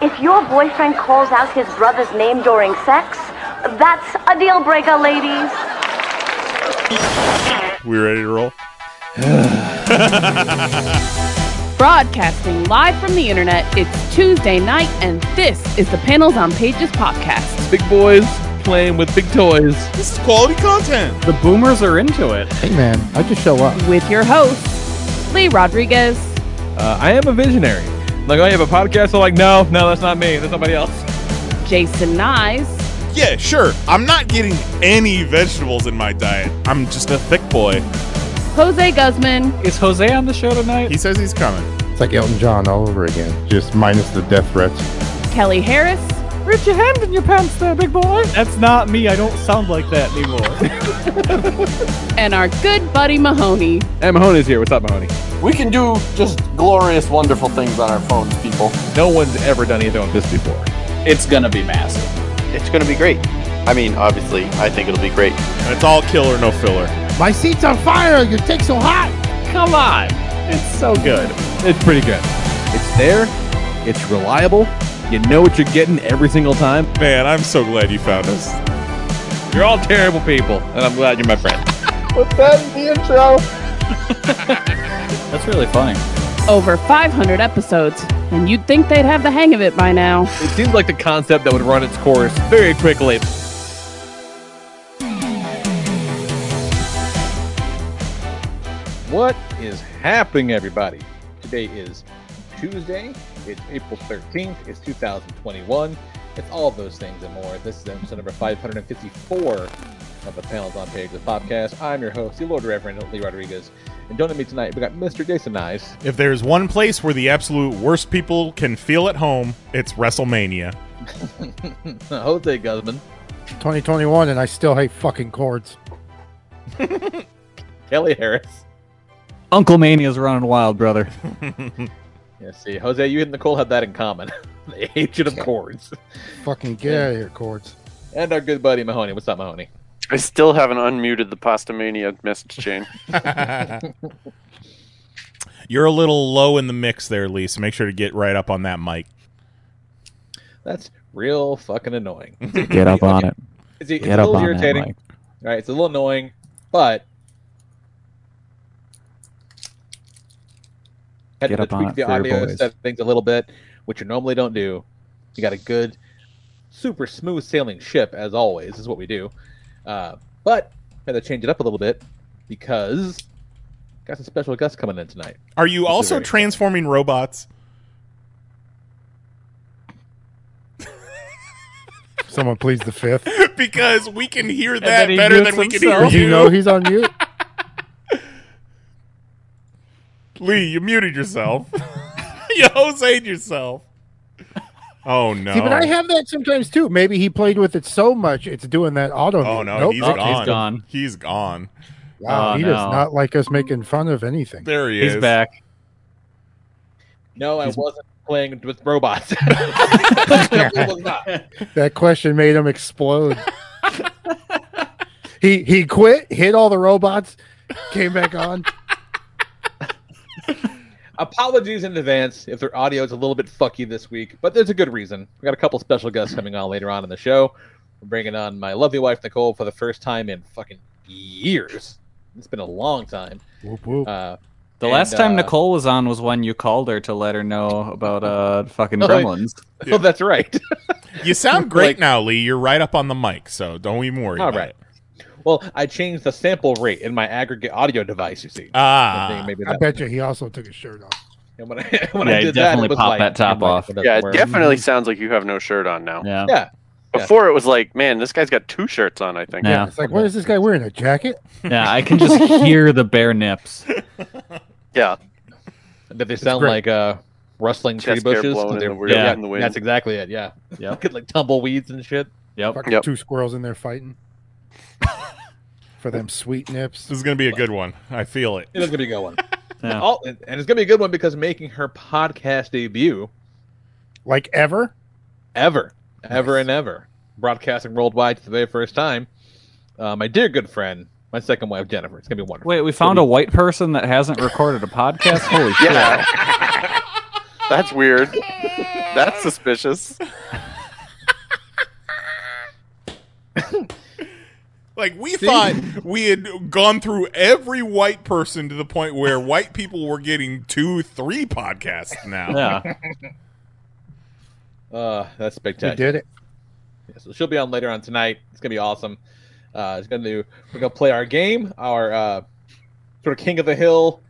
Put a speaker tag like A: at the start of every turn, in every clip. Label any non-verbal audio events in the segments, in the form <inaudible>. A: If your boyfriend calls out his brother's name during sex, that's a deal breaker, ladies.
B: We ready to
C: <sighs>
B: roll?
D: Broadcasting live from the internet, it's Tuesday night, and this is the Panels on Pages podcast.
E: Big boys playing with big toys.
B: This is quality content.
C: The boomers are into it.
F: Hey man, I just show up.
D: With your hosts, Lee Rodriguez,
E: Uh, I am a visionary. Like, oh, you have a podcast? I'm like, no, no, that's not me. That's somebody else.
D: Jason Nyes,
B: Yeah, sure. I'm not getting any vegetables in my diet. I'm just a thick boy.
D: Jose Guzman,
C: Is Jose on the show tonight?
B: He says he's coming.
F: It's like Elton John all over again, just minus the death threats.
D: Kelly Harris,
C: Reach your hand in your pants there, big boy. That's not me. I don't sound like that anymore.
D: and our good buddy Mahoney.
E: And Mahoney's here. What's up, Mahoney?
G: We can do just glorious, wonderful things on our phones, people.
E: No one's ever done anything like this before.
H: It's gonna be massive.
G: It's going to be great. I mean, obviously, I think it'll be great.
B: And it's all killer, no filler.
F: My seat's on fire. Your take's so hot.
E: Come on. It's so Oh, good. It's pretty good. It's there. It's reliable. You know what you're getting every single time.
B: Man, I'm so glad you found us.
E: You're all terrible people, and I'm glad you're my friend.
H: That's really funny.
D: Over 500 episodes, and you'd think they'd have the hang of it by now.
E: It seems like the concept that would run its course very quickly. What is happening, everybody? <laughs> Today is Tuesday. It's April 13th. It's 2021. It's all of those things and more. This is episode number 554 of the Panels on Page, the podcast. I'm your host, the Lord Reverend Lee Rodriguez. And joining me tonight, we got Mr. Jason Nice. <laughs>
I: If there's one place where the absolute worst people can feel at home, it's WrestleMania.
E: Jose Guzman,
F: 2021, and I still hate fucking chords.
E: Kelly Harris.
H: Uncle Mania's running
E: <laughs>
H: wild, brother.
E: Yeah, see, Jose, you and Nicole have that in common. <laughs> the hatred of chords.
F: Fucking get out of here,
I: <laughs>
F: chords.
E: And our good buddy Mahoney. What's up, Mahoney?
G: I still haven't unmuted the Pastamania message chain.
I: You're a little low in the mix there, Lee, so make sure to get right up on that mic.
E: That's real
I: <laughs>
E: fucking annoying.
H: Get up on it.
E: It's, it's
H: Get
E: a
H: up
E: little
H: on that
E: irritating.
H: mic.
E: Right, it's a little annoying, but had
H: Get
E: to
H: up on
E: tweak
H: it
E: the
H: for your
E: audio
H: boys.
E: settings a little bit, which you normally don't do. You got a good, super smooth sailing ship as always. Is what we do, uh, but had to change it up a little bit because got some special guests coming in tonight.
I: Are you also
E: very-
I: transforming robots?
F: Someone please the fifth.
I: <laughs> because we can hear that
H: then he
I: better than
H: mutes
I: we can hear
H: himself.
I: you.
F: you know he's on mute.
I: <laughs> Lee, you muted yourself. you Jose'd yourself. Oh, no.
F: See, but I have that sometimes too. Maybe he played with it so much it's doing that auto.
I: Oh no,
F: nope.
I: he's,
H: Oh, he's
I: gone.
H: gone.
I: He's gone.
F: Wow,
H: Oh,
F: he
H: no.
F: does not like us making fun of anything.
I: There he
H: He's
I: is.
H: back.
E: No, I wasn't playing with
I: <laughs>
H: <laughs>
E: robots.
F: <laughs> That question made him explode. he he quit, hit all the robots, came back on.
E: Apologies in advance if their audio is a little bit fucky this week, but there's a good reason. We got a couple special guests coming on later on in the show. We're bringing on my lovely wife Nicole for the first time in fucking years. It's been a long time.
F: Whoop, whoop.
E: Uh,
H: The
E: And,
H: last time
E: uh,
H: Nicole was on was when you called her to let her know about uh fucking
E: Oh, I- <laughs>
H: gremlins.
I: Yeah.
E: Oh, that's right. <laughs>
I: You sound great
E: Like-
I: now, Lee. You're right up on the mic, so don't even worry.
E: All
I: about
E: right.
I: it.
E: well, I changed the sample rate in my aggregate audio device. You see, I'm thinking
I: <laughs> Ah,
E: maybe
F: I
E: that-
F: bet you he also took his shirt off.
E: and when I, <laughs> when I
H: Yeah, you
E: did
H: definitely
E: that, it was
H: pop
E: like,
H: that top
E: my
H: off.
E: microphone
G: yeah,
E: doesn't
G: it
E: work.
G: definitely sounds like you have no shirt on now.
H: Yeah.
E: Yeah,
G: Before it was like, man, this guy's got two shirts on, I think.
H: Yeah.
F: It's like, what is this guy wearing? A jacket?
H: Yeah, I
E: <laughs>
H: can just hear the bare nips.
G: Yeah.
E: that they sound
F: great.
E: like uh, rustling tree
G: Chest hair
E: bushes.
G: blowing in
E: They're-
G: the wind-
E: yeah,
G: in the wind.
E: that's exactly it. Yeah, <laughs>
H: Yep.
E: Look at like tumbleweeds and shit.
H: Yep.
F: Fucking two squirrels in there fighting for them sweet nips.
I: This is going to be a good one. I feel it.
E: It is gonna be a good one.
H: <laughs> Yeah.
E: Oh, and, and it's gonna be a good one because making her podcast debut
F: Like ever?
E: ever, ever and ever, broadcasting worldwide for the very first time. Uh, my dear good friend, my second wife Jennifer. It's gonna be wonderful.
H: Wait, we found a white person that hasn't recorded a
E: <laughs>
H: podcast. Holy <laughs> shit!
G: Yeah. <laughs> That's weird. That's suspicious.
I: Like we thought we had gone through every white person to the point where white people were getting two, three podcasts now.
H: Yeah.
E: Uh, that's
F: We
E: spectacular.
F: did it.
E: Yeah, so she'll be on later on tonight. It's gonna be awesome. Uh, it's gonna do. We're gonna play our game, our uh, sort of king of the hill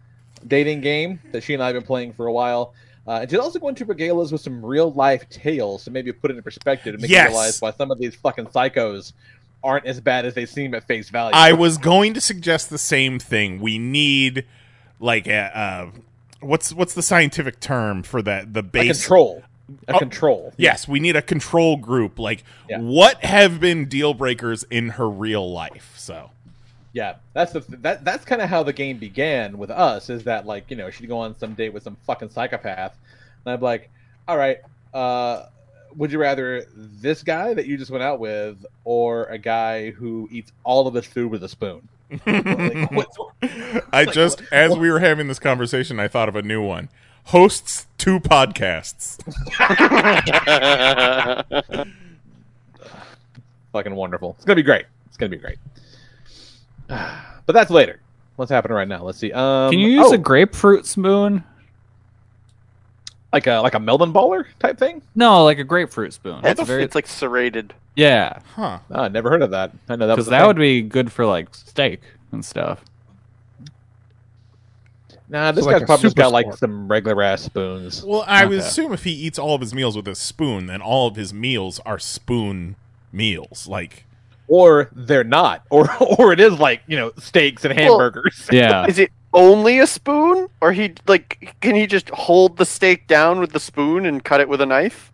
E: dating game that she and I have been playing for a while. Uh, and she's also going to regale us with some real life tales to maybe put it in perspective and make
I: Yes.
E: you realize why some of these fucking psychos aren't as bad as they seem at face value.
I: I was going to suggest the same thing. We need like a, uh, what's what's the scientific term for that? The
E: a
I: base
E: control, a
I: Oh.
E: control.
I: Yes, we need a control group. Like,
E: Yeah.
I: what have been deal breakers in her real life? So,
E: Yeah, that's the that that's kind of how the game began with us. Is that like you know she'd go on some date with some fucking psychopath, and I'd be like, all right, uh, would you rather this guy that you just went out with, or a guy who eats all of his food with a spoon? Like, what's-
I: I
E: like,
I: just,
E: what-
I: as we were having this conversation, I thought of a new one. Hosts two
E: <laughs>
I: podcasts.
E: fucking wonderful. It's gonna be great. It's gonna be great. <sighs> But that's later. What's happening right now? Let's see. Um,
H: Can you use
E: oh,
H: a grapefruit spoon?
E: like a like a Melvin Baller type thing?
H: No, like a grapefruit spoon.
G: That's
H: It's very-
G: it's like serrated.
H: yeah,
I: Huh.
E: Ah, I never heard of that. I know that
H: because
E: was a
H: that
E: thing.
H: would be good for like steak and stuff.
E: Nah, this
F: So like
E: guy's
F: a
E: probably just
F: super
E: got like
F: spork.
E: some regular ass spoons.
I: Well, I would
H: Okay.
I: assume if he eats all of his meals with a spoon, then all of his meals are spoon meals. Like,
E: Or they're not. <laughs> Or or it is like, you know, steaks and hamburgers. <laughs>
H: Yeah,
G: Is it only a spoon, or he like can he just hold the steak down with the spoon and cut it with a knife?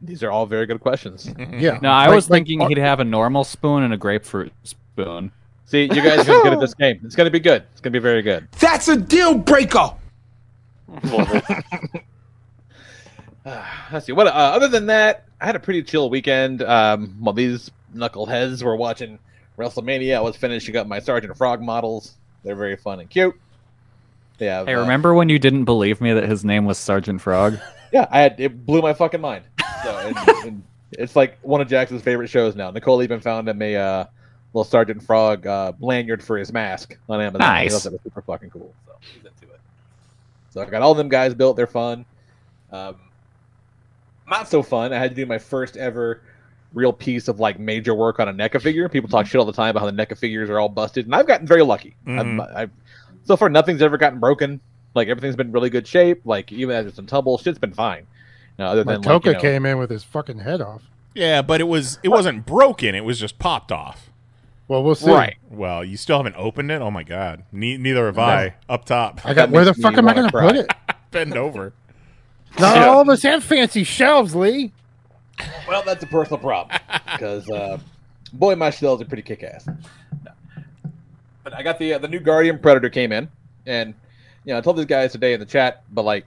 E: These are all very good questions.
F: Yeah.
H: No, I
F: Like-
H: was
F: like- uh,
H: thinking he'd have a normal spoon and a grapefruit spoon.
E: See, you guys are gonna get at
H: <laughs>
E: this game. It's gonna be good. It's gonna be very good.
J: That's a deal breaker.
E: <laughs> <sighs> Let's see. What uh, other than that, I had a pretty chill weekend. Um while these knuckleheads were watching WrestleMania, I was finishing up my Sergeant Frog models. They're very fun and cute. They have,
H: Hey,
E: uh,
H: remember when you didn't believe me that his name was Sergeant Frog?
E: Yeah, I had, it blew my fucking mind. So, <laughs> and, and it's like one of Jackson's favorite shows now. Nicole even found him a uh, little Sergeant Frog uh, lanyard for his mask on Amazon.
H: Nice.
E: I thought that was super fucking cool. So he's into it. So I got all them guys built. They're fun. Um, not so fun. I had to do my first ever real piece of like major work on a NECA figure. People talk shit all the time about how the NECA figures are all busted, and I've gotten very lucky.
I: Mhm.
E: I've, I've, so far, nothing's ever gotten broken. Like everything's been really good shape. Like even as it's in tumble, shit's been fine. Now, other
F: My
E: than like, you know-
F: came in with his fucking head off.
I: yeah, but it was it wasn't broken. It was just popped off.
F: Well, we'll see.
E: right?
I: Well, you still haven't opened it. Oh my god. Ne- neither have I. Up top,
F: I got where the
E: makes
F: fuck
E: me
F: am I
E: wanna
F: gonna
E: cry.
F: put
I: <laughs>
F: it?
I: bend over.
F: Not all of us have fancy shelves, Lee.
E: Well, that's a personal problem because uh, boy, my shells are pretty kick-ass. No. But I got the uh, the new Guardian Predator came in, and you know I told these guys today in the chat, but like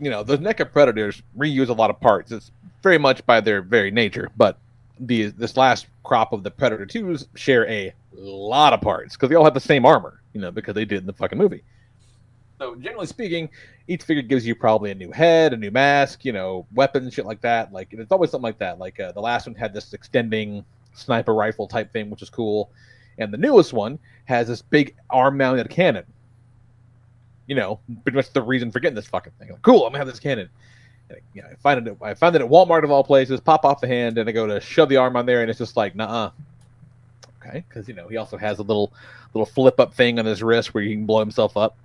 E: you know those NECA Predators reuse a lot of parts. It's very much by their very nature, but the this last crop of the Predator twos share a lot of parts because they all have the same armor, you know, because they did in the fucking movie. So generally speaking, each figure gives you probably a new head, a new mask, you know, weapons, shit like that. Like and it's always something like that. Like uh, the last one had this extending sniper rifle type thing, which is cool, and the newest one has this big arm-mounted cannon. You know, pretty much the reason for getting this fucking thing. Like, cool, I'm gonna have this cannon. And, you know, I find it. I found it at Walmart of all places. Pop off the hand, and I go to shove the arm on there, and it's just like, nah. Okay, because you know he also has a little, little flip-up thing on his wrist where he can blow himself up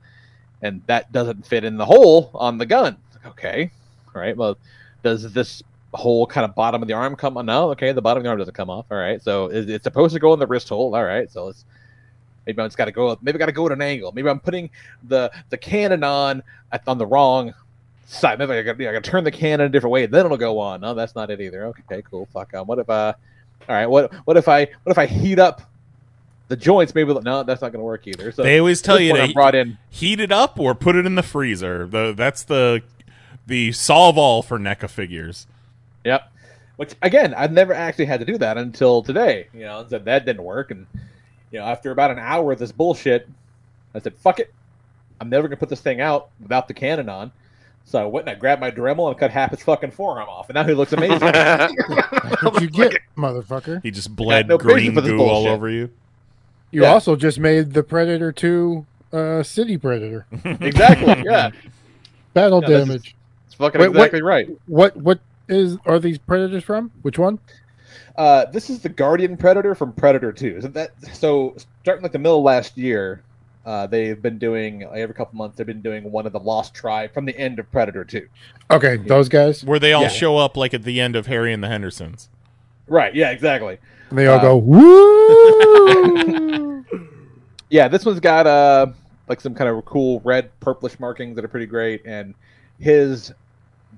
E: and that doesn't fit in the hole on the gun. Okay, all right. Well, does this hole kind of bottom of the arm come? No, okay, the bottom of the arm doesn't come off. All right, so is it supposed to go in the wrist hole? All right, so let's Maybe I just got to go up. Maybe I got to go at an angle. Maybe I'm putting the the cannon on at, on the wrong side. Maybe I got to turn the cannon a different way. Then it'll go on. No, that's not it either. Okay, cool. Fuck. Um, what if I? All right. What what if I what if I heat up the joints? Maybe no, that's not going to work either. So
I: they always tell
E: this
I: you
E: one
I: to
E: I brought in
I: heat it up or put it in the freezer. The, that's the the solve all for NECA figures.
E: Yep. Which again, I've never actually had to do that until today. You know, so that didn't work, and you know, after about an hour of this bullshit, I said, "Fuck it, I'm never gonna put this thing out without the cannon on." So I went and I grabbed my Dremel and cut half his fucking forearm off, and now he looks
I: <laughs>
E: amazing.
F: What'd you get, motherfucker?
I: He just bled
E: no patience
I: green
E: for this
I: goo all
E: bullshit.
I: over you.
F: You
E: Yeah.
F: also just made the Predator 2 uh, City Predator.
E: exactly. Yeah.
F: Battle
E: Yeah, that's-
F: damage.
E: It's fucking
F: Wait, what-
E: exactly right.
F: What what is are these predators from? Which one?
E: <laughs> Uh, this is the Guardian Predator from Predator Two. So that so starting like the middle of last year, uh, they've been doing like, every couple months they've been doing one of the Lost Tribe from the end of Predator Two.
F: Okay, those guys.
I: Where they all
E: Yeah.
I: show up like at the end of Harry and the Hendersons.
E: Right. Yeah. Exactly.
F: And they all
E: Uh,
F: go woo.
E: Yeah, this one's got uh like some kind of cool red purplish markings that are pretty great, and his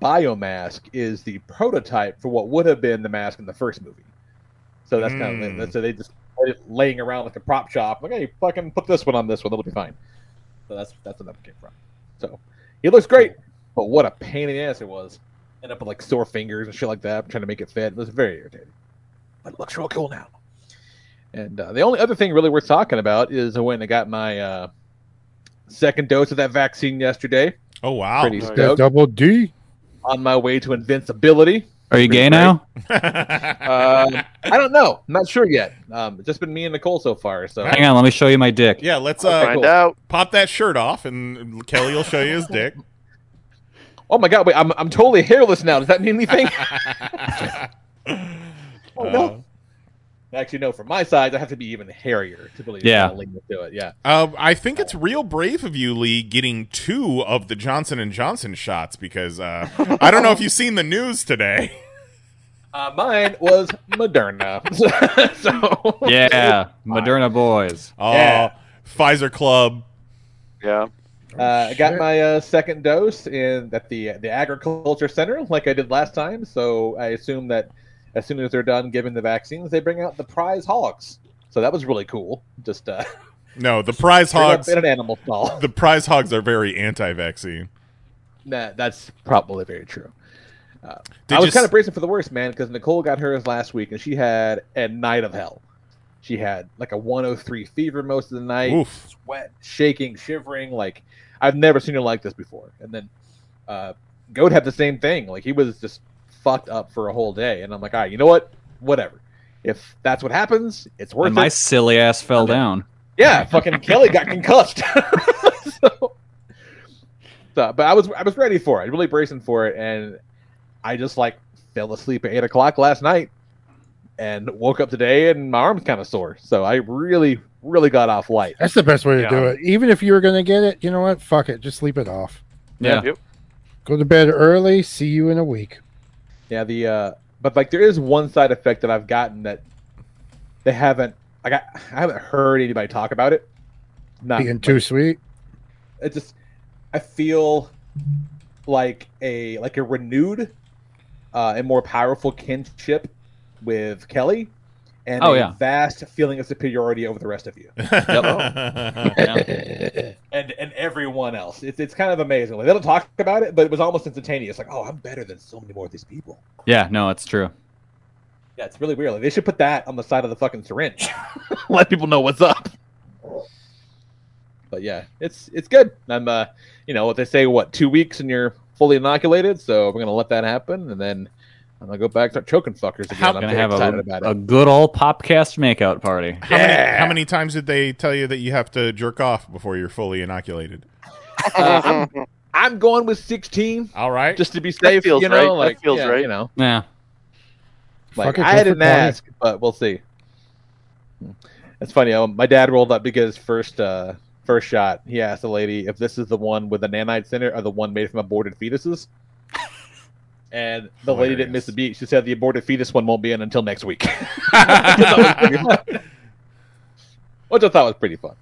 E: biomask is the prototype for what would have been the mask in the first movie. So that's kind of
I: Mm.
E: that's so they just had it laying around like a prop shop. Like, hey, fucking put this one on this one, it'll be fine. So that's that's where that came from. So he looks great, but what a pain in the ass it was. End up with like sore fingers and shit like that, trying to make it fit. It was very irritating. But it looks real cool now. And uh, the only other thing really worth talking about is when I got my uh, second dose of that vaccine yesterday
I: Oh wow!
E: Pretty
I: Nice.
E: stoked.
F: Double D.
E: on my way
I: <laughs>
E: to invincibility. <laughs>
H: Are you
E: Pretty
H: gay now?
E: Um, I don't know. I'm not sure yet. Um, it's just been me and Nicole so far. So
H: Hang on, let me show you my dick.
I: yeah, let's
E: Okay,
I: uh,
E: cool.
G: Find out.
I: pop that shirt off, and Kelly will show you his dick.
E: <laughs> Oh my god, wait, I'm I'm totally hairless now. Does that
I: <laughs>
E: mean anything? <laughs>
H: <laughs>
E: oh, no. Actually, no. From my size, I have to be even hairier to believe.
H: Yeah.
E: I'll link to it. Yeah.
I: Uh, I think it's real brave of you, Lee, getting two of the Johnson and Johnson shots because uh, <laughs> I don't know if you've seen the news today.
E: <laughs> Uh, mine was Moderna. <laughs> so
H: <laughs> Yeah, Moderna boys.
I: Oh,
E: Yeah.
I: Pfizer Club. Oh,
G: Yeah.
E: Uh, I got my uh, second dose in at the the agriculture center, like I did last time. So I assume that as soon as they're done giving the vaccines, they bring out the prize hogs. So that was really cool. Just uh,
I: <laughs>
E: <laughs>
I: No, the prize
E: straight up
I: hogs.
E: in an animal stall.
I: The prize hogs are very anti-vaccine.
E: That, that's probably very true. Uh,
I: Did
E: I
I: you
E: was kind
I: s-
E: of bracing for the worst, man, because Nicole got hers last week and she had a night of hell. She had like a 103 fever most of the night,
I: Oof.
E: sweat, shaking, shivering. Like I've never seen her like this before. And then uh, Goat had the same thing. Like he was just fucked up for a whole day. And I'm like, all right, you know what? Whatever. If that's what happens, it's worth
H: And my
E: it.
H: silly ass fell down.
E: Yeah, fucking Kelly got concussed. <laughs> so, so- but I was I was ready for it, really bracing for it, and I just like fell asleep at eight o'clock last night, and woke up today, and my arm's kind of sore. So I really, really got off light.
F: That's the best way to
G: Yeah.
F: do it. Even if you were gonna get it, you know what? Fuck it. Just sleep it off.
H: Yeah.
G: Yep.
F: Go to bed early. See you in a week.
E: Yeah, the uh, but like there is one side effect that I've gotten that they haven't. I got I haven't heard anybody talk about it. Not
F: Being too sweet.
E: it just I feel like a like a renewed uh, and more powerful kinship with Kelly, and
H: Oh,
E: a
H: yeah.
E: vast feeling of superiority over the rest of you
H: Yeah.
E: and and everyone else. It's it's kind of amazing. Like, they don't talk about it, but it was almost instantaneous. Like, oh, I'm better than so many more of these people.
H: yeah, no, it's true.
E: Yeah, it's really weird. Like, they should put that on the side of the fucking syringe. <laughs> <laughs> Let people know what's up. But yeah, it's it's good. I'm uh you know what they say, what, two weeks and you're fully inoculated, so we're gonna let that happen and then I'm gonna go back and start choking fuckers again.
I: How-
E: I'm
H: Gonna
E: very
H: have
E: excited
H: a,
E: about
H: a
G: <laughs>
E: it.
H: good old popcast makeout party.
I: How, many, how many times did they tell you that you have to jerk off before you're fully inoculated?
E: <laughs> Uh, I'm, I'm going with sixteen
I: All right.
E: just to be safe.
G: feels
E: you know,
G: right. That
E: like
G: feels
E: yeah,
G: right.
E: you know.
H: Yeah.
E: Like
F: Fuck it,
E: I
F: go for
E: didn't
F: 20.
E: ask, but we'll see. It's funny. Um, my dad rolled up because first, uh, first shot, he asked the lady if this is the one with the nanites in it or the one made from aborted fetuses. And the lady didn't miss a beat. She said the <laughs>
F: <laughs>
E: aborted fetus one won't be in until next week. which I thought was pretty fun.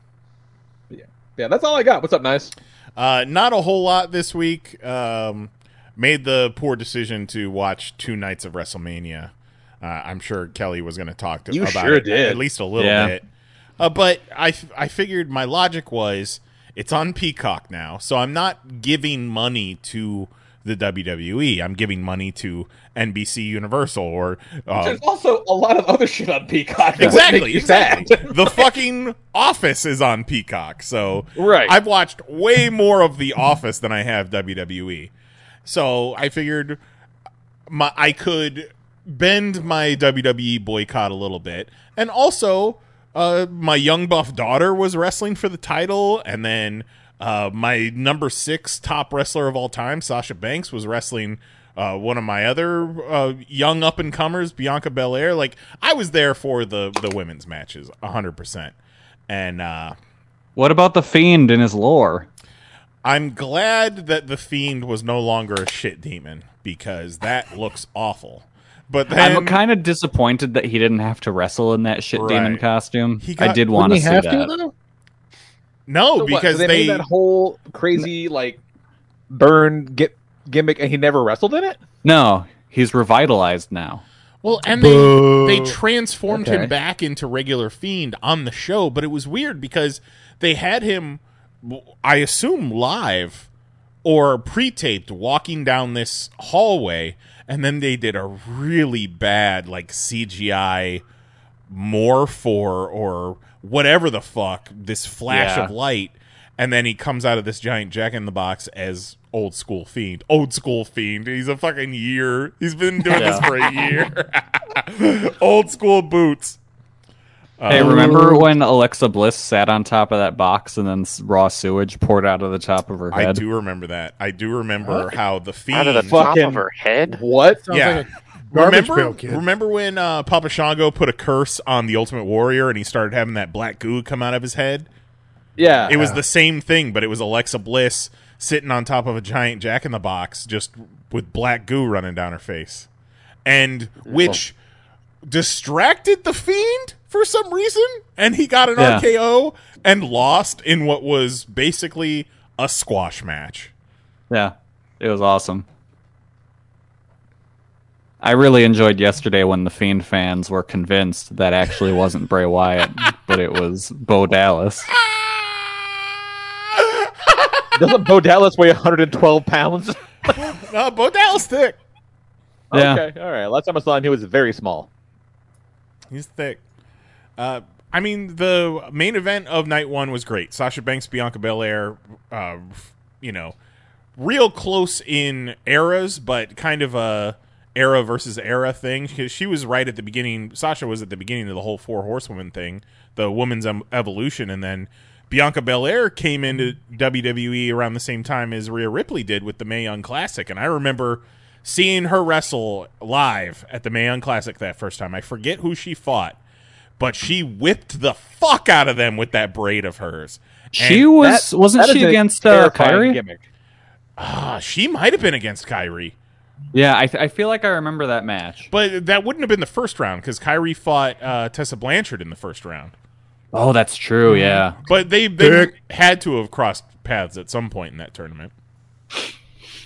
E: But yeah, yeah, that's all I got. What's up, nice?
I: Uh, not a whole lot this week. Um, made the poor decision to watch two nights of WrestleMania. Uh, I'm sure Kelly was going to talk to
E: You
I: about
E: sure
I: it,
E: did.
I: at least a little
E: Yeah.
I: bit. Uh, but I, f- I figured my logic was it's on Peacock now, so I'm not giving money to the WWE. I'm giving money to NBC Universal or uh,
E: There's also a lot of other shit on Peacock. that would make
I: Exactly,
E: you
I: exactly. <laughs>
E: sad.
I: the fucking Office is on Peacock, so right. I've watched way more of The Office than I have WWE. So I figured my I could bend my WWE boycott a little bit, and also uh, my young buff daughter was wrestling for the title, and then uh, my number six top wrestler of all time, Sasha Banks, was wrestling. Uh, one of my other uh, young up and comers, Bianca Belair. Like I was there for the the women's matches, hundred percent. And uh,
H: What about the fiend and his lore?
I: I'm glad that the fiend was no longer a shit demon because that looks awful. But then
H: I'm kind of disappointed that he didn't have to wrestle in that shit demon
I: Right.
H: costume.
I: He
H: I
I: got-
H: did
I: Wouldn't
H: want
E: he
H: to see
E: have to,
H: that.
E: though?
I: No,
E: So what,
I: because
E: they,
I: they,
E: made that whole crazy like burn get gimmick, and he never wrestled in it.
H: no, he's revitalized now.
I: well, and
H: Boo.
I: they they transformed
H: Okay.
I: him back into regular fiend on the show. But it was weird because they had him, I assume, live or pre-taped walking down this hallway, and then they did a really bad like CGI morph or or whatever the fuck this flash
H: Yeah.
I: of light and then he comes out of this giant jack-in-the-box as old school fiend old school fiend he's a fucking year he's been <laughs> doing this
H: Yeah.
I: for a year <laughs> old school boots
H: Hey,
I: Um,
H: remember when Alexa Bliss sat on top of that box and then s- raw sewage poured out of the top of her head?
I: i do remember that i do remember how the fiend
G: Out of the top of her head.
E: What?
I: yeah
F: garbage
I: remember,
F: pail kid.
I: remember when uh, Papa Shango put a curse on the Ultimate Warrior and he started having that black goo come out of his head?
E: Yeah.
I: It was the same thing, but it was Alexa Bliss sitting on top of a giant jack in the box just with black goo running down her face. And which distracted the fiend for some reason, and he got an
H: Yeah.
I: RKO and lost in what was basically a squash match.
H: Yeah, it was awesome. I really enjoyed yesterday when the Fiend fans were convinced that actually wasn't Bray Wyatt, but it was
I: <laughs>
H: Bo Dallas.
E: <laughs> Doesn't Bo Dallas weigh 112 pounds?
I: <laughs> no, Bo Dallas thick.
H: <laughs> Yeah.
E: Okay. All right. Last time I saw him, he was very small.
I: He's thick. Uh, I mean, the main event of night one was great. Sasha Banks, Bianca Belair, uh, you know, real close in eras, but kind of a era versus era thing because she was right at the beginning. Sasha was at the beginning of the whole four horsewomen thing, the woman's em- evolution, and then Bianca Belair came into WWE around the same time as Rhea Ripley did with the Mae Young Classic, and I remember seeing her wrestle live at the Mae Young Classic that first time. I forget who she fought, but she whipped the fuck out of them with that braid of hers.
H: She
I: And-
H: was wasn't
I: that
H: she
I: is a
H: against uh,
I: terrifying
H: Kyrie?
E: gimmick.
I: Ah, she might have been against Kyrie.
H: Yeah, I, th- I feel like I remember that match.
I: But that wouldn't have been the first round because Kyrie fought uh, Tessa Blanchard in the first round.
H: Oh, that's true. Yeah,
I: But they, they had to have crossed paths at some point in that tournament.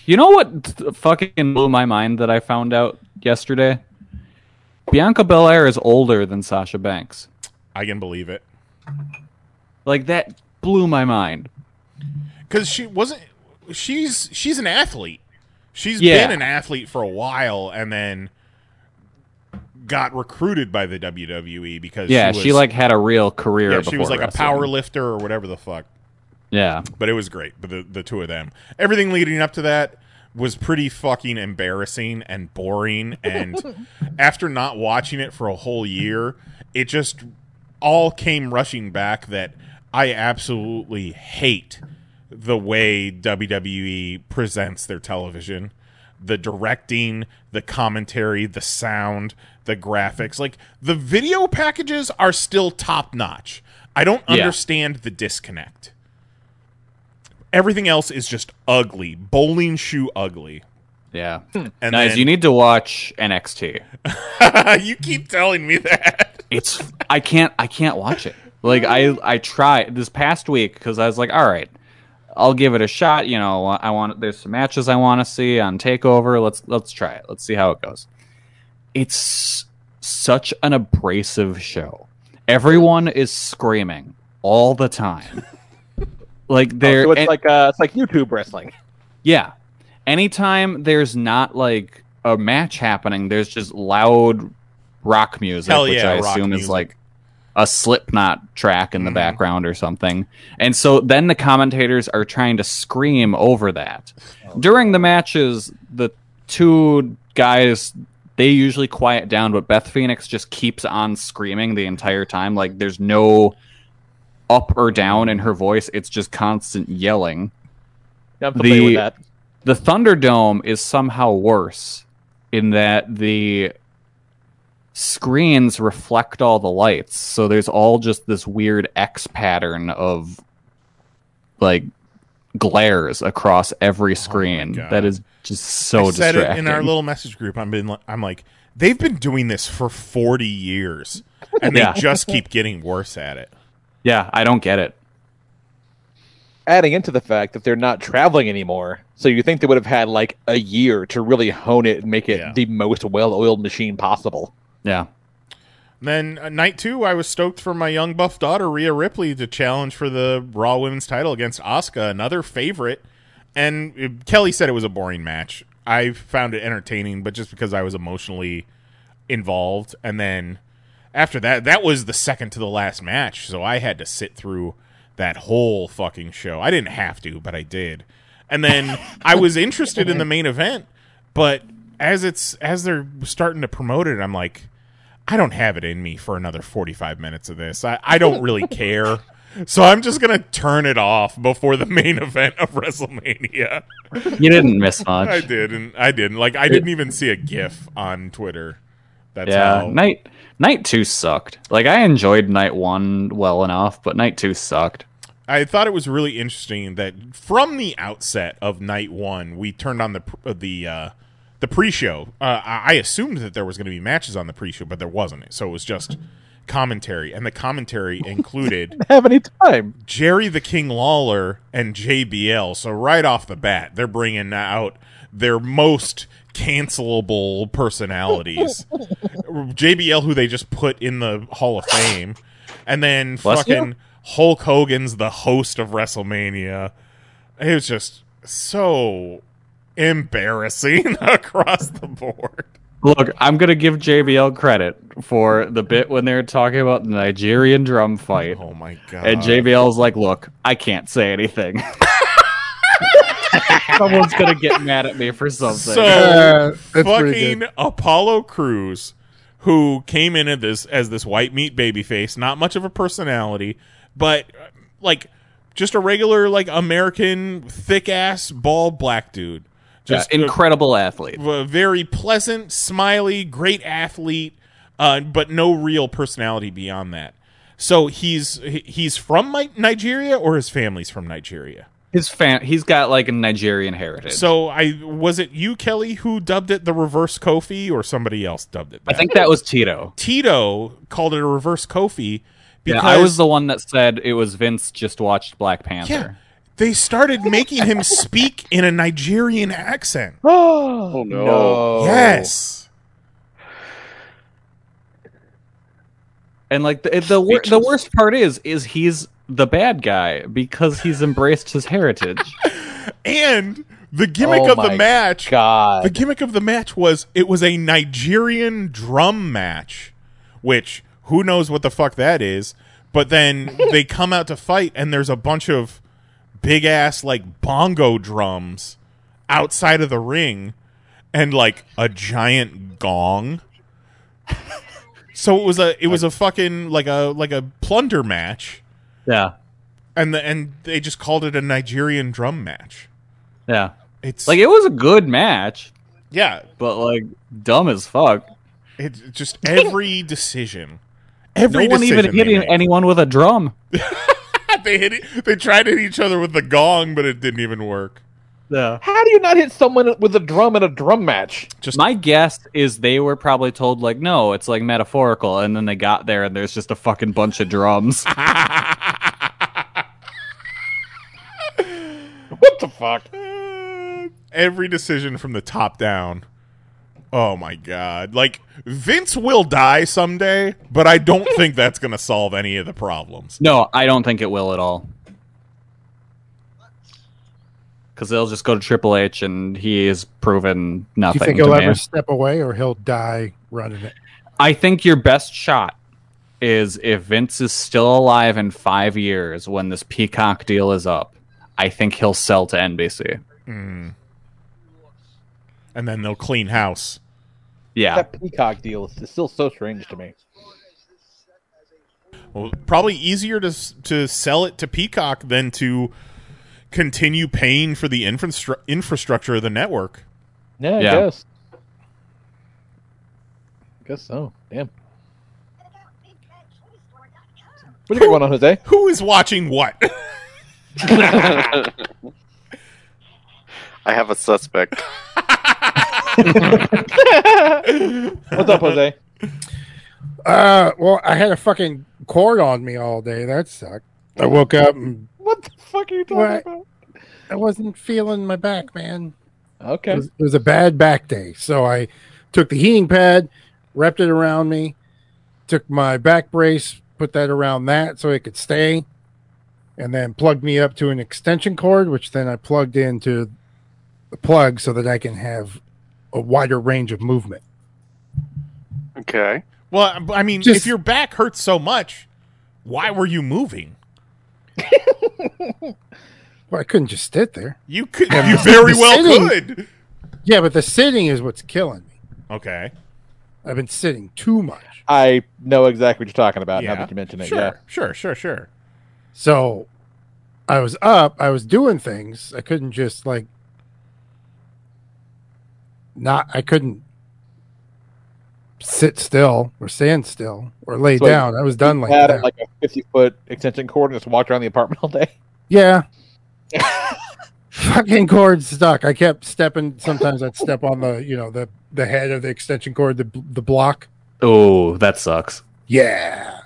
H: You know what th- fucking blew my mind that I found out yesterday? Bianca Belair is older than Sasha Banks.
I: I can believe it.
H: Like that blew my mind.
I: Because she wasn't. She's she's an athlete. She's
H: Yeah.
I: been an athlete for a while, and then got recruited by the WWE because
H: Yeah,
I: she,
H: she,
I: was,
H: like had a real career.
I: yeah,
H: before
I: she was like a
H: wrestling.
I: power lifter or whatever the fuck.
H: Yeah,
I: But it was great. But the, the two of them, everything leading up to that was pretty fucking embarrassing and boring.
E: <laughs>
H: <laughs>
I: And after not watching it for a whole year, it just all came rushing back that I absolutely hate the way WWE presents their television. The directing, the commentary, the sound, the graphics. Like the video packages are still top notch. I don't
H: Yeah.
I: understand the disconnect everything else is just ugly bowling shoe ugly
H: yeah.
I: And
H: Guys,
I: then-
H: you need to watch NXT.
I: <laughs> you keep telling me that
H: It's I can't I can't watch it. Like I I tried this past week because I was like, all right, I'll give it a shot. You know, I want there's some matches I want to see on Takeover. Let's let's try it. Let's see how it goes. It's such an abrasive show. Everyone is screaming all the time. like they're
E: so it's
H: and-
E: like uh, it's like YouTube wrestling.
H: yeah. Anytime there's not like a match happening, there's just loud rock music,
I: Hell
H: which
I: yeah,
H: I
I: rock music.
H: assume
I: Mm-hmm.
H: is like a Slipknot track in the background or something. And so then the commentators are trying to scream over that.
I: Oh,
H: During the matches, the two guys they usually quiet down, but Beth Phoenix just keeps on screaming the entire time. Like there's no up or down in her voice. It's just constant yelling
E: I'm familiar with that.
H: the Thunderdome is somehow worse in that the screens reflect all the lights, so there's all just this weird X pattern of like glares across every screen that is just so
I: Oh I said it
H: distracting.
I: in our little message group. I'm been li- I'm like they've been doing this for 40
H: <laughs>
I: years and
H: Yeah.
I: they just keep getting worse at it.
H: yeah, I don't get it.
E: Adding into the fact that they're not traveling anymore, so you think they would have had like a year to really hone it and make it the most well-oiled machine possible.
H: Yeah.
I: Then uh, night 2 I was stoked for my young buff daughter Rhea Ripley to challenge for the Raw Women's title against Asuka, another favorite. And uh, Kelly said it was a boring match. I found it entertaining, but just because I was emotionally involved and then after that that was the second to the last match so i had to sit through that whole fucking show i didn't have to but i did and then i was interested in the main event but as it's as they're starting to promote it i'm like i don't have it in me for another 45 minutes of this i, I don't really care so i'm just gonna turn it off before the main <laughs> event of wrestlemania
H: <laughs> You didn't miss
I: <laughs>
H: much.
I: I didn't. I didn't. Like I didn't even see a GIF on Twitter. That's
H: yeah,
I: how.
H: night night two sucked. Like I enjoyed night one well enough, but night two sucked.
I: I thought it was really interesting that from the outset of night one, we turned on the pr- uh, the uh, the pre-show. Uh, I I assumed that there was going to be matches on the pre-show, but there wasn't. So it was just commentary, and the commentary included
E: Have any time?
I: Jerry the King Lawler and JBL. So right off the bat, they're bringing out their most cancelable
H: <laughs>
I: personalities. JBL, who they just put in the Hall of Fame, and then
H: Bless you.
I: fucking Hulk Hogan's the host of WrestleMania. It was just so embarrassing <laughs> across the board.
H: Look, I'm gonna give JBL credit for the bit when they were talking about the Nigerian drum fight.
I: Oh my god!
H: And JBL's like, "Look, I can't say anything. <laughs> Someone's gonna get mad
G: <laughs>
H: at me for something."
I: So
F: Uh, <laughs> that's pretty
I: fucking Apollo Cruz, who came in at this as this white meat baby face, not much of a personality, but uh, like just a regular like American thick ass bald black dude.
H: Yeah,
I: Just a-
H: incredible athlete.
I: a very pleasant, smiley, great athlete, uh, but no real personality beyond that. So he's he- he's from Mi- Nigeria, or his family's from Nigeria.
H: His fan, he's got like a Nigerian heritage.
I: So I was it you, Kelly, who dubbed it the reverse Kofi, or somebody else dubbed it?
H: I think that was Tito.
I: Tito called it a reverse Kofi because
H: Yeah, I was the one that said it was Vince just watched Black Panther.
I: Yeah, they started making him speak in a Nigerian accent.
E: oh
G: no.
I: Yes.
H: And like the the, wor- the worst part is is he's the bad guy because he's embraced his heritage.
I: <laughs> And the gimmick
E: Oh
I: of the
E: my
I: match,
E: God.
I: the gimmick of the match was it was a Nigerian drum match, which who knows what the fuck that is. But then they come out to fight, and there's a bunch of big ass like bongo drums outside of the ring, and like a giant gong. so it was a it was a fucking like a like a plunder match,
H: yeah,
I: and the, and they just called it a Nigerian drum match.
H: yeah.
I: It's
H: Like it was a good match,
I: yeah,
H: but like dumb as fuck.
I: It's just every decision. Every
H: no one
I: decision
H: even hit
I: they, make.
H: anyone with a drum.
I: they hit. They tried to hit each other with the gong, but it didn't even work.
C: Yeah.
E: How do you not hit someone with a drum in a drum match?
H: Just my guess is they were probably told like, no, it's like metaphorical, and then they got there and there's just a fucking bunch
I: <laughs>
H: of drums.
E: what the fuck?
I: Every decision from the top down. Oh my god. Like Vince will die someday, but I don't <laughs> think that's going to solve any of the problems.
H: no, I don't think it will at all. Because they'll just go to Triple H, and he is proven
F: Do you
H: nothing.
F: think
H: to
F: he'll
H: me.
F: ever step away or he'll die running it?
H: I think your best shot is if Vince is still alive in five years when this Peacock deal is up. I think he'll sell to NBC.
I: Mm. And then they'll clean house.
H: Yeah.
E: That peacock deal is is still so strange to me.
I: Well, probably easier to s- to sell it to Peacock than to continue paying for the infrastru- infrastructure of the network.
E: Yeah, I
I: Yeah.
E: guess. I guess so. Damn. What do you got going on, Jose?
I: Who is watching what? <laughs>
G: I have
E: <laughs>
G: a suspect.
E: What's up, Jose?
F: Uh, well, I had a fucking cord on me all day. That sucked. I woke up and
E: What the fuck are you talking
F: What?
E: about?
F: I wasn't feeling my back, man.
E: Okay.
F: It was, it was a bad back day. So I took the heating pad, wrapped it around me, took my back brace, put that around that so it could stay, and then plugged me up to an extension cord, which then I plugged into the plug so that I can have a wider range of movement.
G: Okay.
I: Well, I- I mean,
F: Just-
I: if your back hurts so much, why were you moving?
F: Well, I couldn't just sit there.
I: You could.
F: Yeah,
I: you
F: but
I: very
F: the
I: well
F: sitting-
I: could.
F: Yeah, but the sitting is what's killing me.
I: Okay.
F: I've been sitting too much.
E: I know exactly what you're talking about
I: Yeah.
E: now that you mention it.
I: Sure.
E: Yeah.
I: Sure. Sure. Sure.
F: So I was up, I was doing things. I couldn't just like not I couldn't sit still or stand still or lay
E: So
F: down. I was done
E: you
F: like
E: had
F: that.
E: like a 50 foot extension cord and just walked around the apartment all day. <laughs>
F: yeah. Fucking cord stuck. I kept stepping sometimes I'd step on the, you know, the the head of the extension cord, the the block.
H: Oh, that sucks.
F: Yeah.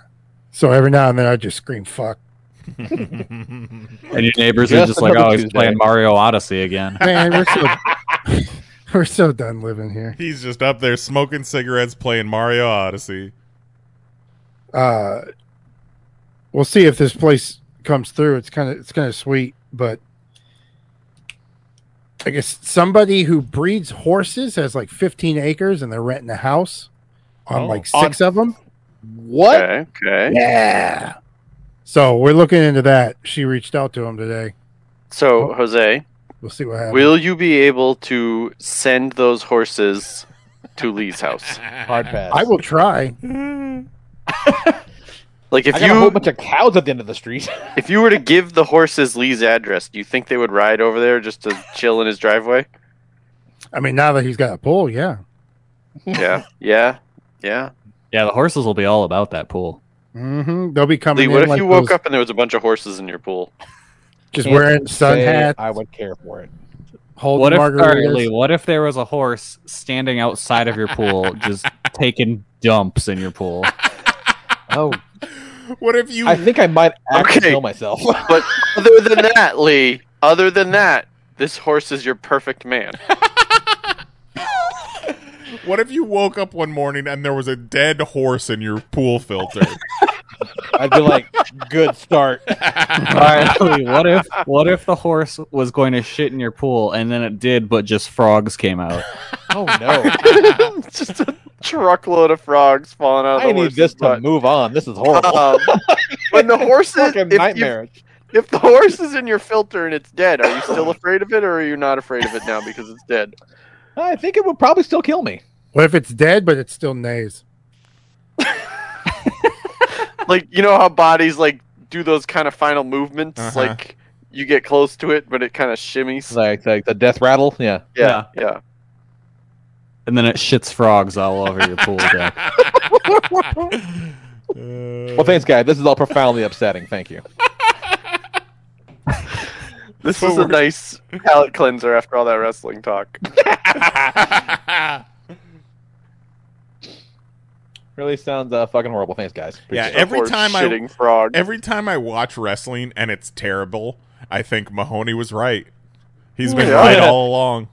F: So every now and then I'd just scream fuck.
H: <laughs> And your neighbors are
E: Just
H: just like,
E: another
H: oh, he's
E: Tuesday."
H: playing Mario
F: <laughs>
H: Odyssey again.
F: Man, we're so we're so done living here.
I: He's just up there smoking cigarettes, playing Mario Odyssey.
F: Uh, we'll see if this place comes through. It's kind of it's kind of sweet, but I guess somebody who breeds horses has like 15 acres and they're renting a house on
I: Oh,
F: like six of them.
E: What?
G: Okay. Okay.
F: Yeah. So we're looking into that. She reached out to him today.
G: So, Jose,
F: We'll see what happens.
G: will you be able to send those horses to Lee's <laughs> house?
E: Hard pass.
F: I will try.
G: Like,
E: I
G: if
E: got a whole
G: <laughs> you
E: bunch of cows at the end of the street.
G: if you were to give the horses Lee's address, do you think they would ride over there just to chill in
F: <laughs>
G: his driveway?
F: I mean, now that he's got a bull, yeah.
G: Yeah. Yeah. Yeah.
H: Yeah, the horses will be all about that pool.
F: hmm They'll be coming.
G: Lee, what
F: in
G: if
F: like
G: you woke
F: those-
G: up and there was a bunch of horses in your pool?
F: <laughs> just
E: Can't
F: wearing sun
E: say
F: hats,
E: I would care for it.
F: holding
H: What if, sorry,
F: margaritas?
H: Lee, what if there was a horse standing outside of your pool, just taking dumps in your pool?
E: Oh,
I: What if you?
E: I think I might actually
G: Okay.
E: kill myself. <laughs>
G: But other than that, Lee, other than that, this horse is your perfect man.
I: what if you woke up one morning and there was a dead horse in your pool filter?
E: <laughs> I'd be like,
F: <laughs>
E: good start.
H: All right, Lee, what if what if the horse was going to shit in your pool and then it did, but just frogs came out?
E: Oh no.
G: <laughs> just a truckload of frogs falling out of the
E: I need
G: horse's
E: this to
G: butt.
E: move on. This is horrible. <laughs>
G: Um, when the horse is
E: Fucking
G: if, you,
E: nightmare.
G: if the horse is in your filter and it's dead, are you still afraid of it, or are you not afraid of it now because it's dead?
E: I think it would probably still kill me.
F: What if it's dead, but it still neighs?
G: Like you know how bodies like do those kind of final movements,
I: Uh-huh.
G: like you get close to it, but it kind of shimmies.
E: Like like the death rattle. Yeah.
G: Yeah, yeah.
H: And then it shits frogs all over your
G: <laughs>
H: pool deck.
E: <laughs> Well, thanks, guy. This is all profoundly upsetting. Thank you.
G: This was a nice palate cleanser after all that wrestling talk.
E: Really sounds uh, fucking horrible. Thanks, guys.
I: Yeah,
E: Appreciate it.
I: every time I
G: shitting frog.
I: every time I watch wrestling and it's terrible, I think Mahoney was right. He's been
H: Yeah.
I: right all along.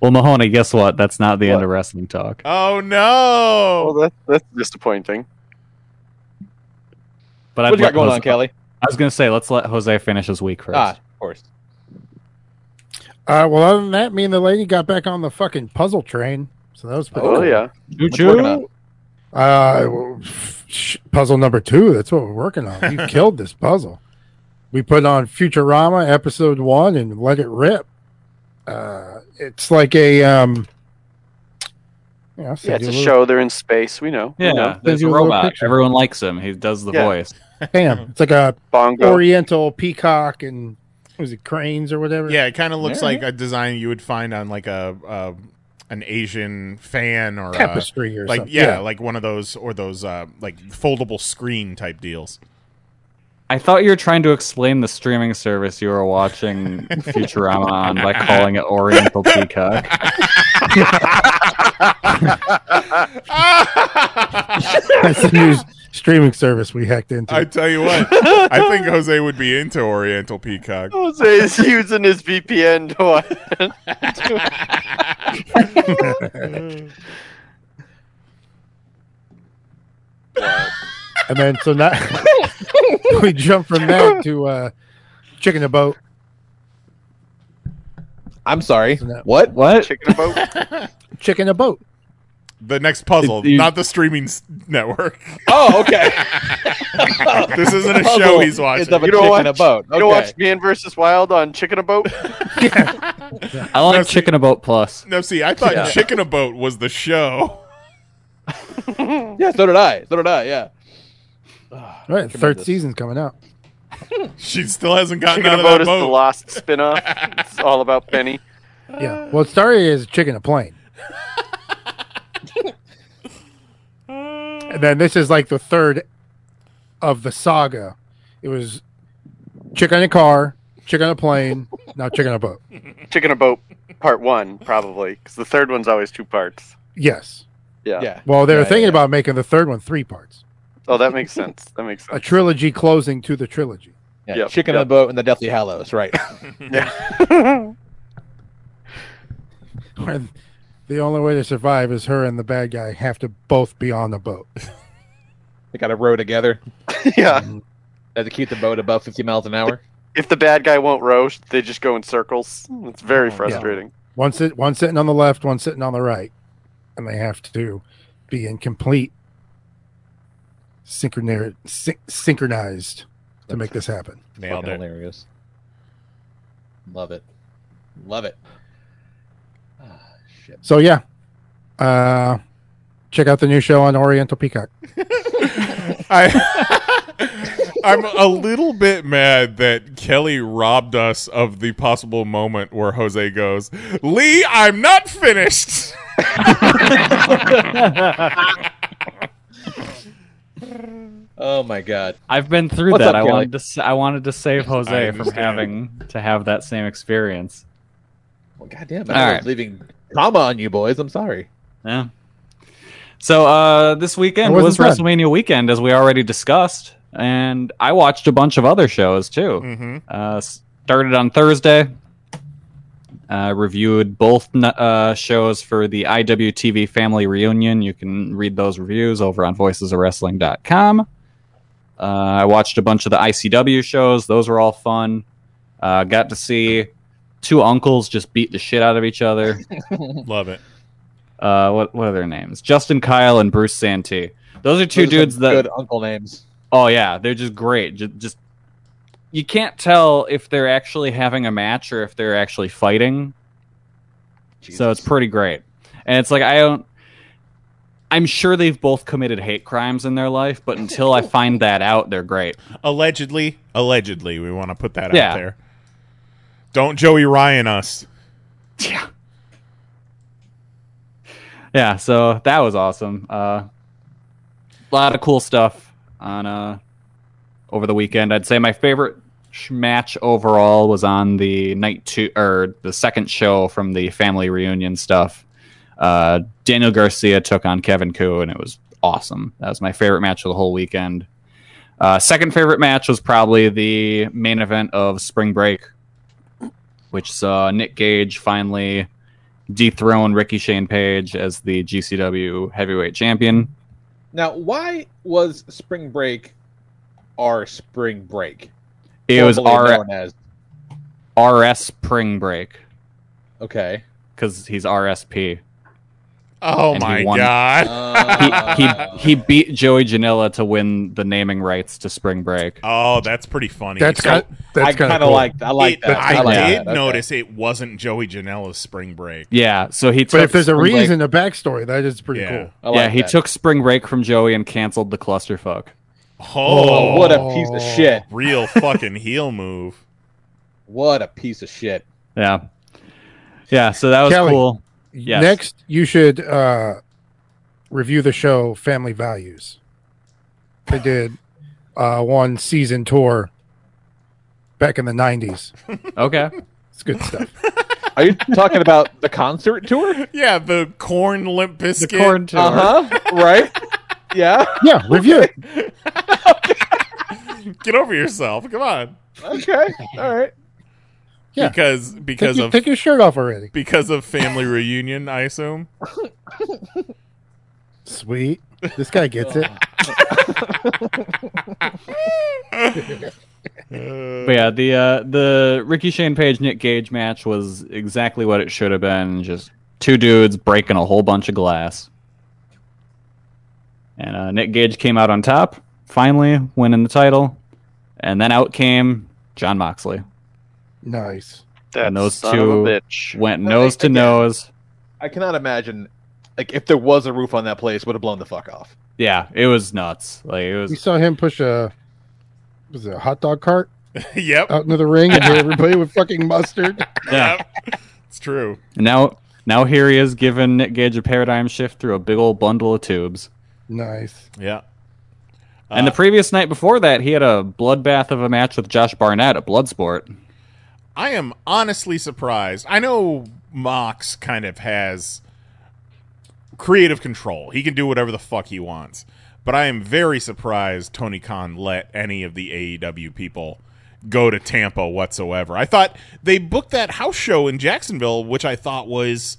H: Well, Mahoney, guess what? That's not the end of wrestling talk.
I: <laughs> Oh no!
G: Well, that, that's disappointing.
H: But
E: What
H: I'd
E: you got
H: let
E: going
H: Jose-
E: on, Kelly?
H: I was gonna say let's let Jose finish his week first.
E: Ah, of
G: <laughs>
E: course.
F: Uh, well, other than that, me and the lady got back on the fucking puzzle train, so that was pretty.
G: Oh
F: cool.
G: yeah.
E: What you working on?
F: Uh, well, sh- puzzle number two. That's what we're working on.
I: <laughs>
F: You killed this puzzle. We put on Futurama episode one and let it rip. Uh, it's like a um. Yeah, I'll
G: Yeah,
F: send
G: it's
F: you
G: a
F: little-
G: show. They're in space. We know. We
H: Yeah,
G: know.
H: there's
F: you a
H: a
F: little
H: robot.
F: picture.
H: Everyone likes him. He does the
G: Yeah.
H: voice.
F: Damn, it's like a
G: Bongo.
F: Oriental peacock and was it cranes or whatever?
I: Yeah, it kind of looks
F: Yeah,
I: like a design you would find on like a uh, an Asian fan or a-
F: Tapestry or
I: like
F: something.
I: Yeah,
F: Yeah.
I: like one of those or those uh, like foldable screen type deals.
H: I thought you were trying to explain the streaming service you were watching Futurama on by calling it
F: <laughs>
H: Oriental Peacock.
F: That's the new s- streaming service we hacked into.
I: I tell
F: <laughs>
I: you what, I think Jose would be into Oriental Peacock.
G: Jose is using his VPN to
F: and then so now <laughs> we jump from that to uh, chicken a boat.
E: I'm sorry.
F: that-
E: What?
H: What?
G: chicken a boat.
F: Chicken a boat.
I: The next puzzle,
H: You-
I: not the streaming s- network.
E: Oh, okay.
I: <laughs> This
E: <laughs>
I: isn't a show
E: Puzzle
I: he's watching.
E: Is of a
G: You
E: chick
G: don't watch,
E: in a boat.
G: you don't
E: Okay.
G: watch Man versus Wild on Chicken a Boat?
H: I like Chicken About
I: <laughs>
H: Plus.
I: No, see, I thought
E: Yeah.
I: Chicken a Boat was the
G: <laughs>
I: show.
E: Yeah, so did I. So did I. Yeah.
F: All right,
E: Recommend
F: third
E: this.
F: season's coming out.
I: She still hasn't gotten
G: Chicken
I: out
G: a
I: of
G: Boat
I: that
G: is the
I: boat.
G: Lost spin-off.
I: <laughs>
G: It's all about Benny.
F: Yeah. Well, it started as chicken a plane. and then this is like the third of the saga. It was chicken in a car, chicken on a plane, now chicken on a boat.
G: Chicken a Boat Part One, probably, because the third one's always two parts.
F: Yes.
G: Yeah.
E: Yeah.
F: Well, they were
E: Yeah,
F: thinking
E: yeah.
F: about making the third one three parts,
G: Oh, that makes sense. That makes
F: a
G: sense.
F: trilogy closing to the trilogy.
E: Yeah,
G: Yep,
E: chicken on
G: yep.
E: the boat and the Deathly
F: <laughs>
E: Hallows, right? <laughs>
F: And the only way to survive is her and the bad guy have to both be on the boat. <laughs>
E: they got to row together.
G: <laughs> yeah.
E: They have to keep the boat above 50 miles an hour.
G: If the bad guy won't roast, they just go in circles. It's
E: Oh,
G: very frustrating.
F: One, sit, one sitting on the left, one sitting on the right, and they have to be in complete synchroni- syn- synchronized to make this happen.
I: Nailed
E: Fucking
I: it.
E: hilarious. Love it. Love it. Ah, shit.
F: So yeah, uh, check out the new show on Oriental
H: <laughs>
F: Peacock.
I: I, I'm a little bit mad that Kelly robbed us of the possible moment where Jose goes, Lee, I'm not
H: <laughs>
I: finished.
E: Oh my god.
H: I've been through
E: What's
H: that.
E: up,
H: I
E: Kelly?
H: wanted to. s- I wanted to save
I: I
H: Jose from
I: understand.
H: having to have that same experience.
E: Well, goddamn,
H: All
E: I was
H: right.
E: leaving trauma on you boys. I'm sorry.
H: Yeah. So uh, this weekend
F: That
H: was
F: wasn't bad.
H: WrestleMania weekend, as we already discussed, and I watched a bunch of other shows too.
I: Mm-hmm.
H: Uh, started on Thursday. Uh, reviewed both n- uh, shows for the IWTV Family Reunion. You can read those reviews over on voicesofwrestling.com. Uh, I watched a bunch of the ICW shows. Those were all fun. Uh, got to see two uncles just beat the shit out of each other.
I: Love it.
H: Uh, what, what are their names? Justin Kyle and Bruce Santee. Those are
E: Those are
H: two
E: some
H: dudes that
E: good uncle names.
H: Oh yeah, they're just great. Just, just you can't tell if they're actually having a match or if they're actually fighting. So it's pretty great. And it's like I don't I'm sure they've both committed hate crimes in their life, but until
E: <laughs>
H: I find that out, they're great.
I: Allegedly, allegedly, we want to put that
H: Yeah.
I: out there. Don't Joey Ryan us.
H: Yeah. Yeah, so that was awesome. A uh, lot of cool stuff on uh over the weekend. I'd say my favorite match overall was on the night two or the second show from the family reunion stuff. Uh, Daniel Garcia took on Kevin Koo, and it was awesome. That was my favorite match of the whole weekend. Uh, second favorite match was probably the main event of Spring Break, which saw Nick Gage finally dethrone Ricky Shane Page as the GCW heavyweight champion.
E: Now, why was spring break our spring break?
H: It was
E: Formerly
H: R-
E: known as
H: RS Spring Break
E: okay.
H: because he's RSP.
I: Oh
H: And he
I: my
H: won-
I: god.
H: He,
E: <laughs>
H: he he beat Joey Janela to win the naming rights to Spring Break.
I: Oh, that's pretty funny.
H: That's
I: So-
H: ki- that's I kinda kinda cool. liked- I like
I: It-
H: that.
I: I,
H: I like
I: did
H: that, okay.
I: notice it wasn't Joey Janela's spring break.
H: Yeah, so he.
F: But
H: took
F: if there's a
H: Spring Break-
F: reason, a backstory, that is pretty
I: Yeah.
F: cool.
H: yeah, he took Spring Break from Joey and canceled the clusterfuck.
I: Oh,
E: Oh, what a piece of shit.
I: Real fucking heel move.
E: What a piece of shit.
H: Yeah, yeah. So that was
F: Kelly,
H: cool. Yes.
F: Next, you should uh, review the show Family Values. They did uh, one season tour back in the 90s.
H: Okay.
F: It's good stuff.
E: Are you talking about the concert tour?
I: Yeah, the corn limp biscuit.
E: corn tour. Uh-huh, right? Yeah.
F: Yeah, review
E: <laughs>
F: it.
I: <laughs> Get over yourself. Come on.
E: Okay. All right.
F: <laughs> Yeah.
I: Because
F: take,
I: because
F: your-
I: of
F: take your shirt off already.
I: because of family reunion, I assume.
H: <laughs>
F: Sweet. This guy gets it.
H: But yeah, the uh, the Ricky Shane Page Nick Gage match was exactly what it should have been. Just two dudes breaking a whole bunch of glass. And uh, Nick Gage came out on top, finally winning the title. And then out came John Moxley.
F: Nice.
H: and those
E: son of a
H: two went nose to nose.
E: I cannot imagine like if there was a roof on that place would have blown the fuck off.
H: Yeah, it was nuts. Like it
F: You
H: was
F: saw him push a was it a hot dog cart
I: yep.
F: out into the ring and hit everybody with fucking mustard.
H: yeah.
I: It's true.
H: And now now here he is giving Nick Gage a paradigm shift through a big old bundle of tubes.
F: Nice.
I: Yeah.
H: and the previous night before that, he had a bloodbath of a match with Josh Barnett at Bloodsport.
I: I am honestly surprised. I know Mox kind of has creative control. He can do whatever the fuck he wants. But I am very surprised Tony Khan let any of the AEW people go to Tampa whatsoever. I thought they booked that house show in Jacksonville, which I thought was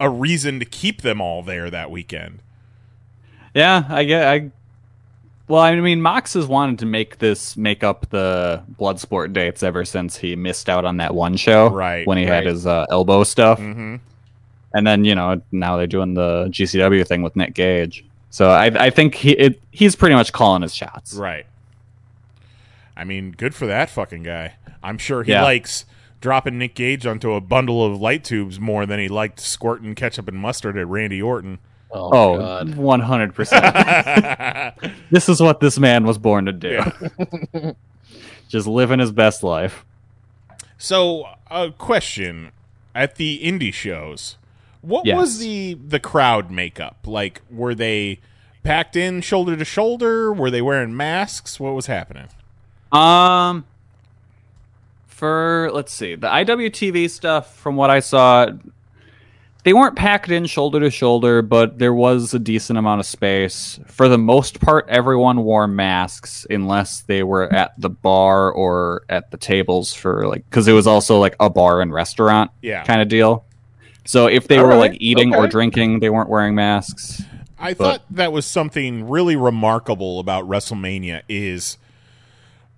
I: a reason to keep them all there that weekend.
H: Yeah, I get. I well, I mean, Mox has wanted to make this make up the Bloodsport dates ever since he missed out on that one show,
I: Right,
H: When he had
I: right.
H: his uh, elbow stuff,
I: Mm-hmm.
H: and then you know now they're doing the GCW thing with Nick Gage. So I, I think he it, he's pretty much calling his <laughs> shots.
I: Right. I mean, good for that fucking guy. I'm sure he
H: Yeah.
I: likes dropping Nick Gage onto a bundle of light tubes more than he liked squirting ketchup and mustard at Randy Orton.
H: Oh, one
I: <laughs>
H: hundred percent. This is what this man was born to do. Just living his best life.
I: So, a question at the indie shows. What
H: Yes.
I: was the the crowd makeup? Like were they packed in shoulder to shoulder? Were they wearing masks? What was happening?
H: Um, for let's see, the IWTV stuff, from what I saw, they weren't packed in shoulder to shoulder, but there was a decent amount of space. For the most part, everyone wore masks unless they were at the bar or at the tables for like, because it was also like a bar and restaurant
I: Yeah.
H: kind of deal. So if they
I: All
H: were
I: right,
H: like eating or
I: okay.
H: drinking, they weren't wearing masks.
I: I
H: But-
I: thought that was something really remarkable about WrestleMania is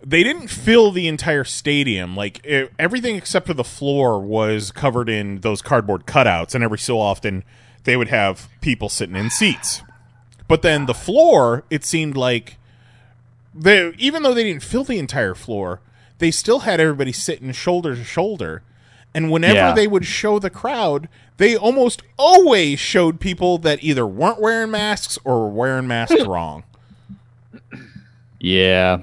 I: they didn't fill the entire stadium. Like e- everything except for the floor was covered in those cardboard cutouts, and every so often they would have people sitting in seats. But then the floor, it seemed like they even though they didn't fill the entire floor, they still had everybody sitting shoulder to shoulder. And whenever
H: Yeah.
I: they would show the crowd, they almost always showed people that either weren't wearing masks or were wearing
H: <laughs>
I: masks wrong.
H: Yeah.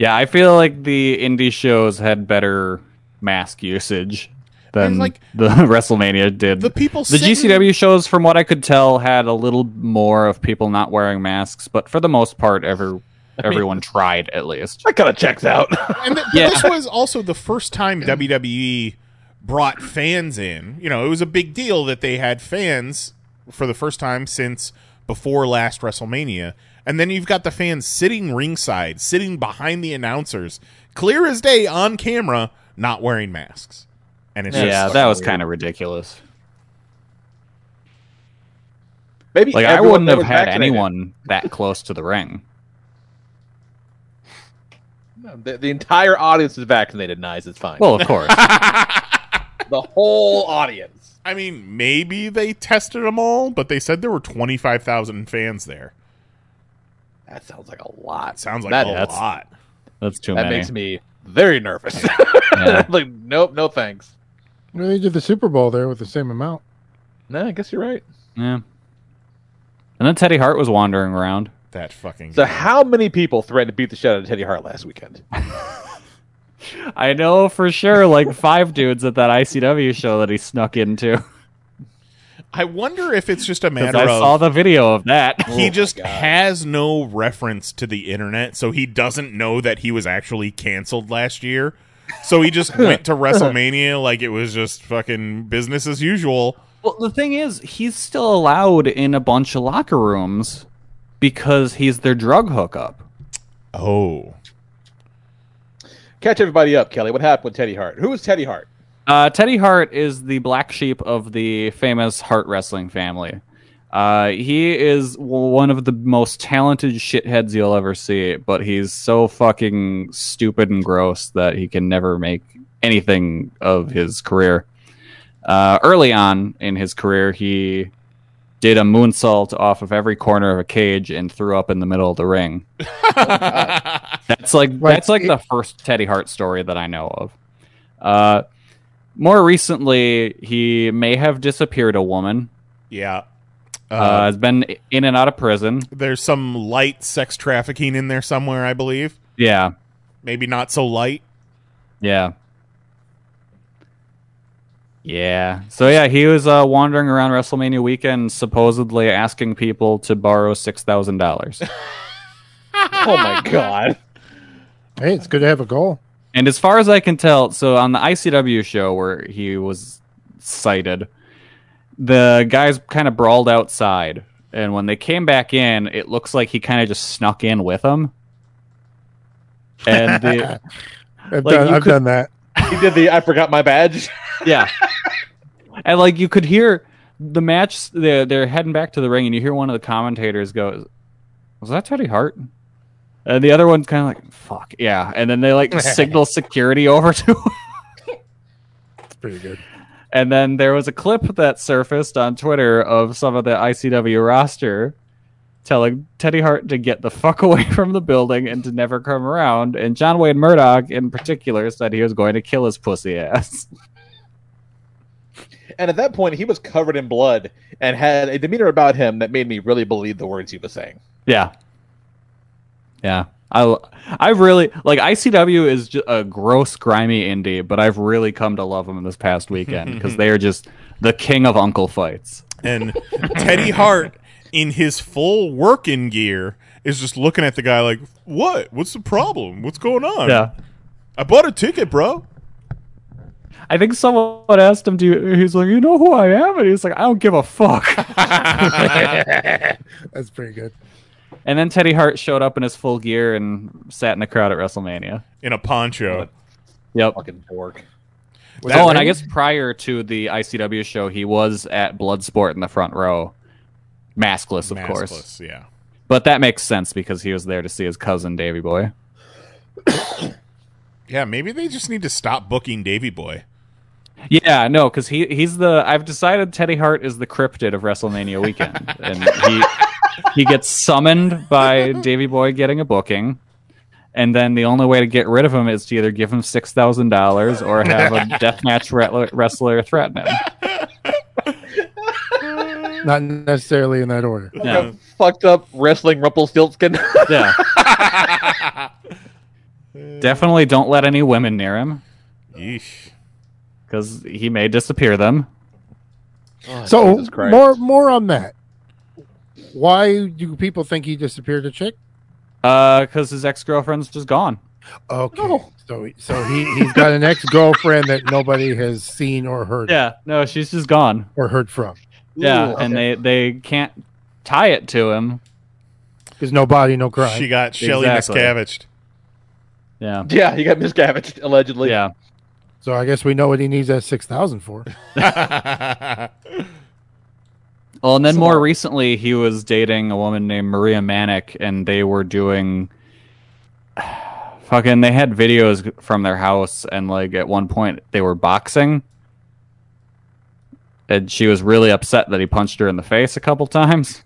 H: Yeah, I feel like the indie shows had better mask usage than
I: like,
H: the <laughs> WrestleMania did.
I: the people
H: The
I: sitting-
H: GCW shows
I: <laughs>
H: from what I could tell had a little more of people not wearing masks, but for the most part ever everyone tried at least.
E: That kind of checks out.
I: and th- but
H: Yeah.
I: this was also the first time WWE brought fans in. You know, it was a big deal that they had fans for the first time since before last WrestleMania. And then you've got the fans sitting ringside, sitting behind the announcers, clear as day on camera, not wearing masks. And it's
H: <laughs> yeah,
I: just
H: that was kind of ridiculous.
E: Maybe
H: like I
E: everyone
H: wouldn't
E: that
H: have
E: was
H: had
E: vaccinated.
H: anyone that close to the ring.
E: No, the, the entire audience is vaccinated, Nice. It's fine.
H: Well, of course.
E: <laughs> the whole audience.
I: I mean, maybe they tested them all, but they said there were 25,000 fans there.
E: <laughs> That sounds like a lot.
I: Sounds like
E: That-
I: a
E: that's-
I: lot.
H: That's too
E: that
H: many.
E: makes me very nervous. <laughs> like, nope, no thanks.
F: Well, they did the Super Bowl there with the same amount.
E: No, I guess you're right.
H: Yeah. And then Teddy Hart was wandering around.
I: That fucking.
E: So, how many people threatened to beat the shit out of Teddy Hart
I: <laughs>
E: last weekend?
H: I know for sure, like five dudes at that ICW show that he snuck into.
I: I wonder if it's just a
H: 'Cause
I: matter
H: I
I: of.
H: saw the video of that.
I: he just has no reference to the internet, so he doesn't know that he was actually canceled last year. So he
H: <laughs>
I: just went to WrestleMania like it was just fucking business as usual.
H: Well, the thing is, he's still allowed in a bunch of locker rooms because he's their drug hookup.
I: Oh.
E: Catch everybody up, Kelly. What happened with Teddy Hart? Who was Teddy Hart?
H: Uh, Teddy Hart is the black sheep of the famous Hart wrestling family. Uh, he is w- one of the most talented shitheads you'll ever see, but he's so fucking stupid and gross that he can never make anything of his career. Uh, early on in his career, he did a moonsault off of every corner of a cage and threw up in the middle of the ring. that's like, that's like the first Teddy Hart story that I know of. Uh, more recently, he may have disappeared a woman.
I: Yeah.
H: Uh, has been in and out of prison.
I: There's some light sex trafficking in there somewhere, I believe.
H: Yeah,
I: Maybe not so light.
H: yeah, yeah. So yeah, he was uh, wandering around WrestleMania weekend, supposedly asking people to borrow six thousand dollars.
E: Oh my god!
F: Hey, it's good to have a goal.
H: And as far as I can tell, so on the ICW show where he was cited, the guys kind of brawled outside, and when they came back in, it looks like he kind of just snuck in with them. And
E: <laughs>
H: the,
F: <laughs> I've,
H: Like,
F: done,
H: you
F: I've
H: could-
F: done that.
E: He did the I forgot my badge.
H: yeah, and like you could hear the match. They're they're heading back to the ring, and you hear one of the commentators go, "Was that Teddy Hart?" And the other one's kind of like, "Fuck yeah!" And then they like signal security over to him.
F: It's pretty
H: <laughs>
F: good.
H: And then there was a clip that surfaced on Twitter of some of the ICW roster telling Teddy Hart to get the fuck <laughs> away from the building and to never come around. And John Wayne Murdoch, in particular, said he was going to kill his pussy ass. <laughs>
E: And at that point, he was covered in blood and had a demeanor about him that made me really believe the words he was saying.
H: yeah. Yeah. I, I really like ICW is ju- a gross, grimy indie, but I've really come to love them this past weekend <laughs> because they are just the king of uncle fights. <laughs>
I: And Teddy Hart, in his full working gear, is just looking at the guy like, What? What's the problem? What's going on?
H: Yeah.
I: I bought a ticket, bro.
H: I think someone asked him, "Do you, he's like, you know who I am?" And he's like, "I
G: <laughs>
H: don't give a fuck."
F: <laughs>
H: <laughs>
F: That's pretty good.
H: and then Teddy Hart showed up in his full gear and sat in the crowd at WrestleMania.
I: In a poncho.
H: Yep.
E: Fucking dork.
H: oh, and I guess prior to the ICW show, he was at Bloodsport in the front row, maskless, of course.
I: Maskless, yeah.
H: But that makes sense because he was there to see his cousin Davy Boy.
I: <coughs> Yeah, maybe they just need to stop booking Davy Boy.
H: Yeah, no, because he he's the I've decided Teddy Hart is the cryptid of WrestleMania weekend, and he he gets summoned by Davy Boy getting a booking, and then the only way to get rid of him is to either give him six thousand dollars or have
E: <laughs>
H: a deathmatch re- wrestler threaten him.
F: Not necessarily in that order.
H: Yeah,
E: Fucked up wrestling Rumpelstiltskin.
H: <laughs> yeah. Definitely don't let any women near him
I: Yeesh.
H: because he may disappear them.
F: So
E: Oh, Jesus Christ.
F: more more on that. Why do people think he disappeared a chick?
H: because Uh, his ex girlfriend's just gone.
F: Okay. So so Oh, he he's got an ex girlfriend that nobody has seen or heard
H: Yeah, no, she's just gone
F: or heard from
H: Yeah,
F: Ooh,
H: and they they can't tie it to him.
F: because no body, no crime.
H: She got Shelley Exactly.
I: miscaviged.
H: Yeah.
E: Yeah, he got miscaviged allegedly. <laughs>
H: Yeah.
F: So I guess we know what he needs that six thousand for.
H: <laughs> Well, and then more recently, he was dating a woman named Maria Manic, and they were doing <sighs> fucking. They had videos from their house, and like at one point, they were boxing, and she was really upset that he punched her in the face a couple times.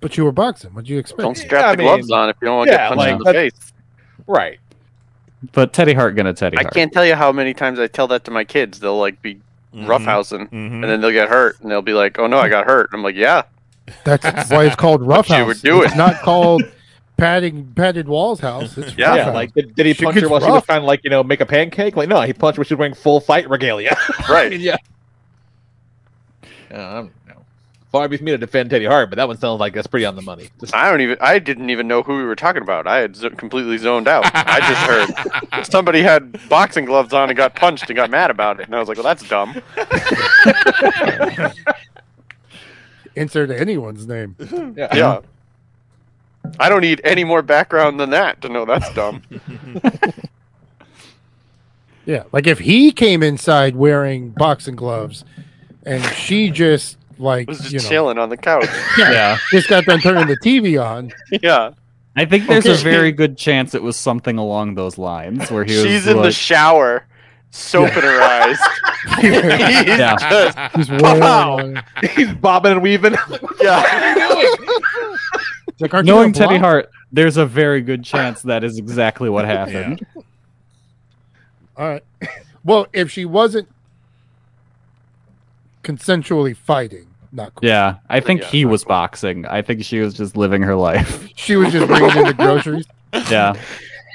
F: But you were boxing. What'd you expect?
G: Don't strap the gloves on if you don't want to
H: yeah,
G: get punched
H: like,
G: in the face.
E: Right.
H: But Teddy Hart gonna Teddy
G: I
H: Hart.
G: can't tell you how many times I tell that to my kids. They'll like be
E: Mm-hmm.
G: roughhousing, and then they'll get hurt, and they'll be like, "Oh no, I got hurt." And I'm like, "Yeah,
F: That's why it's
G: <laughs>
F: called roughhouse.
G: were doing.
F: It's
G: <laughs>
F: not called padding padded walls house. It's
E: Yeah,
F: roughhouse.
E: like did, did he
F: She
E: punch her
F: gets
E: while she was
F: rough.
E: trying to like you know make a pancake? Like no, he punched her when she was wearing full fight regalia. <laughs>
G: right?
E: yeah. <laughs> Yeah, I don't know. Far be it for me to defend Teddy Hart, but that one sounds like that's pretty on the <laughs> money.
G: I don't even. I didn't even know who we were talking about. I had zo- completely zoned out. I just heard somebody had boxing gloves on and got punched and got mad about it, and I was like, "Well, that's dumb."
F: <laughs> Insert anyone's
E: <laughs>
F: name.
G: Yeah. I don't need any more background than that to know that's
F: <laughs>
G: dumb.
F: Yeah, like if he came inside wearing boxing gloves, and she just like
G: was just
F: you know
G: chilling on the couch.
H: Yeah.
F: just got done turning the TV on.
G: yeah.
H: I think there's a
G: Okay.
H: very good chance it was something along those lines where he was.
G: She's in the
H: like-
G: shower, soap in her
H: <laughs>
G: eyes. <laughs> He's
H: Yeah.
G: just,
F: Just
G: wow.
F: wearing, uh,
E: He's bobbing and weaving.
G: yeah.
F: it's like, aren't you
H: knowing
F: a block?
H: Teddy Hart, there's a very good chance that is exactly what happened.
F: All right. <laughs> Well, if she wasn't consensually fighting, not cool.
H: Yeah, I think he was boxing. I think she was just living her life.
F: <laughs> She was just bringing in the groceries.
H: <laughs> Yeah,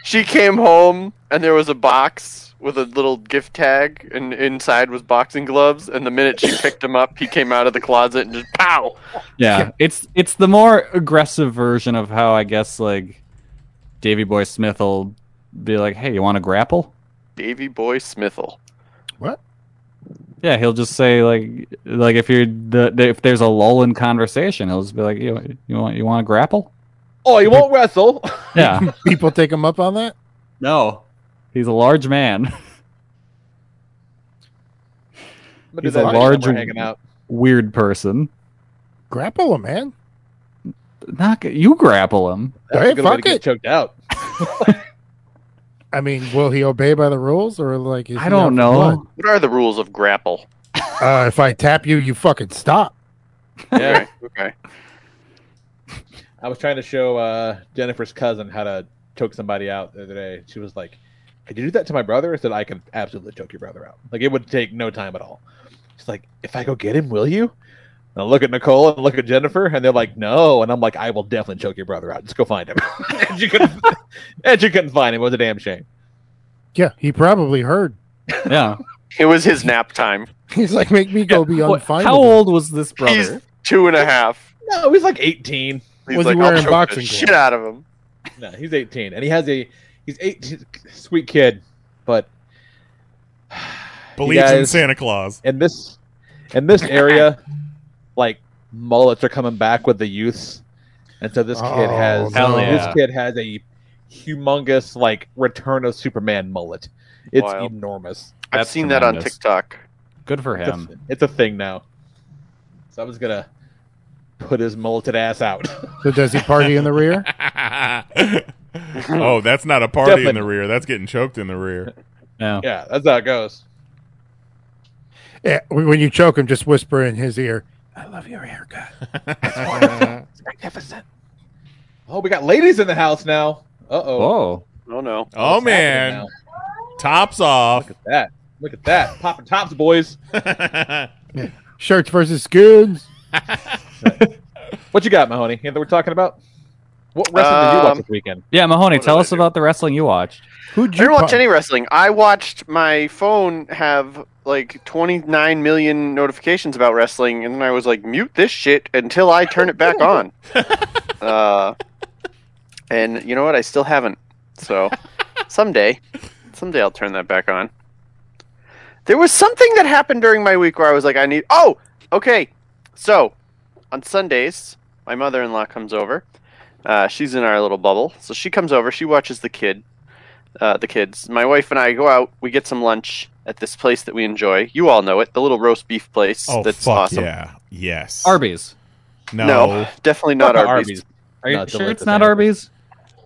G: She came home and there was a box with a little gift tag, and inside was boxing gloves. And the minute she picked him up, he came out of the closet and just pow.
H: yeah. It's it's the more aggressive version of how I guess like Davy Boy Smith will be like, "Hey, you want to grapple?"
G: Davy Boy Smithel.
H: Yeah, he'll just say like like if you're the, the- if there's a lull in conversation, he'll just be like, "You you want you want to grapple?"
E: <laughs> Oh, you won't wrestle.
H: <laughs> Yeah,
F: <laughs> People take him up on that.
H: no, he's a large man.
E: But
H: <laughs> He's
E: do
H: a
E: that when
H: large,
E: we're hanging out.
H: weird person.
F: Grapple him, man.
H: Not g- you grapple him.
E: That's
F: Hey,
E: a good way to
F: fuck
E: get
F: it.
E: choked out.
F: I mean, will he obey by the rules or like? is
H: I
F: he
H: don't
F: out for
H: know.
G: What are the rules of grapple?
F: blood? Uh, if I tap you, you fucking stop.
E: <laughs> Yeah.
G: <laughs> Okay.
E: I was trying to show uh, Jennifer's cousin how to choke somebody out the other day. She was like, "Could you do that to my brother?" I said, "I could absolutely choke your brother out. Like it would take no time at all." She's like, "If I go get him, will you?" And I look at Nicole and I look at Jennifer, and they're like, "No," and I'm like, "I will definitely choke your brother out. Just go find him." <laughs> and you couldn't, and you couldn't find him. It was a damn shame.
F: Yeah, he probably heard. <laughs>
H: Yeah.
G: It was his nap time.
F: He's like, make me go be
H: What-
F: unfindable.
H: how old was this brother?
G: He's two and a half.
E: No, Oh, he's like 18.
G: He's
F: Was he
G: like,
F: wearing
G: I'll choke
F: boxing
G: the
F: gloves?
G: shit out of him.
E: No, he's 18, and he has a he's 18, sweet kid, but
I: Believes in
E: guys-
I: Santa Claus.
E: in this in this area, like mullets are coming back with the youths, and so this kid
F: Oh,
E: has
H: Hell no. yeah.
E: this kid has a humongous like Return of Superman mullet. It's
G: Wild.
E: enormous.
G: I've
H: That's
G: seen that on
H: tremendous.
G: TikTok.
H: Good for
E: It's a,
H: him.
E: it's a thing now. So I was gonna put his mulleted ass out. <laughs>
F: So does he party in the
H: <laughs>
F: rear?
I: <laughs> oh, that's not a party in
E: Definitely.
I: the rear. That's getting choked in the rear.
H: Yeah.
E: yeah, that's how it goes.
F: Yeah, when when you choke him, just whisper in his
H: <laughs>
F: ear. I love your
E: <laughs>
F: haircut.
E: It's magnificent. Oh, we got ladies in the house now. Uh oh.
H: Oh.
G: Oh no.
I: oh man, tops off.
E: Look at that. Look at that. Popping tops, boys.
F: Shirts versus skins.
E: What you got, Mahoney? Anything we're talking about? What wrestling did you watch
G: Um,
E: this weekend?
H: Yeah, Mahoney,
G: What
H: tell
G: did I
H: us
G: do?
H: about the wrestling you watched.
F: Who'd
G: I
F: you
G: didn't watch
F: punch?
G: any wrestling. I watched my phone have like 29 million notifications about wrestling, and then
F: <laughs>
G: I was like, mute this shit until I turn it back on. uh, and you know what? I still haven't. So someday, someday I'll turn that back on. There was something that happened during my week where I was like, I need. Oh, okay. So on Sundays, my mother in law comes over. Uh, she's in our little bubble, so she comes over. She watches the kid, uh, the kids. My wife and I go out. We get some lunch at this place that we enjoy. You all know it, the little roast beef place.
I: Oh,
G: that's
I: fuck
G: awesome.
I: yeah. Yes.
H: Arby's.
I: No.
G: definitely not
H: Fuck
G: Arby's.
H: Are you
G: Not the
H: sure it's
G: Lincoln
H: not Arby's?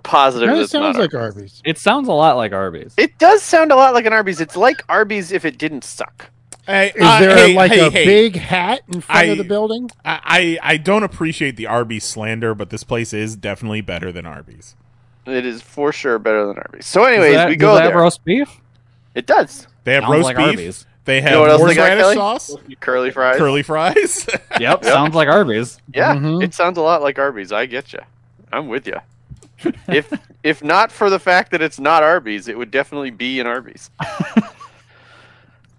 G: Positive Kinda it's not sounds like
F: Arby's.
H: It sounds a lot like Arby's.
G: It does sound a lot like an Arby's. It's like Arby's if it didn't suck.
I: Hey,
F: Is there like a big hat in front of the building?
I: I, I I don't appreciate the Arby's slander, but this place is definitely better than Arby's.
G: It is for sure better than Arby's. So, anyways,
I: that-
G: we
I: does
G: go
I: that
G: there.
I: have roast
H: beef.
G: It does.
I: They have
H: Sounds
I: roast
H: like
I: beef.
H: Arby's.
I: They
G: You
I: have
G: know what else they got,
I: horseradish
G: Kelly?
I: sauce,
G: curly fries,
I: curly
H: <laughs>
I: fries. Mm-hmm.
H: Yep, sounds like Arby's.
G: Yeah, it sounds a lot like Arby's. I get you. I'm with you. if if not for the fact that it's not Arby's, it would definitely be an Arby's.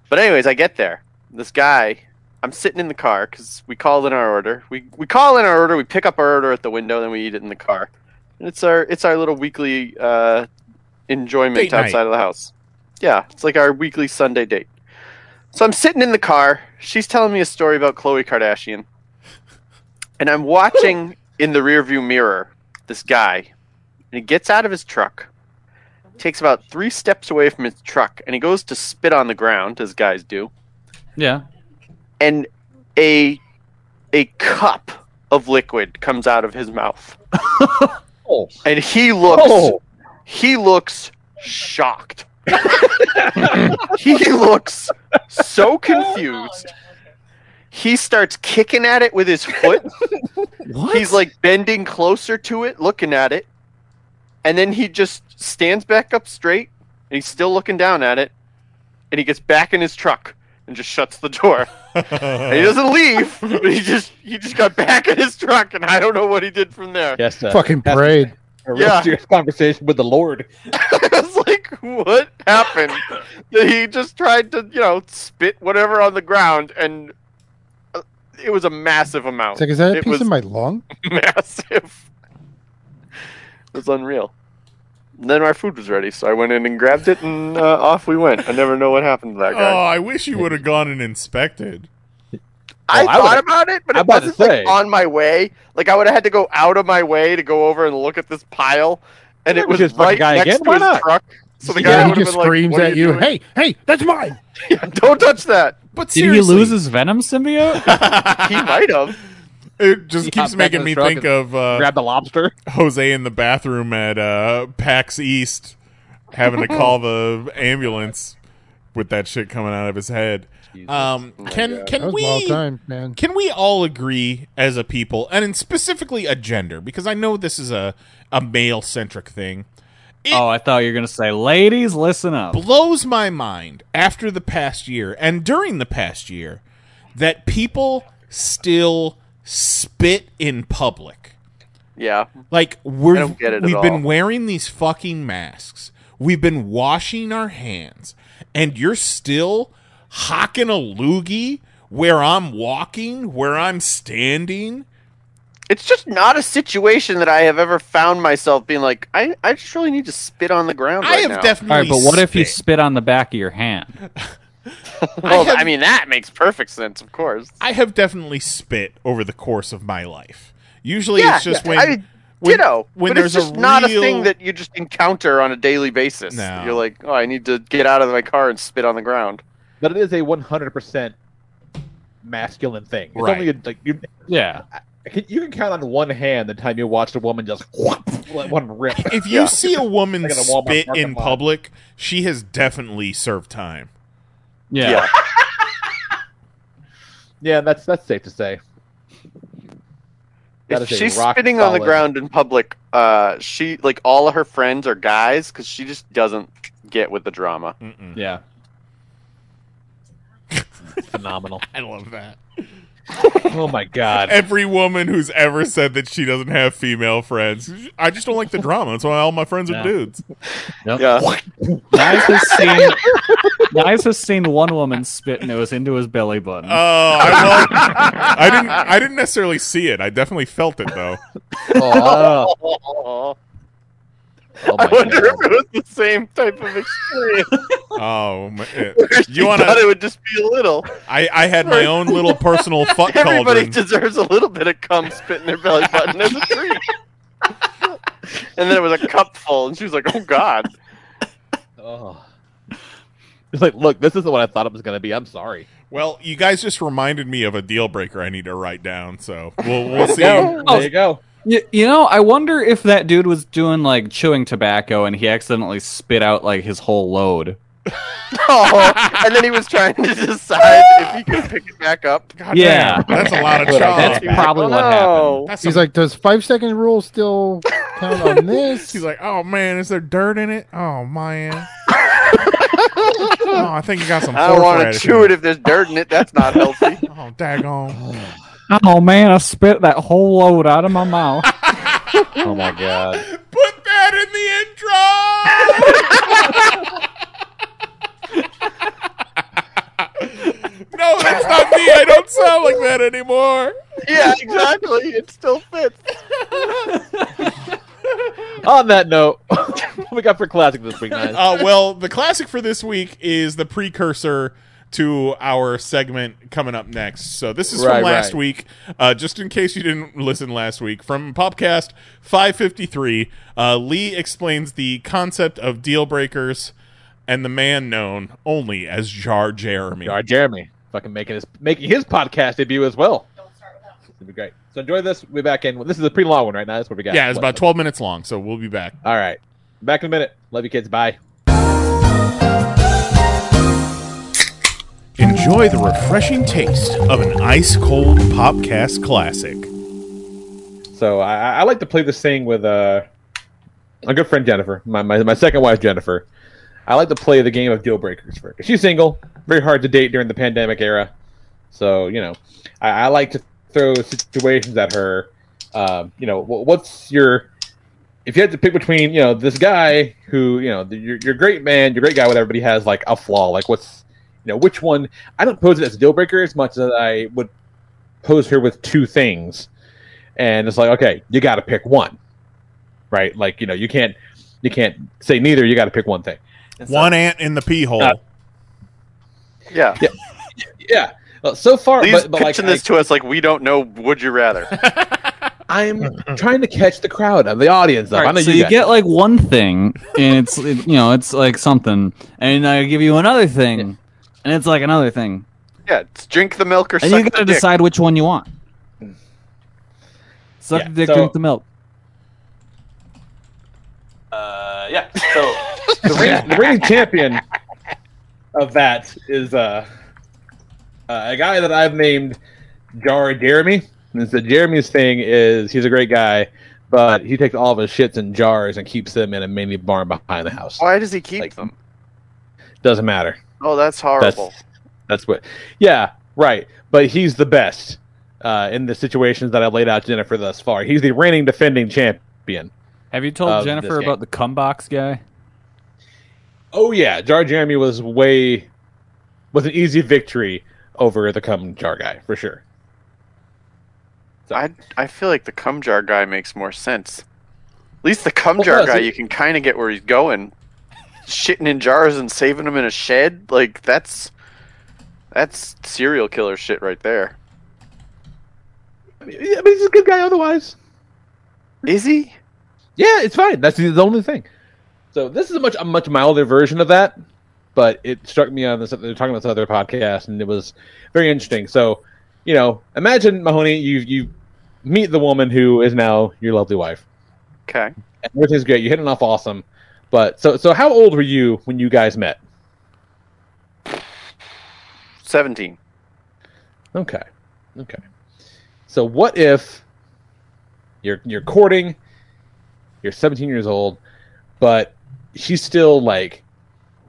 G: but anyways, I get there. This guy, I'm sitting in the car because we called in our order. We we call in our order. We pick up our order at the window, then we eat it in the car. And it's our it's our little weekly uh, enjoyment
I: Date night.
G: outside of the house. Yeah, it's like our weekly Sunday date. So I'm sitting in the car. She's telling me a story about Khloe Kardashian and
I: <laughs>
G: I'm watching in the rearview mirror this guy, and he gets out of his truck, takes about three steps away from his truck, and he goes to spit on the ground, as guys do,
H: Yeah.
G: and a a cup of liquid comes out of his mouth, and he looks he looks shocked. <laughs> he looks so confused. He starts kicking at it with his foot. He's like bending closer to it, looking at it. And then he just stands back up straight and he's still looking down at it. And he gets back in his truck and just shuts the door. <laughs> and he doesn't leave, but <laughs> he just he just got back in his truck and I don't know what he did from there.
E: Yes, uh,
F: Fucking
E: that's
F: parade.
E: A real
G: Yeah.
E: serious conversation with the Lord.
G: <laughs> what happened? <laughs> That he just tried to, you know, spit whatever on the ground, and uh, it was a massive amount.
I: Oh,
F: It's like, is that a
G: it
F: piece
G: was
F: of my lung?
G: <laughs> massive. It was unreal. And then our food was ready, so I went in and grabbed it, and uh, off we went. <laughs> I never know what happened to that
I: Oh,
G: guy.
I: I wish you would have gone and inspected. Oh,
G: I
I: I
G: thought
I: would've-
G: about it, but
I: I'm
G: it
I: about to
G: wasn't like
I: say.
G: on my way. Like I would have had to go out of my way to go over and look at this pile, and
E: Yeah,
G: it was
E: just fuck the
G: right
E: guy
G: next
E: again,
G: to
E: why
G: his
E: not?
G: truck. So the
F: Yeah,
G: guy
F: he
G: would have
F: just
G: been like,
F: screams
G: "What are
F: at you,
G: doing?"
F: "Hey, hey, that's mine!"
G: <laughs> Yeah, don't touch that.
I: But
H: Did he
I: seriously.
F: <laughs>
H: lose his Venom symbiote?
G: he might have.
I: It just
H: Yeah,
I: keeps
H: back
I: making
H: in the
I: me
H: truck
I: think
H: and
I: of uh,
H: grab the lobster.
I: Jose in the bathroom at uh, PAX East, having to
H: <laughs>
I: call the ambulance with that shit coming out of his head. Um,
H: Oh
I: can
F: God. That
I: can
F: was a
I: we
F: wild time, man.
I: can we all agree as a people and in specifically a gender because I know this is a a male centric thing.
H: oh, I thought you were gonna say, ladies, listen up.
I: blows my mind after the past year and during the past year that people still spit in public.
G: Yeah.
I: Like we're
G: I don't get it at
I: we've been
G: all.
I: wearing these fucking masks. We've been washing our hands and you're still hocking a loogie where I'm walking, where I'm standing.
G: It's just not a situation that I have ever found myself being like, I, I just really need to spit on the ground.
I: I
G: right
I: have
G: now. <laughs>
H: All
I: definitely
H: right, but what if you
I: spit.
H: spit on the back of your hand?
G: Well, I, mean, that makes perfect sense, of course.
I: I have definitely spit over the course of my life. Usually
G: yeah,
I: it's just
G: yeah,
I: when
G: I mean,
I: when,
G: ditto,
I: when
G: but
I: there's
G: it's just
I: a
G: not a
I: real-
G: thing that you just encounter on a daily basis.
I: No.
G: You're like, oh, I need to get out of my car and spit on the ground.
E: But it is a 100% masculine thing. It's
I: Right.
E: only a, like you,
H: Yeah.
E: I can- you can count on one hand the time you watched a woman just <laughs> whop, let one rip.
I: if you see a woman
E: Like at a Walmart
I: spit
E: parking
I: in
E: lot.
I: public, she has definitely served time.
H: Yeah.
E: yeah, that's that's safe to say. That is
G: If
E: a
G: she's
E: rock
G: spitting on the
E: solid-
G: ground in public, uh, she like all of her friends are guys because she just doesn't get with the drama. <laughs>
H: Yeah.
E: Phenomenal.
I: <laughs> I love that.
E: <laughs> oh my god.
I: Every woman who's ever said that she doesn't have female friends, I just don't like the drama. That's why all my friends are
H: Yeah.
I: dudes.
G: Yeah,
H: Nice has seen Nice has seen one woman spit and it was into his belly button.
I: Oh, I, love,
E: <laughs>
I: I didn't.
G: <laughs>
I: I didn't necessarily see it. I definitely felt it though.
E: Oh,
H: Oh
G: I
H: my
G: wonder
H: God.
G: if it was the same type of experience.
I: Oh, my,
G: <laughs>
I: uh,
G: you
I: you want
G: thought it
I: to?
G: would just be a little.
I: I I had my own little
G: <laughs>
I: personal fuck
G: Everybody
I: cauldron.
G: deserves a little bit of cum spit in their belly button as a
E: <laughs>
G: treat. and then it was a cup full, and she was like,
E: <laughs>
G: "Oh God."
E: Oh. It's <laughs> like, look, this isn't what I thought it was going to be. I'm sorry.
I: Well, you guys just reminded me of a deal breaker I need to write down, so we'll we'll see.
E: There
I: <laughs>
E: you go.
H: You, you know, I wonder if that dude was doing like chewing tobacco and he accidentally spit out like his whole load.
G: Oh, and then he was trying to decide if he could pick it back up.
I: God
H: <laughs> Yeah.
I: damn, <laughs> that's a
E: <laughs>
I: lot of
H: That's
I: chalk.
H: probably what
G: No.
I: That's
F: He's
I: some-
F: like, does five second rule still count on this?
I: He's like, oh man, is there dirt in it? Oh man. oh, I think you got some.
G: I don't want
I: forethought
G: to chew
I: issue.
G: it if there's dirt in it. That's not healthy.
I: <laughs> Oh, <laughs> daggone.
H: Oh man, I spit that whole load out of my <laughs> mouth.
E: Oh my god.
I: Put that in the intro. no, that's not me. I don't sound like that anymore.
G: yeah, exactly. It still fits.
E: On that note, <laughs> what we got for classic this week, man?
I: <laughs> Uh, well, the classic for this week is the precursor to our segment coming up next. So this is
E: Right,
I: from last
E: right.
I: week. Uh, just in case you didn't listen last week, from Popcast 553, uh, Lee explains the concept of deal breakers and the man known only as Jar Jeremy.
E: Jar Jeremy, fucking making his making his podcast debut as well. It'd be great. So enjoy this. We'll be back in. This is a pretty long one right now. That's what we got.
I: yeah, it's
E: What?
I: about 12 minutes long, so we'll be back.
E: All right. Back in a minute. Love you, kids. Bye.
I: Enjoy the refreshing taste of an ice cold Popcast classic.
E: So I, I- I like to play this thing with uh, a good friend Jennifer, my, my my second wife Jennifer. I like to play the game of deal breakers for her. She's single, very hard to date during the pandemic era. So you know, I, I like to throw situations at her. Um, you know, wh- what's your if you had to pick between you know this guy who you know the, you're, you're a great man, you're a great guy, whatever, but he has like a flaw. Like what's you know which one? I don't pose it as a deal breaker as much as I would pose her with two things and it's like okay you got to pick one right like you know you can't you can't say neither you got to pick one thing
I: One ant in the pee hole.
E: Uh,
G: Yeah.
E: yeah well, so far
G: Lee's
E: but, but like
G: pitching this to us like we don't know. Would you
I: <laughs>
G: rather?
E: I, am trying to catch the crowd of the audience up.
H: All right,
E: i know
H: so
E: you,
H: you
E: guys-
H: get like one thing, and it's it, you know it's like something, and I give you another thing, and it's like another thing,
G: Yeah, it's drink the milk or
H: and
G: suck
H: you gotta
G: the dick.
H: decide which one you want. Suck
E: Yeah,
H: the dick,
E: so-
H: drink the milk.
E: uh, yeah so the, reigning, the reigning champion of that is uh, uh, a guy that i've named jar jeremy and so jeremy's thing is he's a great guy but he takes all of his shits in jars and keeps them in a mini barn behind the house
G: Why does he keep
E: Like-
G: them?
E: doesn't matter
G: Oh, that's horrible.
E: That's what. Yeah, right. But he's the best uh, in the situations that I've laid out, Jennifer, thus far. He's the reigning defending champion.
H: Have you told
E: Of this
H: Jennifer
E: game.
H: about the cum box guy?
E: Oh yeah, Jar Jeremy was way was an easy victory over the cum jar guy for sure.
G: I I feel like the cum jar guy makes more sense. At least the cum
E: Well,
G: jar
E: does
G: guy,
E: it-
G: you can kind of get where he's going. Shitting in jars and saving them in a shed, like that's that's serial killer shit right there.
E: I mean, yeah, but he's a good guy otherwise.
G: Is he?
E: Yeah, it's fine. That's the the only thing. So this is a much a much milder version of that, but it struck me on this. They're talking about this other podcast, and it was very interesting. So, you know, imagine Mahoney, you you meet the woman who is now your lovely wife,
G: Okay.
E: and everything's great. You're hitting off awesome, but so so how old were you when you guys met?
G: Seventeen.
E: Okay. Okay. So what if you're you're courting, you're 17 years old, but she still like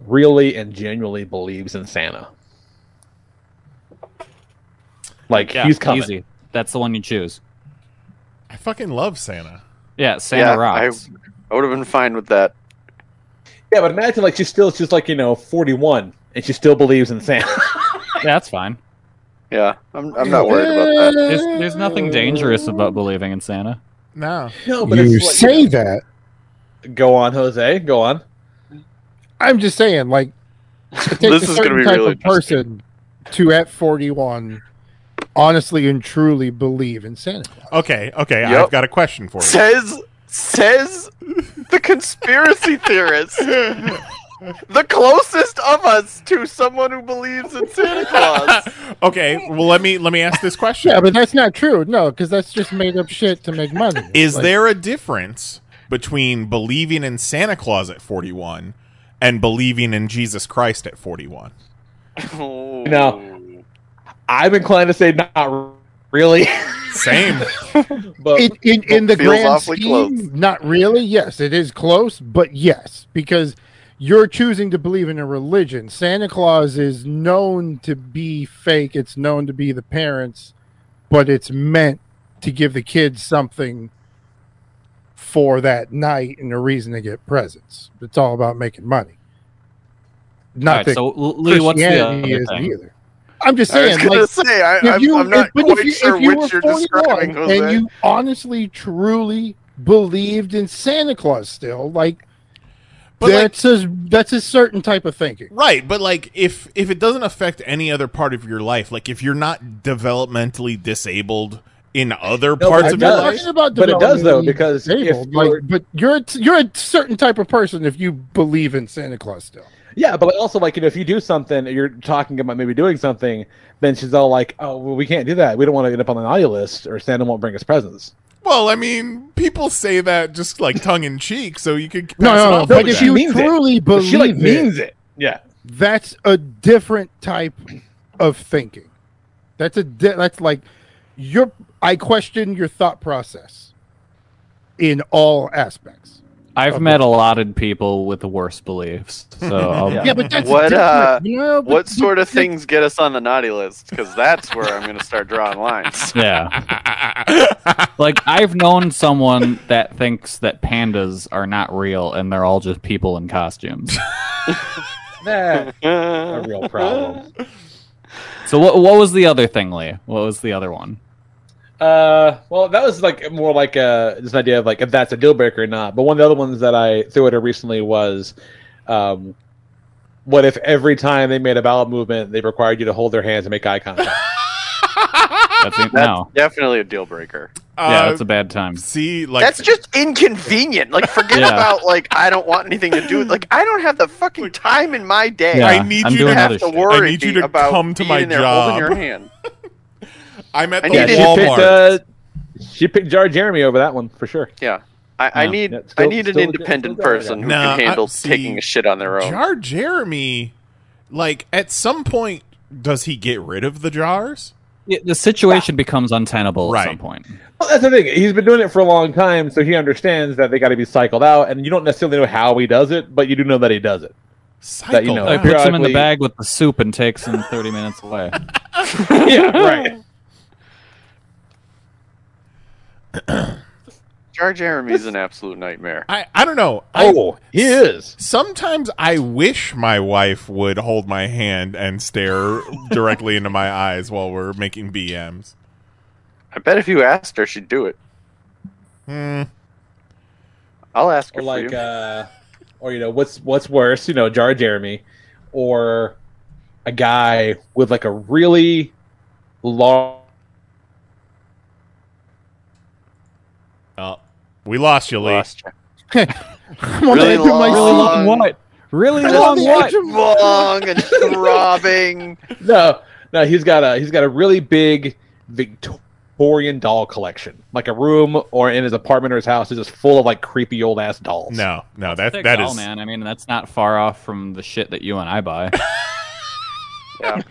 E: really and genuinely believes in Santa. Like
H: Yeah,
E: he's coming.
H: easy. That's the one you choose.
I: I fucking love Santa.
H: Yeah, Santa
G: yeah,
H: rocks.
G: I, I would have been fine with that.
E: Yeah, but imagine like she's still she's like, you know, 41 and she still believes in Santa. <laughs>
H: Yeah, that's fine.
G: Yeah, I'm I'm not worried about that.
H: There's there's nothing dangerous about believing in Santa.
I: No.
E: no,
F: you say that.
E: Go on, Jose. Go on.
F: I'm just saying, like, it takes
E: This
F: a
E: is
F: certain
E: gonna be
F: type
E: really
F: of person to at 41 honestly and truly believe in Santa Claus.
I: Okay, okay,
F: Yep.
I: I've got a question for you.
G: Says says the conspiracy theorist. the closest of us to someone who believes in Santa Claus.
I: <laughs> okay, well let me let me ask this question.
F: Yeah, but that's not true. No, because that's just made up shit to make money.
I: Is
F: Like,
I: there a difference between believing in Santa Claus at 41 and believing in Jesus Christ at 41?
E: Now, I'm inclined to say not really. <laughs>
I: Same.
E: but
F: in, in, in the grand scheme, not really. Yes, it is close, but yes, because you're choosing to believe in a religion. Santa Claus is known to be fake. It's known to be the parents, but it's meant to give the kids something for that night and a reason to get presents. It's all about making money. Not
H: Alright,
F: that
H: so, L- Lee, what's the
F: Christianity
H: other
F: is
H: thing?
F: either. I'm just
G: I was
F: saying.
G: gonna
F: like,
G: say, I-
F: if
G: I'm-
F: you-
G: I'm not
F: if- but if
G: quite
F: you-
G: sure
F: if you
G: which
F: were
G: you're
F: 41
G: describing,
F: And
G: Jose.
F: you honestly, truly believed in Santa Claus still, like that's a that's a certain type of thinking.
I: Right, but like if if it doesn't affect any other part of your life, like if you're not developmentally disabled in other parts
F: I'm
I: of your
F: not
I: life,
F: talking about
E: But it does, though,
F: developmentally
E: because if
F: disabled, like,
E: you're-
F: but you're a- you're a certain type of person if you believe in Santa Claus still.
E: Yeah, but also like you know, if you do something, you're talking about maybe doing something, then she's all like, "Oh, well, we can't do that. We don't want to end up on an audio list, or Santa won't bring us presents."
I: well, I mean, people say that just like tongue in cheek, so you could
F: No,
I: pass it
F: no, no,
I: off
F: But
I: as
F: if
I: that.
F: you truly believe it,
E: Yeah.
F: that's a different type of thinking. That's a di- that's like your I question your thought process in all aspects.
H: I've met a lot of people with the worst beliefs.
G: <laughs>
H: So
E: <laughs>
H: um, I'll-
F: Yeah, but that's
G: what uh,
F: different, you know, but
G: what
F: you-
G: sort of things get us on the naughty list? Because that's where I'm going to start drawing
H: <laughs>
G: lines.
H: Yeah.
E: <laughs>
H: like I've known someone that thinks that pandas are not real and they're all just people
E: <laughs>
H: in costumes.
G: <laughs>
E: That's a real problem.
H: so what what was the other thing, Lee? What was the other one?
E: Uh, well, that was like more like a just an idea of like if that's a deal breaker or not. But one of the other ones that I threw at her recently was, um, what if every time they made a ballot movement, they required you to hold their hands and make eye
G: <laughs>
E: contact?
H: That's it now.
G: Definitely a deal breaker.
H: yeah, that's a bad time.
I: See, like
G: Uh, that's just inconvenient. Like, forget
H: Yeah.
G: about like I don't want anything to do. with Like, I don't have the fucking time in my day.
H: Yeah,
G: I
H: need
G: need
H: I'm you
G: you
H: doing
G: to have
H: other
G: to
H: shit.
G: worry
I: I need you to
G: about
I: come to
G: being
I: my
G: in there
I: job.
G: holding your <laughs> hand.
I: I'm at
G: I
I: the
G: need-
E: she
I: Walmart.
E: picked uh, she picked Jar Jeremy over that one for sure.
G: Yeah, I, I
E: Yeah.
G: need
E: Yeah, still-
G: I need an
E: still-
G: independent
E: still-
G: person who
I: Nah,
G: can handle
I: I- see,
G: taking a shit on their own.
I: Jar Jeremy, like at some point, does he get rid of the jars?
H: Yeah, the situation becomes untenable at some point.
E: Well, that's the thing. He's been doing it for a long time, so he understands that they got to be cycled out, and you don't necessarily know how he does it, but you do know that he does it. That, you know,
H: He puts them in the
E: periodically-
H: bag with the soup and takes them 30
G: <laughs>
H: minutes away.
I: <laughs>
E: yeah, right.
G: <clears throat> Jar Jeremy's an absolute nightmare.
I: I, I don't know.
E: Oh, he is.
I: Sometimes I wish my wife would hold my hand and stare directly into my eyes while we're making
F: <laughs>
I: BMs.
G: I bet if you asked her, she'd do it.
I: Hmm.
G: I'll ask her
E: Or
G: for
E: like,
G: you.
E: uh, or you know, what's what's worse, you know, Jar Jeremy, or a guy with like a really long.
I: Oh, we lost you, Lee.
F: I'm on
G: Really
F: the edge of my
G: long-
F: seat.
G: Really long
H: what? Really
F: Just long the what? edge of-
G: long
F: <laughs>
G: and
H: <laughs>
G: throbbing.
E: <laughs> No, no, he's got a he's got a really big Victorian doll collection, like a room or in his apartment or his house is just full of like creepy old ass dolls.
I: No, no,
H: It's a
I: that that
H: doll,
I: is
H: man. I mean, that's not far off from the shit that you and
G: <laughs>
H: I buy. Eh,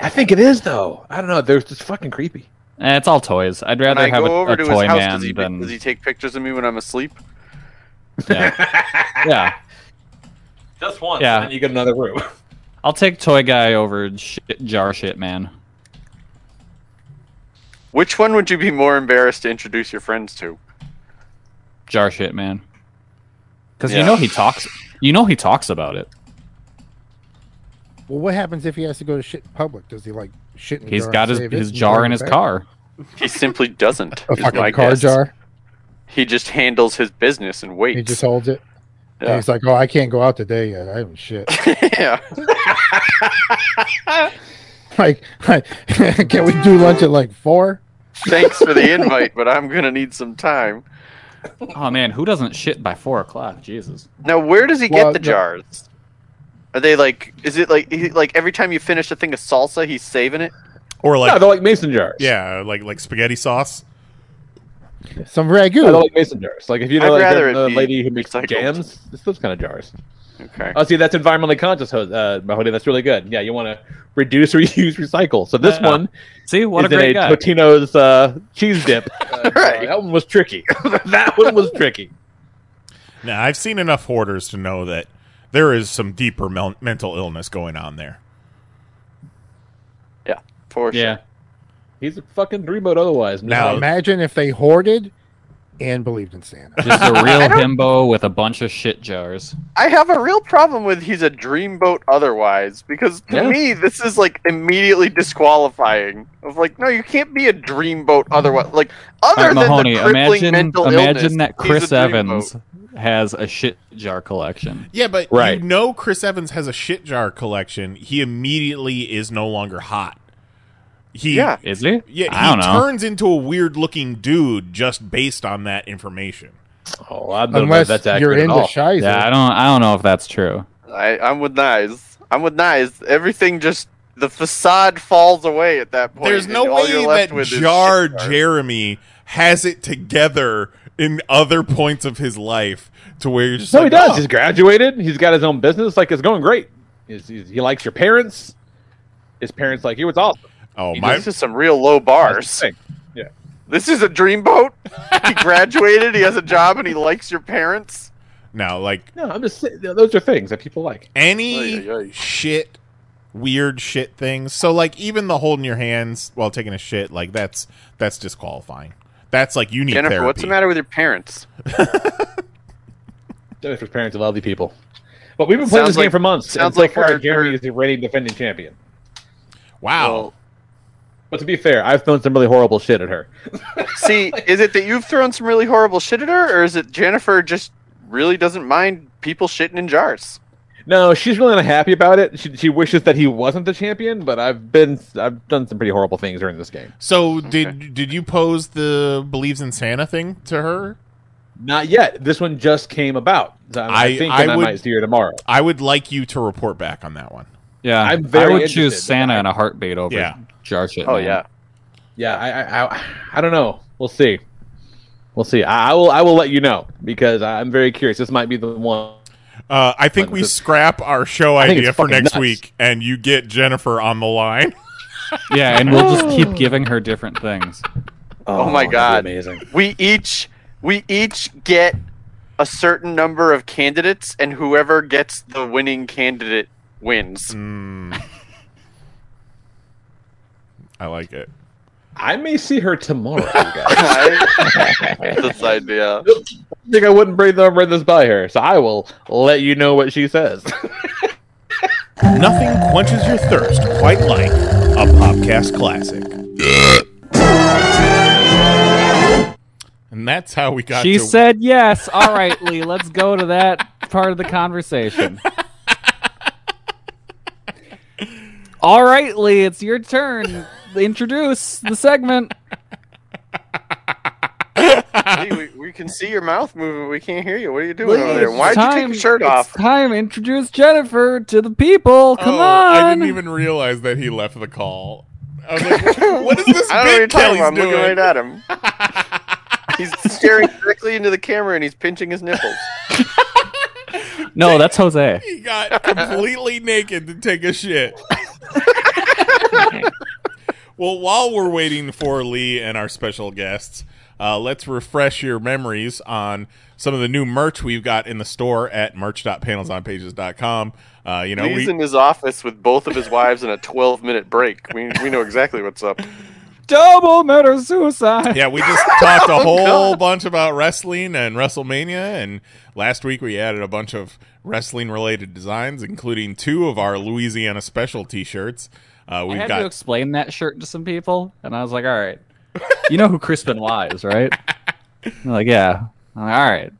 E: I think it is though. I don't know. They're just fucking creepy.
H: Eh, it's all toys. I'd
G: When
H: rather
G: I
H: have
G: go
H: a,
G: over
H: a
G: to his
H: toy
G: house,
H: man
G: does he,
H: than
G: does he take pictures of me when I'm asleep? <laughs>
H: yeah. yeah,
E: Just once,
H: Yeah.
E: you get another room. <laughs>
H: I'll take toy guy over shit, jar shit man.
G: Which one would you be more embarrassed to introduce your friends to?
H: Jar shit man. Because you
G: Yeah.
H: know he talks. You know he talks about it.
F: Well, what happens if he has to go to shit in public? Does he like shit? In the
H: He's
F: jar
H: got
F: and
H: his
F: save it
H: his
F: and
H: jar
F: throw
H: in
F: it
H: his
F: back?
H: car.
G: He simply doesn't.
F: A
G: is
F: fucking
G: my
F: car
G: guess.
F: jar.
G: he just handles his business and waits.
F: He just holds it. And
G: Yeah.
F: he's like, "Oh, I can't go out today yet. I haven't shit."
G: <laughs> yeah.
F: <laughs> like, <laughs> can we do lunch at like four?
G: Thanks for the invite, but I'm gonna need some time.
H: <laughs> Oh man, who doesn't shit by four
G: <laughs>
H: o'clock? Jesus.
G: Now, where does he get
H: Well,
G: the
H: no-
G: jars? Are they like? Is it like he, like every time you finish a thing of salsa, he's saving it?
I: Or like
G: No, they're like mason jars.
I: Yeah, like like spaghetti sauce.
F: Some ragu.
E: I don't like mason jars. Like if you know,
I: I'd
E: like
I: rather
E: the-
I: it
E: the
I: be
E: lady who makes
I: recycled.
E: jams, it's those kind of jars.
G: Okay.
E: Oh, see, that's environmentally conscious, Ho- uh, Mahoney. That's really good. Yeah, you want to reduce, <laughs> reuse, recycle. So this
H: Yeah.
E: one,
H: Uh, see, what a
E: is in
H: great guy.
E: Totino's uh,
I: <laughs>
E: cheese dip. Uh, That one was tricky. <laughs> that one was tricky.
I: Now, I've seen enough hoarders to know that there is some deeper mel- mental illness going on there.
G: Yeah, for
E: Yeah. He's a fucking dreamboat otherwise.
I: Now-
F: Imagine if they hoarded and believed in Santa.
H: Just a real himbo with a bunch of shit jars.
G: I have a real problem with he's a dreamboat otherwise because to
H: Yeah.
G: me this is like immediately disqualifying of like no you can't be a dreamboat otherwise like other
H: All
G: than
H: right, Mahoney,
G: the crippling
H: imagine
G: mental
H: imagine
G: illness,
H: that
G: he's
H: Chris
G: a dreamboat.
H: Evans has a shit jar collection.
I: Yeah, but
H: Right.
I: you know Chris Evans has a shit jar collection. He immediately is no longer hot. He
H: Yeah. Is he?
I: Yeah,
H: I don't
I: he
H: know.
I: turns into a weird looking dude just based on that information.
E: Oh, I
H: don't know if Unless that's you're accurate at into all.
F: Shizer.
H: Yeah, I don't I don't know if that's true.
G: I, I'm with Nyes. I'm with Nyes. Everything just the facade falls away at that point.
I: There's
G: and
I: no
G: all
I: way
G: you're left
I: that
G: with is
I: Jar
G: shit
I: Jeremy has it together in other points of his life to where you're just
E: No,
I: like,
E: he does.
I: "Oh,
E: He's graduated. He's got his own business. Like it's going great. He's, he's, he likes your parents. His parents like you. It's awesome.
I: Oh
G: my- This is some real low bars.
E: Yeah.
G: This is a dreamboat.
I: "Oh."
G: he graduated. He has a job, and he likes your parents.
I: Now, like
E: No, I'm just saying, those are things that people like.
I: any shit weird shit things so like even the holding your hands while taking a shit like that's that's disqualifying that's like <laughs> you need
G: Jennifer,
I: therapy
G: what's the matter with your parents?
E: Jennifer's parents are lovely people. But we've been playing this
G: Sounds
E: game
G: like-
E: for months. and
G: sounds
E: so
G: like
E: far,
G: her-
E: Jeremy is the reigning defending champion.
I: Wow.
E: but to be fair, I've thrown some really horrible shit at her.
G: See, is it that you've thrown some really horrible shit at her, or is it Jennifer just really doesn't mind people shitting in jars?
E: No, she's really not happy about it. She, she wishes that he wasn't the champion, but I've been I've done some pretty horrible things during this game.
I: so did did you pose the believes in santa thing to her
E: Not yet. This one just came about. So I'm
I: I-
E: thinking
I: I
E: I,
I: would-
E: might see her tomorrow.
I: i would like you to report back on that one
H: Yeah.
E: I'm very
H: I would
E: interested,
H: choose Santa in a heartbeat over
I: Yeah.
H: jar shit.
E: Oh,
H: man.
E: yeah. Yeah, I I, I I don't know. We'll see. We'll see. I, I will I will let you know because I'm very curious. This might be the one.
I: uh, i think we scrap our show
E: I think it's
I: idea for
E: fucking
I: next
E: nuts.
I: week and you get jennifer on the line <laughs>
H: Yeah, and we'll just keep giving her different things.
G: Oh, my god!
E: amazing.
G: We each we each get a certain number of candidates, and whoever gets the winning candidate wins.
I: Hmm.
G: <laughs>
I: i like it
E: I may see her tomorrow.
I: <laughs>
E: You guys.
G: <laughs> I- this idea.
E: I think I wouldn't bring the bring this by her, so I will let you know what she says.
I: nothing quenches your thirst quite like a podcast classic and that's how we got
H: She
I: to
H: said yes. All right, Lee, let's go to that part of the conversation. All right, Lee, it's your turn. Introduce the segment.
G: See, we, we can see your mouth moving. We can't hear you. What are you doing
H: Lee,
G: over there?
H: it's
G: Why'd you
H: time-
G: take your shirt
H: it's
G: off?
H: time to introduce Jennifer to the people. Come
I: Oh,
H: on.
I: I didn't even realize that he left the call. I was
G: <laughs>
I: like, what is this
G: I don't know what you're
I: bit
G: talking
I: Kelly's
G: about. I'm
I: doing?
G: looking right at
I: <laughs>
G: him. he's staring directly into the camera and he's pinching his nipples.
H: No, that's Jose.
I: <laughs> He got completely naked to take a shit. well, while we're waiting for Lee and our special guests, uh, let's refresh your memories on some of the new merch we've got in the store at merch.panelsonpages.com. Uh, you know,
G: Lee's
I: we,
G: in his office with both of his wives and a 12 minute break. We, we know exactly what's up.
H: Double murder suicide. Oh,
I: Yeah, we just <laughs> talked a whole bunch about wrestling and WrestleMania, and last week we added a bunch of wrestling-related designs, including two of our Louisiana special T-shirts. <laughs> Uh,
H: I
I: we've
H: had
I: got <laughs>
H: to explain that shirt to some people, and I was like, all right. You know who Chris Benoit is, right? I'm like, yeah. I'm like, All right.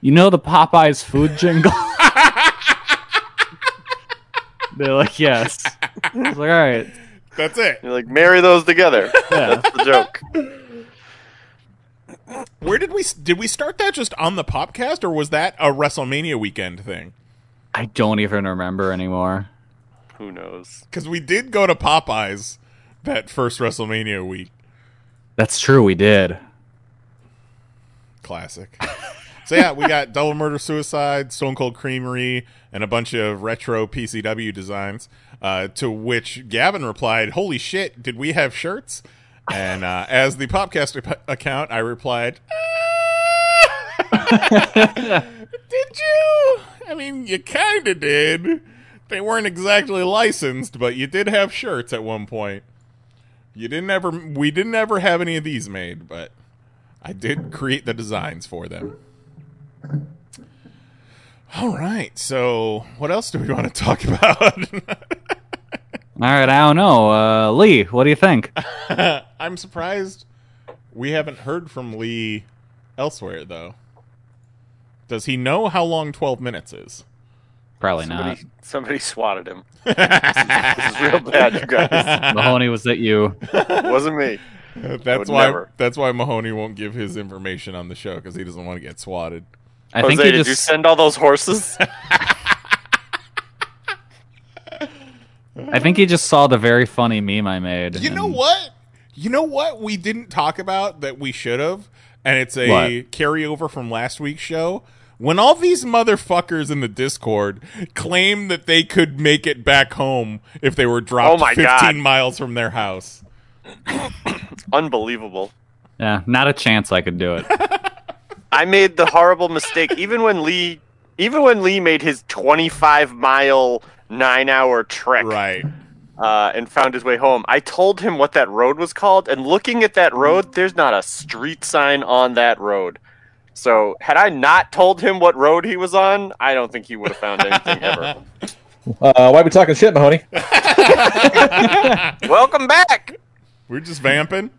H: You know the Popeyes food jingle? <laughs> They're
G: <laughs>
H: like, yes. I was like, all right.
I: That's it.
G: You're like, marry those together.
H: Yeah.
G: That's the joke.
I: Where did we did we start that just on the podcast or was that a WrestleMania weekend thing?
H: I don't even remember anymore.
G: Who knows?
I: Because we did go to Popeyes that first WrestleMania week.
H: That's true. We did.
I: Classic. <laughs> so yeah, we got Double Murder Suicide, Stone Cold Creamery, and a bunch of retro PCW designs. Uh, to which Gavin replied, "Holy shit! Did we have shirts?" And uh, as the podcast ap- <laughs> account, I replied, <laughs> "Ah, Did you? I mean, you kind of did. They weren't exactly licensed, but you did have shirts at one point. You didn't ever. We didn't ever have any of these made, but I did create the designs for them. All right. So, what else do we want to talk <laughs> about?
H: All right. I don't know. Uh, Lee, what do you think?
I: I'm surprised we haven't heard from Lee elsewhere, though. Does he know how long 12 minutes is?
H: Probably
G: Somebody, <laughs> somebody swatted
H: <laughs>
G: him. this, is real bad, you guys.
H: not. <laughs> Mahoney, was that you?
G: Wasn't
H: <laughs>
G: me. I
I: That's
G: would
I: why.
G: never.
I: That's why Mahoney won't give his information on the show because he doesn't want to get swatted.
H: I
G: Jose,
H: think he
G: did you
H: just-
G: send all those
H: <laughs>
G: horses?
H: I think he just saw the very funny meme I made.
I: You know
H: and-
I: what? You know what we didn't talk about that we should have, and it's a
H: What?
I: carryover from last week's show. When all these motherfuckers in the Discord claim that they could make it back home if they were dropped
G: Oh my
I: 15
G: God.
I: miles from their house.
G: Unbelievable.
H: Yeah, not a chance I could do
I: <laughs>
H: it.
G: I made the horrible mistake. Even when Lee, even when Lee made his 25 mile, nine hour trek,
I: Right.
G: uh, and found his way home, I told him what that road was called. And looking at that road, there's not a street sign on that road. So had I not told him what road he was on, I don't think he would have found
J: <laughs>
G: anything ever.
E: Uh, why are we talking shit, Mahoney?
G: <laughs> Welcome back.
I: We're just vamping.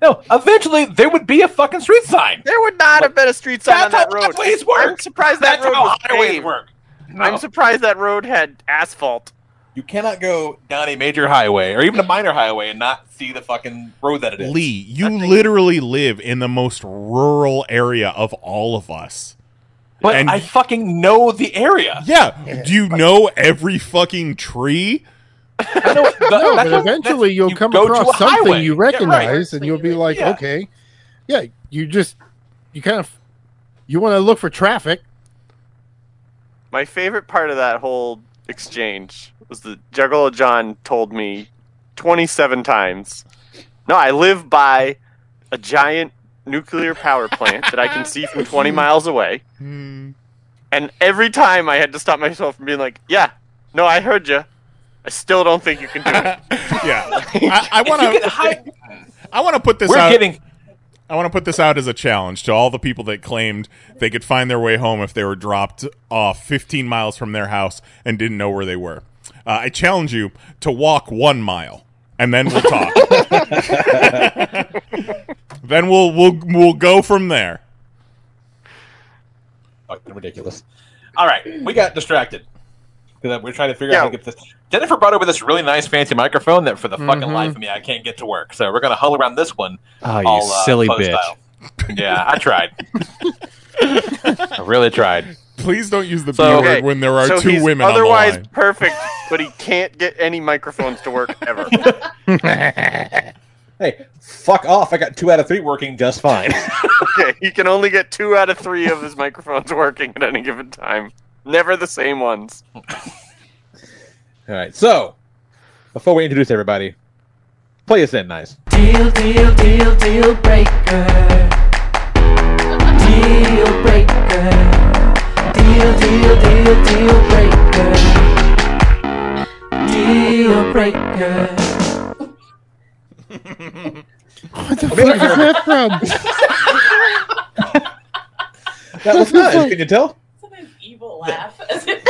J: No, eventually there would be a fucking street sign.
G: There would not have been a street sign on
J: That's
G: that
J: how-
G: road.
J: that's ways
G: I'm
J: work.
G: surprised that
J: That's
G: road
J: how
G: was
J: highways
G: paved.
J: work. No.
G: I'm surprised that road had asphalt.
J: You cannot go down a major highway or even a minor highway and not see the fucking road that it is.
I: Lee, you literally live in the most rural area of all of us.
J: But I fucking know the area.
F: <laughs>
I: Yeah. Do you know every fucking tree?
F: no, but eventually you'll <laughs> come
I: go to a
F: across something
I: highway.
F: you
I: Yeah, right.
F: recognize, and you'll be like,
I: Yeah.
F: okay, yeah, you just you kind of you want to look for traffic.
G: My favorite part of that whole exchange was that Juggalo John told me 27 times, "No, I live by a giant nuclear power plant that I can see from 20 miles away."
I: Hmm.
G: And every time I had to stop myself from being like, "Yeah, no, I heard you. I still don't think you can do it."
I: yeah. I, I <laughs>
J: <laughs>
I: want
J: You get
I: to.
J: high-
I: I want to put this.
J: We're
I: out,
J: getting-
I: I want to put this out as a challenge to all the people that claimed they could find their way home if they were dropped off 15 miles from their house and didn't know where they were. Uh, I challenge you to walk one mile, and then we'll talk. <laughs> then we'll we'll we'll go from there.
J: Fucking ridiculous. All right, we got distracted because we're trying to figure out how to get this. Jennifer brought over this really nice fancy microphone that, for the fucking
H: Mhm.
J: life of me, I can't get to work. So we're gonna huddle around this one.
I: Ah,
H: Oh, you
J: all, uh,
H: silly
J: closed
H: bitch.
J: style. Yeah, I
H: <laughs>
J: tried. I really tried.
I: Please don't use the
J: So-
I: B word
J: Okay,
G: <laughs>
I: when there are
G: so
I: two
G: he's
I: women
G: Otherwise
I: on
G: perfect, but he can't get any microphones to work
I: <laughs>
G: ever.
E: hey, fuck off. I got two out of three working
J: <laughs>
E: just fine.
G: okay, he can only get two out of three of his microphones <laughs> working at any given time. Never the same ones.
E: All right, so before we introduce everybody, play us in nice.
K: Deal, deal, deal, deal breaker. Deal breaker. Deal, deal, deal, deal breaker. Deal breaker.
F: What the fuck is <laughs> that
I: <laughs>
F: from?
E: That was nice. Can you tell?
L: evil laugh as it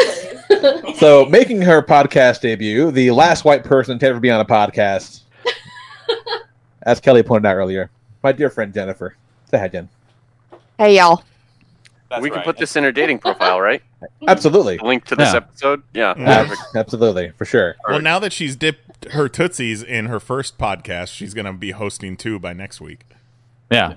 L: plays.
E: So, making her podcast debut, the last white person to ever
L: <laughs>
E: be on a podcast, as Kelly pointed out earlier, my dear friend Jennifer. Say hi, Jen.
M: Hey, y'all.
G: we can put this in her dating profile, right?
E: Absolutely.
G: Link to this
E: Yeah.
G: episode. Yeah.
J: Mm.
E: Ab-
G: Perfect.
E: Absolutely, for sure.
I: Well, now that she's dipped her tootsies in her first podcast, she's going to be hosting two by next week.
H: Yeah.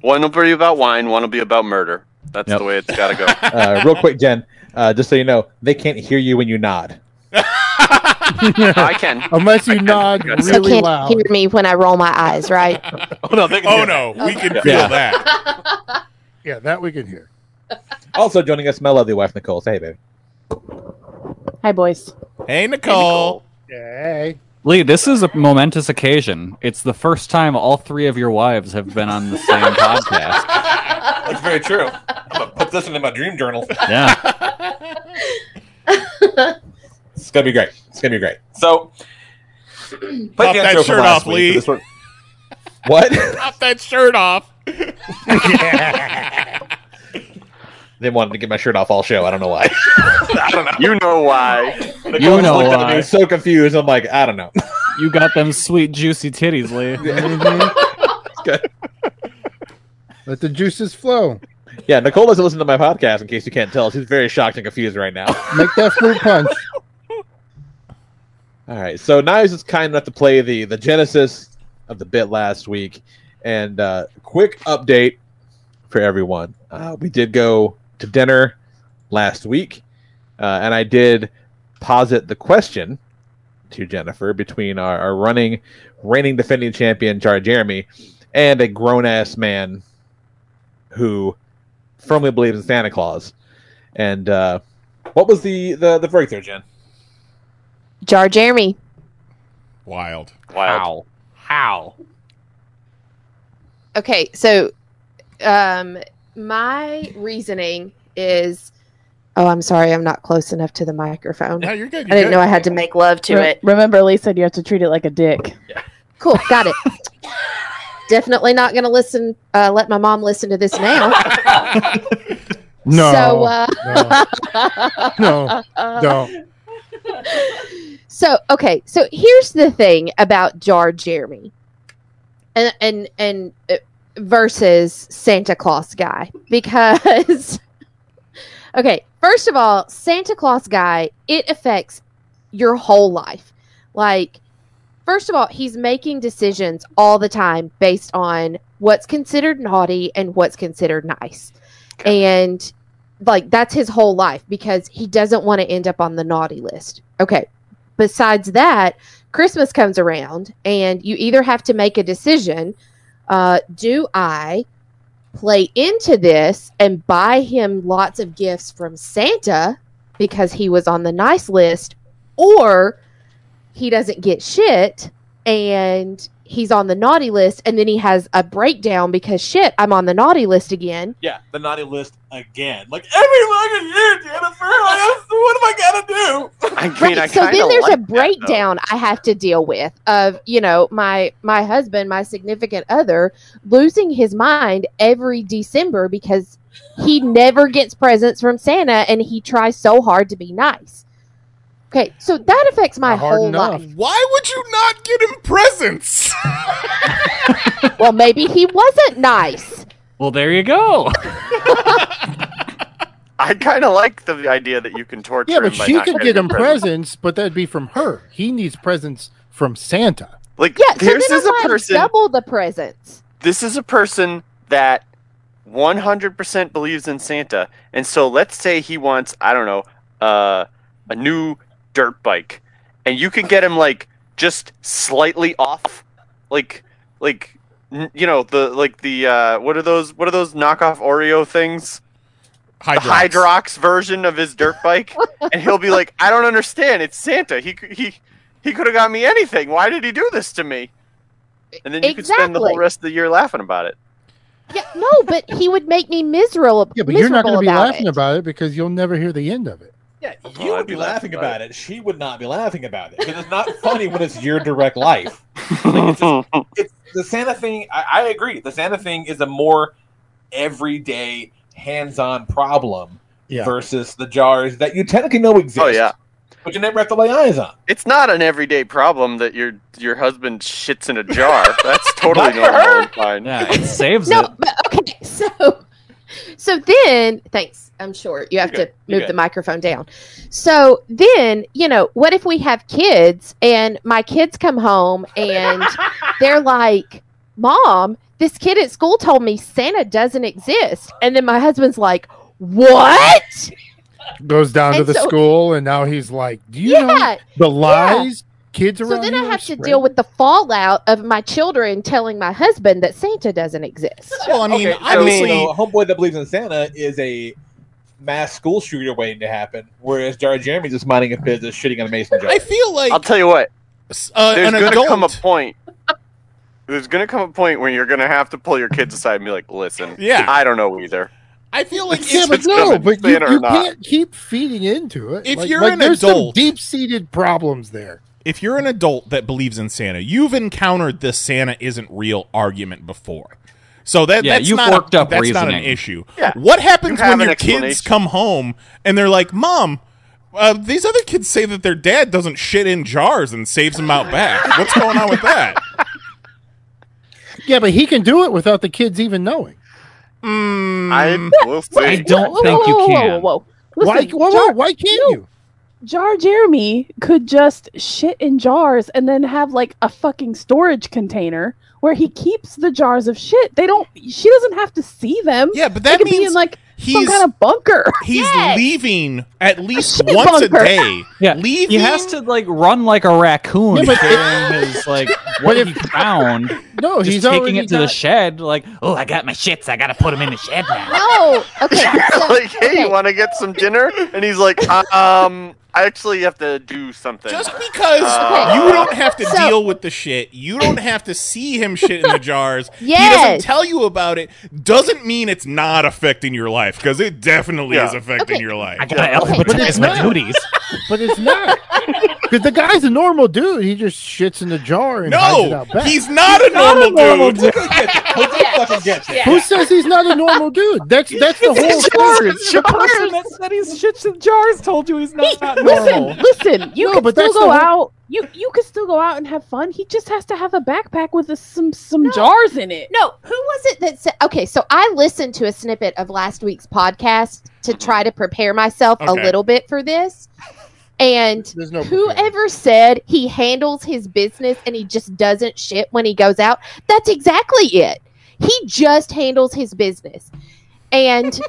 G: One will be about wine. One will be about murder. That's the way it's got to go.
E: Uh, real quick, Jen, uh, just so you know, they can't hear you when you nod.
G: I can.
F: Unless you
E: <laughs>
F: nod
M: so can't hear me when I roll my eyes, right?
G: Oh no, they
I: can oh, no we can feel
E: Yeah.
I: that.
F: Yeah, that we can hear.
E: Also joining us, my lovely wife, Nicole. Say hey, baby.
D: Hi, boys.
I: Hey, Nicole.
F: Hey.
H: Lee, this is a momentous occasion. It's the first time all three of your wives have been on
F: <laughs>
H: the same podcast.
J: That's very true. I'm gonna put this into my dream journal.
H: Yeah.
J: It's gonna be great. It's gonna be great. So,
I: Pop that shirt off, Lee.
E: What? <laughs>
I: Pop that shirt off.
E: they wanted to get my shirt off all show. I don't know why.
G: I don't know. You know why?
H: You know
E: looked at
H: why.
E: me so confused. I'm like, I don't know.
H: You got them sweet, juicy titties,
E: <laughs>
H: Lee.
F: Let the juices flow.
E: Yeah, Nicole doesn't listen to my podcast. In case you can't tell, she's very shocked and confused right now. <laughs>
F: Make that fruit punch.
E: All right, so Knives is kind enough to play the the genesis of the bit last week, and uh, quick update for everyone. Uh, we did go to dinner last week, uh, and I did posit the question to Jennifer between our, our running, reigning defending champion Jar Jeremy, and a grown ass man who firmly believes in Santa Claus. And uh, what was the the, the breakthrough, Jen?
M: Jar Jeremy.
I: Wild.
H: Wow. How?
M: Okay, so um, my reasoning is. Oh, I'm sorry, I'm not close enough to the microphone.
I: No, you're good.
M: I didn't know I had to make love to
D: Re-
M: it.
D: Remember, Lee said you have to treat it like a dick.
M: Cool, got it. Definitely not going to listen. Uh, let my mom listen to this now.
F: <laughs> No.
M: So, uh,
F: no. No. Don't.
M: So okay, so here's the thing about Jar Jeremy, and and and uh, versus Santa Claus guy because <laughs> okay, first of all, Santa Claus guy it affects your whole life. Like, first of all, he's making decisions all the time based on what's considered naughty and what's considered nice, and like that's his whole life because he doesn't want to end up on the naughty list. Okay. Besides that, Christmas comes around and you either have to make a decision uh, do I play into this and buy him lots of gifts from Santa because he was on the nice list, or he doesn't get shit and he's on the naughty list and then he has a breakdown because shit, I'm on the naughty list again.
J: Yeah, the naughty list again. Like every fucking year, Jennifer. I have- what am I gonna do?
G: I
M: right, so then there's a breakdown I have to deal with of you know my my husband, my significant other, losing his mind every December because he never gets presents from Santa and he tries so hard to be nice. Okay, so that affects my whole life.
I: Why would you not get him presents?
M: <laughs> Well, maybe he wasn't nice.
H: Well, there you go.
G: <laughs> I kind of like the idea that you can torture
F: Yeah, but
G: him by
F: she
G: not
F: could
G: getting
F: get him presents, but that'd be from her. He needs presents from Santa.
G: Like
M: Yeah, so
G: this
M: then
G: is
M: I'm
G: a
M: buying
G: person.
M: double the presents.
G: This is a person that 100% believes in Santa, and so let's say he wants I don't know uh, a new dirt bike, and you can get him like just slightly off, like like n- you know the like the uh, what are those what are those knockoff Oreo things?
I: Hydrox.
G: The Hydrox version of his dirt bike, and he'll be like, "I don't understand. It's Santa. He c- he he could have got me anything. Why did he do this to me?" And then you could spend the whole
M: Exactly.
G: rest of the year laughing about it.
M: Yeah, no, but he would make me miserable.
F: Yeah, but you're not going to be
M: about
F: laughing about it because you'll never hear the end of it.
E: You
G: Oh,
E: would be laughing about it. She would not be laughing about it because it's not funny when it's your direct life.
G: <laughs>
J: The Santa thing. I, I agree. The Santa thing is a more everyday, hands-on problem
E: Yeah.
J: versus the jars that you technically know exist.
G: Oh yeah,
E: But you never have to lay eyes on.
G: It's not an everyday problem that your your husband shits in a jar. That's totally
H: Not for
G: normal.
H: her.
G: and Fine.
H: Yeah, it saves
M: no, but okay. <laughs> So, so then, thanks. I'm sure you have
G: You're good.
M: to
G: You're
M: move
G: good.
M: the microphone down. So then, you know, what if we have kids and my kids come home
G: <laughs>
M: and they're like, "Mom, this kid at school told me Santa doesn't exist," and then my husband's like, "What?"
F: Goes down to
M: And
F: the
M: so-
F: school, and now he's like, "Do you
M: Yeah,
F: know
M: yeah.
F: the lies kids
M: So
F: around?"
M: then I
F: here are
M: have to
F: spreading?"
M: deal with the fallout of my children telling my husband that Santa doesn't exist.
E: Well, I mean,
M: obviously-
E: so, a homeboy that believes in Santa is a mass school shooter waiting to happen, whereas Jar Jeremy's just minding a business, shitting on a mason jar.
G: I
I: feel like
G: I'll tell you what.
I: uh,
G: there's
I: an
G: gonna
I: adult-
G: come a point. There's gonna come a point where you're gonna have to pull your kids aside and be like, "Listen,
I: Yeah.
G: I don't know either."
I: I feel like
F: yeah,
I: if-
F: but no, but you,
G: Santa or
F: you
G: not.
F: can't keep feeding into it.
I: If
F: Like-
I: you're
F: like
I: an
F: there's some
I: adult-
F: deep-seated problems there.
I: if you're an adult that believes in Santa, you've encountered this Santa isn't real argument before. So that
H: Yeah,
I: that's
H: you've
I: not
H: worked
I: a,
H: up
I: that's not an
H: reasoning.
I: issue.
H: Yeah.
I: What happens
H: You have
I: when
H: an
I: your kids
H: explanation.
I: come home and they're like, "Mom, uh, these other kids say that their dad doesn't shit in jars and saves them out back. What's going on with that?"
F: Yeah, but he can do it without the kids even knowing.
I: Mm, Hmm.
G: I will say,
H: I don't
D: Whoa,
H: think
D: whoa,
H: you
D: whoa,
H: can.
D: Whoa, whoa, whoa.
F: Why-
D: Listen,
F: whoa, whoa,
D: Jar-
F: why can't you?
D: Jar Jeremy could just shit in jars and then have like a fucking storage container where he keeps the jars of shit. They don't. She doesn't have to see them.
I: Yeah, but
D: they
I: that
D: could be
I: means
D: in like some
I: he's-
D: kind of bunker.
I: He's leaving
D: <laughs>
I: at least
D: shit
I: once
D: bunker.
I: a day.
H: Yeah,
I: leaving.
H: he has to like run like a raccoon,
F: Yeah, but-
H: carrying
F: <laughs>
H: his like what he found.
F: No,
H: just
F: he's
H: taking
F: already
H: it to the
F: not-
H: shed. Like, oh, I got my shits. I gotta put them in the shed now.
M: No.
G: <laughs>
M: Okay. So,
G: like, hey, you want to get some dinner? And he's like, um, I actually have to do something.
I: Just because
G: Uh,
I: you don't have to
M: So-
I: deal with the shit, you don't have to see him shit in
M: <laughs>
I: the jars. He doesn't
M: Yes.
I: tell you about it. Doesn't mean it's not affecting your life because it definitely is affecting your life. I
H: gotta alphabetize my duties.
F: But it's
I: <laughs>
F: not. Because the guy's a normal dude. He just shits in the jar and hides it
I: No,
F: out back.
I: he's not a normal, dude.
F: Who says he's not a normal dude? That's
I: <laughs>
F: that's <laughs>
H: <laughs>
F: the whole story.
N: The person that said he shits in
H: <laughs>
N: jars told you he's not, not normal.
D: Listen, listen. You
F: No,
D: can
F: but
D: still
F: that's
D: go
F: the whole-
D: out. You you can still go out and have fun. He just has to have a backpack with a, some some jars in it.
M: no, who was it that said? Okay, so I listened to a snippet of last week's podcast to try to prepare myself a
D: Okay.
M: little bit for this. And
F: no
M: whoever said he handles his business and he just doesn't shit when he goes out, that's exactly it. He just handles his business.
F: <laughs>
M: And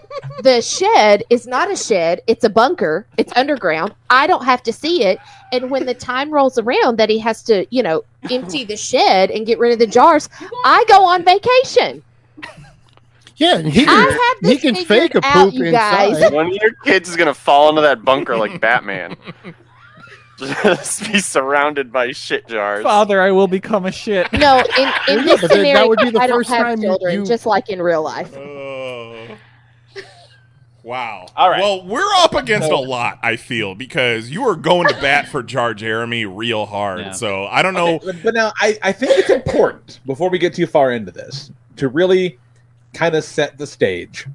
M: the shed is not a shed, it's a bunker. It's underground. I don't have to see it. And when the time rolls around that he has to, you know, empty the shed and get rid of the jars, I go on vacation.
F: Yeah, and he
M: I
F: can,
M: have
F: he
M: this
F: can
M: figured
F: fake a poop
M: out, you
F: inside.
M: guys.
G: One of your kids is gonna fall into that
M: <laughs>
G: bunker like Batman. Just be surrounded by shit jars.
H: Father, I will become a shit.
M: No, in, in
F: Yeah,
M: this
F: but then
M: scenario,
F: that would be the
M: I don't
F: first
M: have
F: time
M: children,
F: you- Oh.
M: just like in real life.
I: Wow.
E: All
F: <laughs>
E: right.
I: Well, we're up against a lot, I feel, because you are going to bat for Jar Jeremy real hard. So I don't know.
E: Okay, but now I, I think it's important before we get too far into this to really kind of set the stage.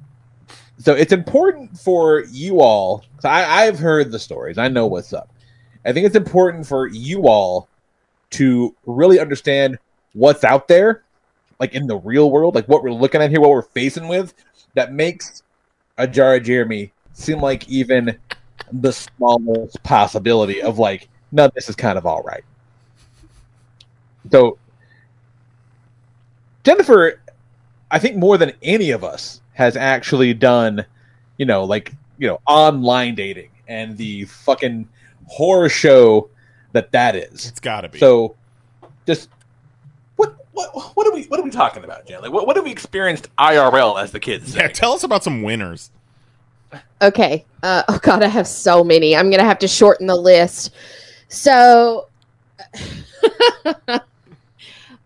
E: So it's important for you all. So I, I've heard the stories. I know what's up. I think it's important for you all to really understand what's out there, like in the real world, like what we're looking at here, what we're facing with, that makes a jar of Jeremy seem like even the smallest possibility of like, no, this is kind of all right. So, Jennifer, I think more than any of us has actually done, you know, like, you know, online dating and the fucking horror show that that is. It's
I: got to be.
E: So, just what, what are we what are we talking about, Jen? Like, what, what have we experienced IRL as the kids?
I: Yeah, tell us about some winners.
M: Okay. Uh, oh God, I have so many. I'm gonna have to shorten the list. So, <laughs>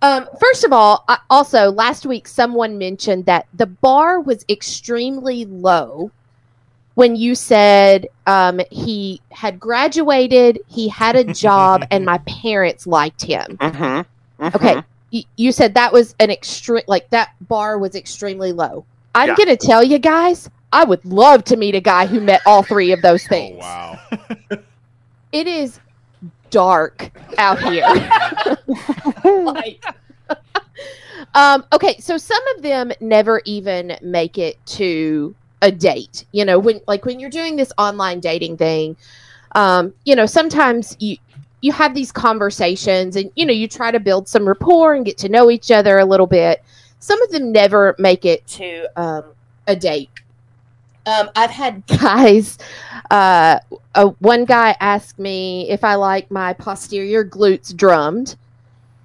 M: um, first of all, I, also last week someone mentioned that the bar was extremely low when you said um, he had graduated, he had a job, and my parents liked him.
G: Mm-hmm.
M: Okay. Y- you said that was an extreme, like that bar was extremely low. I'm
G: Yeah.
M: going to tell you guys, I would love to meet a guy who met all three of those things.
I: Wow.
M: it is dark out here. <laughs> Like- um, okay, so some of them never even make it to a date. You know, when like when you're doing this online dating thing, um, you know, sometimes you you have these conversations and you know you try to build some rapport and get to know each other a little bit. Some of them never make it to um, a date. Um, I've had <laughs> guys. Uh, uh, one guy asked me if I like my posterior glutes drummed,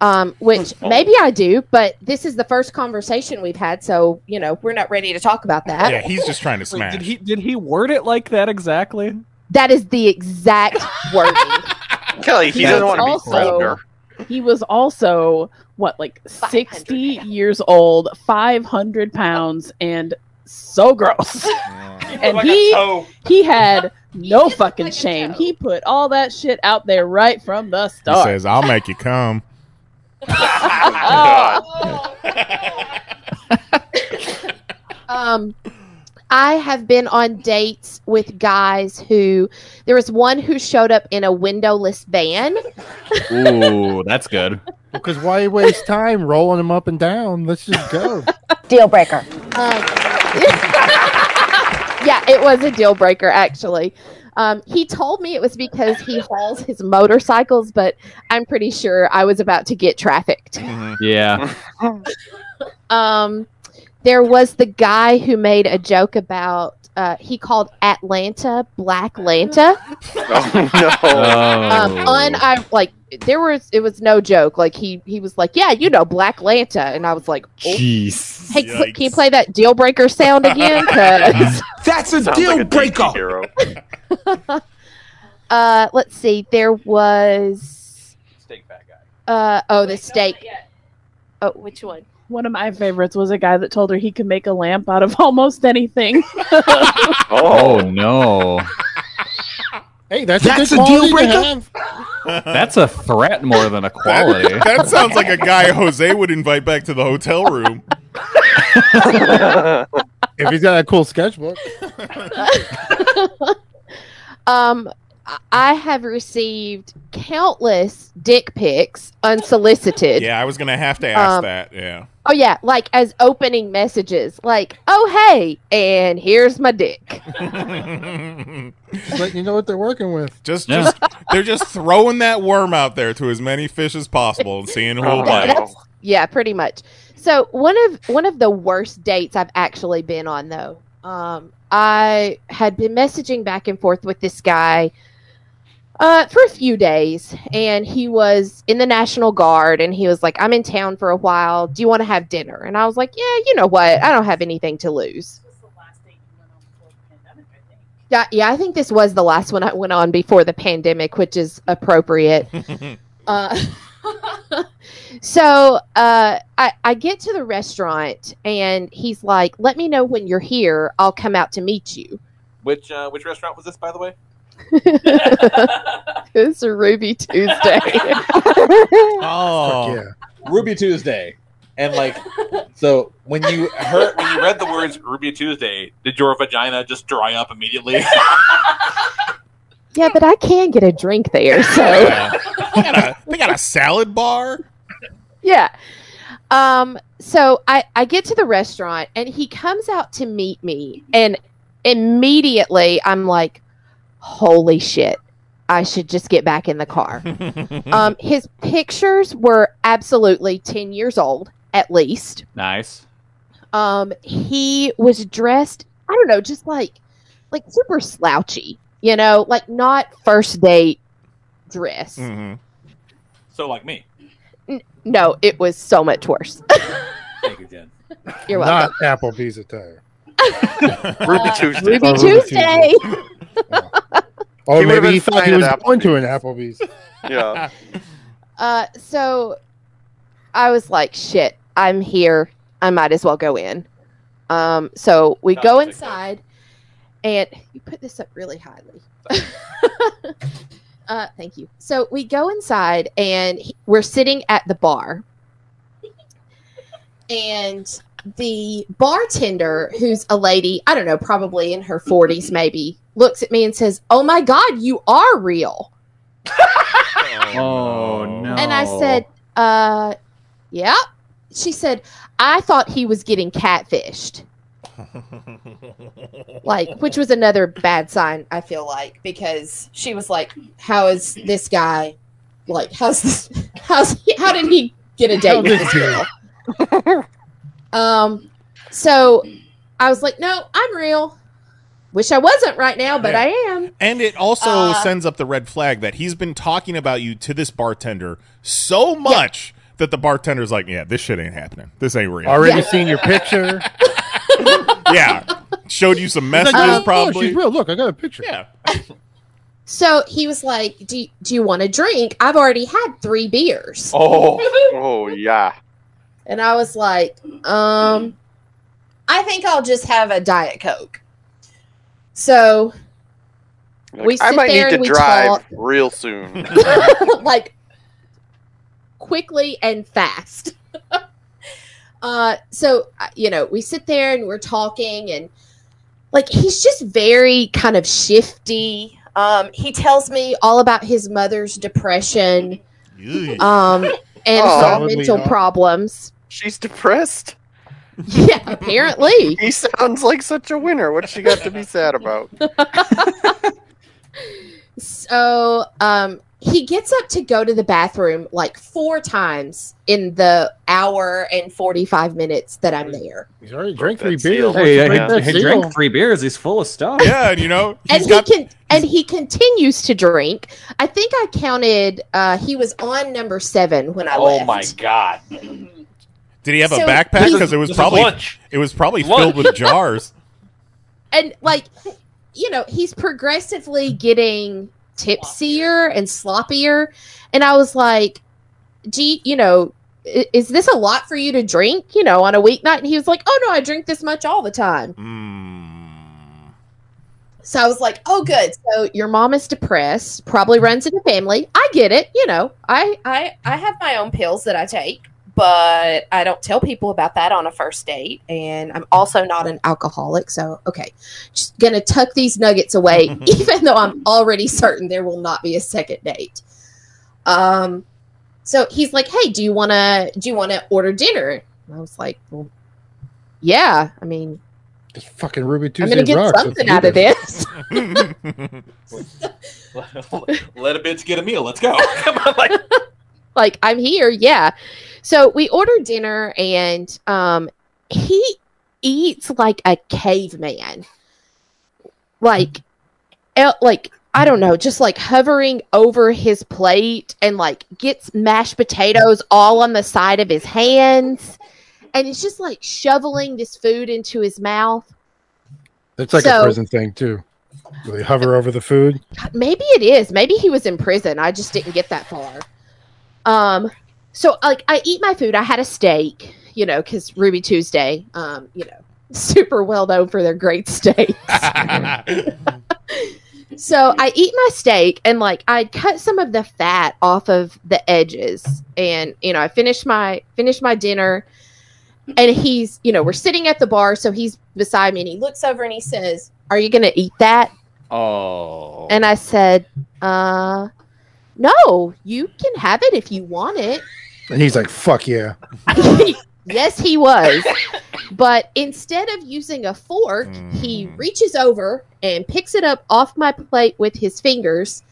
M: um, which maybe I do, but this is the first conversation we've had, so you know we're not ready to talk about that.
I: Yeah, he's just trying to smash.
K: Did he did he word it like that exactly?
F: <laughs>
M: That is the
I: <laughs>
M: exact wording.
G: <laughs> Kelly, he doesn't want to be
D: also-
G: colder.
D: He was also what, like sixty years old, five hundred pounds, and so gross. <laughs> and
K: like a
D: he
K: toe.
M: <laughs>
D: he had no fucking shame. He put all that shit out there right from the
I: He
D: start.
I: says, "I'll make you come." Oh.
M: um, I have been on dates with guys who there was one who showed up in a windowless van.
H: Ooh, that's good.
F: Because why waste time rolling them up and down? Let's just go.
A: Deal breaker.
M: Um, <laughs> yeah, it was a deal breaker actually. Um, he told me it was because he hauls his motorcycles, but I'm pretty sure I was about to
A: <laughs>
M: get trafficked.
H: Yeah.
M: Um, there was the guy who made a joke about uh, he called Atlanta Black Lanta.
G: <laughs> Oh, <laughs> no.
M: Um,
O: Oh.
M: un- I like there was it was no joke. Like he he was like, yeah, you know, Black Lanta, and I was like, oh.
H: Jeez.
M: hey, cl- <laughs> can you play that deal breaker sound
I: <laughs>
M: again? 'Cause-
G: That's
M: a deal breaker. <laughs>
G: Hero.
M: uh, let's see, there was Uh, oh, the steak. Oh, which one?
D: <laughs>
M: <laughs>
D: One of my favorites was a guy that told her he could make a lamp out of <laughs> almost anything.
H: Oh, no.
F: Hey, that's,
D: That's
F: a,
D: a
F: good
D: deal
F: deal
D: breaker?
H: <laughs> That's a threat more
I: <laughs>
H: than a quality.
I: That, that sounds like a guy Jose would invite back to the hotel room.
F: if he's got a cool sketchbook.
G: <laughs>
M: um, I- I have received countless dick pics unsolicited.
I: Yeah, I was gonna have to ask
M: Um,
I: that. Yeah.
M: Oh yeah, like as opening messages, like "Oh hey," and here's my dick.
F: Just letting you know what they're working with.
I: Just, just they're just throwing that worm out there to as many fish as possible and seeing who will
M: <laughs>
I: bite.
M: That's- yeah, pretty much. So one of one of the worst dates I've actually been on though. Um, I had been messaging back and forth with this guy uh, for a few days, and he was in the National Guard, and he was like, "I'm in town for a while. Do you want to have dinner?" And I was like, "Yeah, you know what? I don't have anything to lose." Yeah, yeah, I think this was the last one I went on before the pandemic, which is appropriate.
G: <laughs>
M: Uh, <laughs> so uh, I, I get to the restaurant and he's like, "Let me know when you're here. I'll come out to meet you." <laughs>
E: Which uh, which restaurant was this, by the way?
M: it's a Ruby Tuesday. <laughs>
J: Oh, Ruby Tuesday, and
I: <laughs>
J: like, so when
H: <laughs>
J: you heard,
E: When you read the words Ruby Tuesday, did your vagina just dry up immediately?
M: yeah, but I can get a drink there, so
I: they, got a, they got a salad bar.
M: <laughs> yeah. Um, so I, I get to the restaurant and he comes out to meet me and immediately I'm like, holy shit, I should just get back in the car.
H: Mm.
M: um, his pictures were absolutely 10 years old at least.
H: Nice.
M: Um, he was dressed, I don't know, just like, like super slouchy, you know, like not first date dress.
E: Mm. Mm-hmm. so like me.
M: N- no, it was so much worse. <laughs>
E: Thank you, <laughs> Jen.
M: You're welcome.
F: Not
M: <laughs>
F: Applebee's attire.
G: Ruby Tuesday.
M: Ruby
F: Oh,
M: Tuesday. <laughs>
F: Oh,
G: He would've
F: maybe
G: been
F: he thought
G: fine
F: he
G: at
F: was
G: Applebee's.
F: going to an Applebee's. <laughs>
G: Yeah.
M: uh, so I was like, shit, I'm here. I might as well go in. Um, so we
K: Not
M: go
K: a big
M: inside, and you put this up really highly. uh, thank you. So we go inside, and he- we're sitting at the bar. And the bartender, who's a lady, I don't know, probably in her 40s maybe, looks at me and says, Oh my God, you are real.
H: oh no!
M: And I said, uh, yeah. She said, I thought he was getting catfished. like, which was another bad sign, I feel like, because she was like, How is this guy, like, how's this, how's, he, how did he get a date with this girl? um, so I was like, No, I'm real. Wish I wasn't right now, but
I: Yeah.
M: I am.
I: And it also
M: Uh,
I: sends up the red flag that he's been talking about you to this bartender so much that the bartender's like, "Yeah, this shit ain't happening. This ain't real."
F: Already seen your picture.
I: <laughs> yeah, showed you some messages
F: Like, oh,
I: probably.
F: she's real. Look, I got a picture.
I: Yeah.
M: So he was like, Do, do you want a drink? I've already had three beers. <laughs>
G: Oh, oh yeah.
M: And I was like, um, I think I'll just have a Diet Coke. So we
G: I
M: sit
G: might
M: there
G: need to
M: and we
G: drive real soon.
M: <laughs>
G: <laughs>
M: talk like quickly and fast. <laughs> uh, so, uh, you know, we sit there and we're talking and like he's just very kind of shifty. Um, he tells me all about his mother's depression um, and some
G: Oh. Solidly
M: mental
G: not.
M: problems.
G: She's depressed.
M: Yeah, apparently.
G: he sounds like such a winner. What's she got to be
M: <laughs>
G: sad about?
M: So um, he gets up to go to the bathroom like four times in the hour and 45 minutes that I'm there.
F: He's already drank three
H: That's
F: beers.
H: sealed. Hey, he, he drank three beers. He's full of stuff.
I: Yeah, and you know,
M: And he, can, and he continues to drink. I think I counted, uh, he was on number seven when I
I: Oh
M: left.
I: my
G: god!
I: Did he have
M: So
I: a backpack?
M: he's-
I: Because it was
M: This is
I: probably
M: lunch.
I: it was probably
M: Lunch.
I: filled with jars.
M: and like you know he's progressively getting tipsier and sloppier and i was like gee you know i- is this a lot for you to drink you know on a weeknight and he was like oh no i drink this much all the time so i was like oh good so your mom is depressed probably runs in the family i get it you know i i i have my own pills that i take but i don't tell people about that on a first date and i'm also
D: <laughs>
M: not an alcoholic so okay just gonna tuck these nuggets away even though i'm already certain there will not be a second
D: <laughs>
M: date um so he's like hey do you want to do you want to order dinner and i was like well, yeah i mean
F: Fucking Ruby Tuesday
M: i'm gonna get
F: rocks.
M: something out
P: <laughs>
M: of this
E: <laughs>
P: Let a bitch get a meal. Let's go. Come on, like
M: like i'm here yeah so we order dinner and um he eats like a caveman like el- like i don't know just like hovering over his plate and like gets mashed potatoes all on the side of his hands and it's just like shoveling this food into his mouth
F: That's like
M: So-
F: a prison thing too. Do they hover over the food?
M: maybe it is maybe he was in prison i just didn't get that far um so like i eat my food i had a steak you know because ruby tuesday um you know <laughs> super well known for their great steak so i eat my steak and like i cut some of the fat off of the edges and you know i finish my finish my dinner and he's you know we're sitting at the bar so he's beside me and he looks over and he says are you gonna eat that
H: Oh.
M: and
I: <laughs>
E: <laughs>
M: I said, uh, no, you can have it if you want it.
F: And he's like, "Fuck yeah!"
M: Yes, he was. but instead of using a fork, he reaches over and picks it up off my plate with his fingers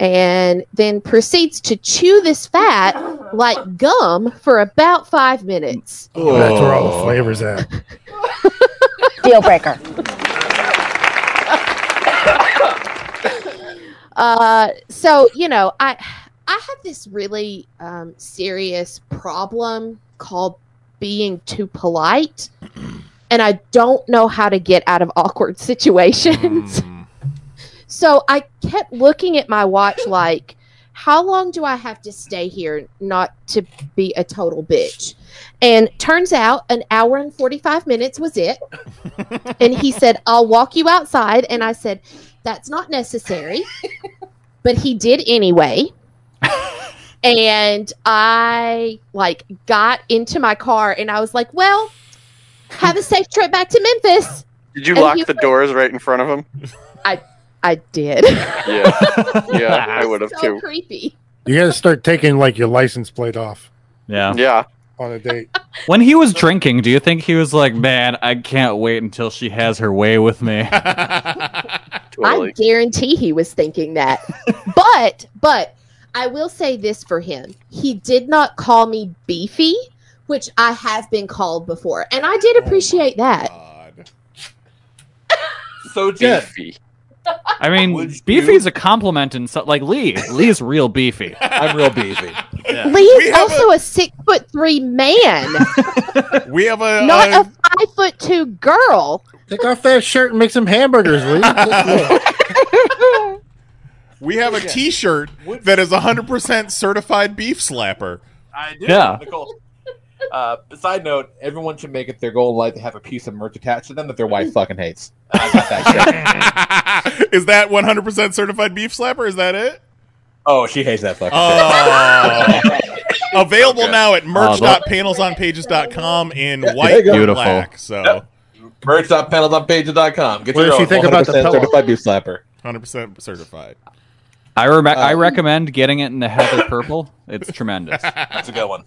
M: and then proceeds to chew this fat like gum for about five minutes.
F: That's where all the flavors at.
M: Deal breaker. uh, so you know, I I have this really um, serious problem called being too polite, and I don't know how to get out of awkward <laughs> situations. so I kept looking at my watch, like, how long do I have to stay here not to be a total bitch? And turns out an hour and 45 minutes was it and he said, I'll walk you outside. And I said, That's not necessary. but he did anyway. and I like got into my car and I was like, Well, have a safe trip back to Memphis.
G: Did you
M: And
G: lock
M: he
F: <laughs>
G: the doors right in front of him?
M: I I did. <laughs>
G: Yeah, yeah, I would have
M: so
G: too.
M: creepy.
F: You got to start taking like your license plate off
H: Yeah.
G: Yeah.
F: on a date.
H: <laughs> When he was drinking, do you think he was like, man, I can't wait until she has her way with me?
I: <laughs>
M: I guarantee he was thinking that. but but I will say this for him. He did not call me beefy, which I have been called before. And I did appreciate that.
H: <laughs>
Q: So beefy.
H: I mean, beefy is a compliment and so, like Lee. Lee's real beefy.
E: I'm real
I: <laughs>
E: beefy.
M: Lee is also a-, six foot three man,
I: <laughs> We have a.
M: not a
I: uh,
M: five foot two girl.
F: Take off that shirt and make some hamburgers,
E: <laughs>
F: Lee.
I: we have a T-shirt that is 100% certified beef slapper.
E: I
I: do, Yeah.
E: Nicole. Uh, side note: Everyone should make it their goal in life to have a piece of merch attached to them that their wife fucking hates. I got that shit.
I: Is that 100% certified beef slapper? Is that
E: <laughs>
I: it?
E: Oh, she hates that fucking
I: Oh. Available
E: Okay.
I: now at
E: Oh, that-
I: merch.panelsonpages.com in
E: shit.
I: white and black. So
E: Merch.panelsompages.com. Get
I: What
E: your
I: does she
E: own
I: think about the
E: 100%
I: pillow?
E: certified beef slapper.
I: 100% certified.
H: I, rem-
E: Uh,
H: I recommend getting it in the heather purple. It's
E: <laughs>
H: tremendous.
E: That's a good one.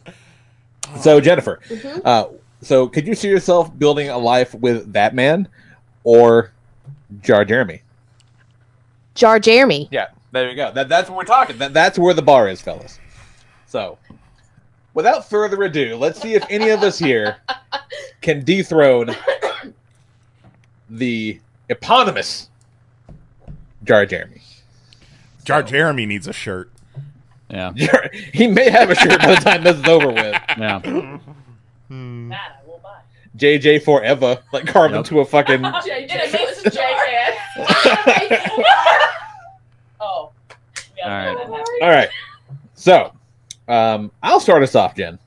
E: So Jennifer, uh, so could you see yourself building a life with that man or Jar Jeremy?
M: Jar
E: <laughs>
M: Jeremy.
E: Yeah, there you go. That, that's what we're talking. That, that's where the bar is, fellas. So, without further ado, let's see if any of us here can dethrone the eponymous Jar Jeremy.
I: Jar Jeremy needs a shirt.
H: Yeah.
E: <laughs> he may have a shirt by the time this is over with.
I: <laughs>
H: Yeah.
I: Hmm.
E: JJ forever, like carved into a
D: <laughs>
E: fucking.
D: <laughs> Jay, get it, it was Jay Oh.
E: All right. All right. So, um, I'll start us off, Jen.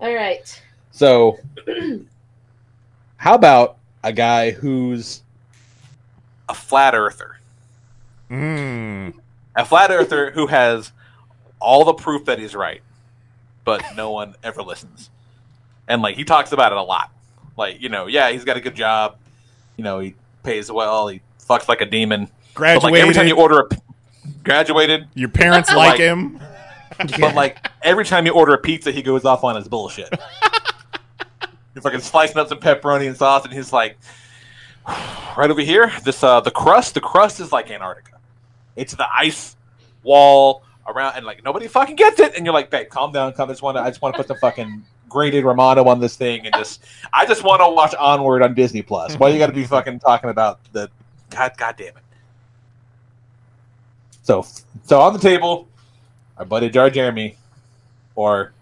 M: All right.
E: So, how about a guy who's
Q: a flat earther.
I: Hmm.
Q: A flat earther who has all the proof that he's right, but no one ever listens. And like he talks about it a lot. Like, you know, yeah, he's got a good job. You know, he pays well, he fucks like a demon. But, like every time
I: Graduated.
Q: you order a p- graduated,
I: your
E: <laughs>
I: parents like him.
Q: But like every time you order a pizza, he goes off on his bullshit. he's fucking slicing up some pepperoni and sauce, and he's like, <sighs> right over here, this uh, the crust. The crust is like Antarctica. It's the ice wall around, and like nobody fucking gets it. And you're like, babe, calm down, calm. I just want to, I just want to put some fucking graded Romano on this thing, and just, I just want to watch Onward on Disney Plus. Why you got to be fucking talking about the, god, god damn it.
E: so so on the table? Our buddy Jar Jeremy, or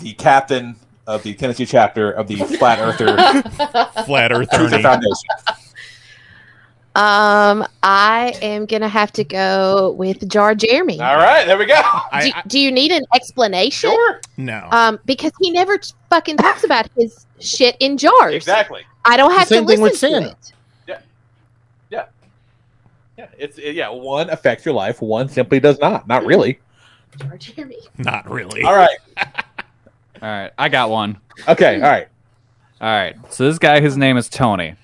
E: the captain of the Tennessee chapter <laughs> of the Flat Earther <laughs>
I: Flat Earth
E: Truth and Foundation.
M: Um, I am gonna have to go with Jar Jeremy.
E: All right, there we go.
M: do, do you need an explanation? Sure.
I: No.
M: Um, because he never t- fucking talks about his shit in jars.
Q: Exactly.
M: I don't have
Q: Same
M: to
Q: thing
M: listen
Q: with
M: to
Q: Santa.
M: it. <laughs>
Q: Yeah, it's it, yeah. One,
E: One affects your life, one simply does not. Not really.
M: Jar Jeremy.
I: Not really. <laughs>
E: All right.
H: All right, I got one.
E: Okay, all right.
H: All right. So this guy whose name is Tony.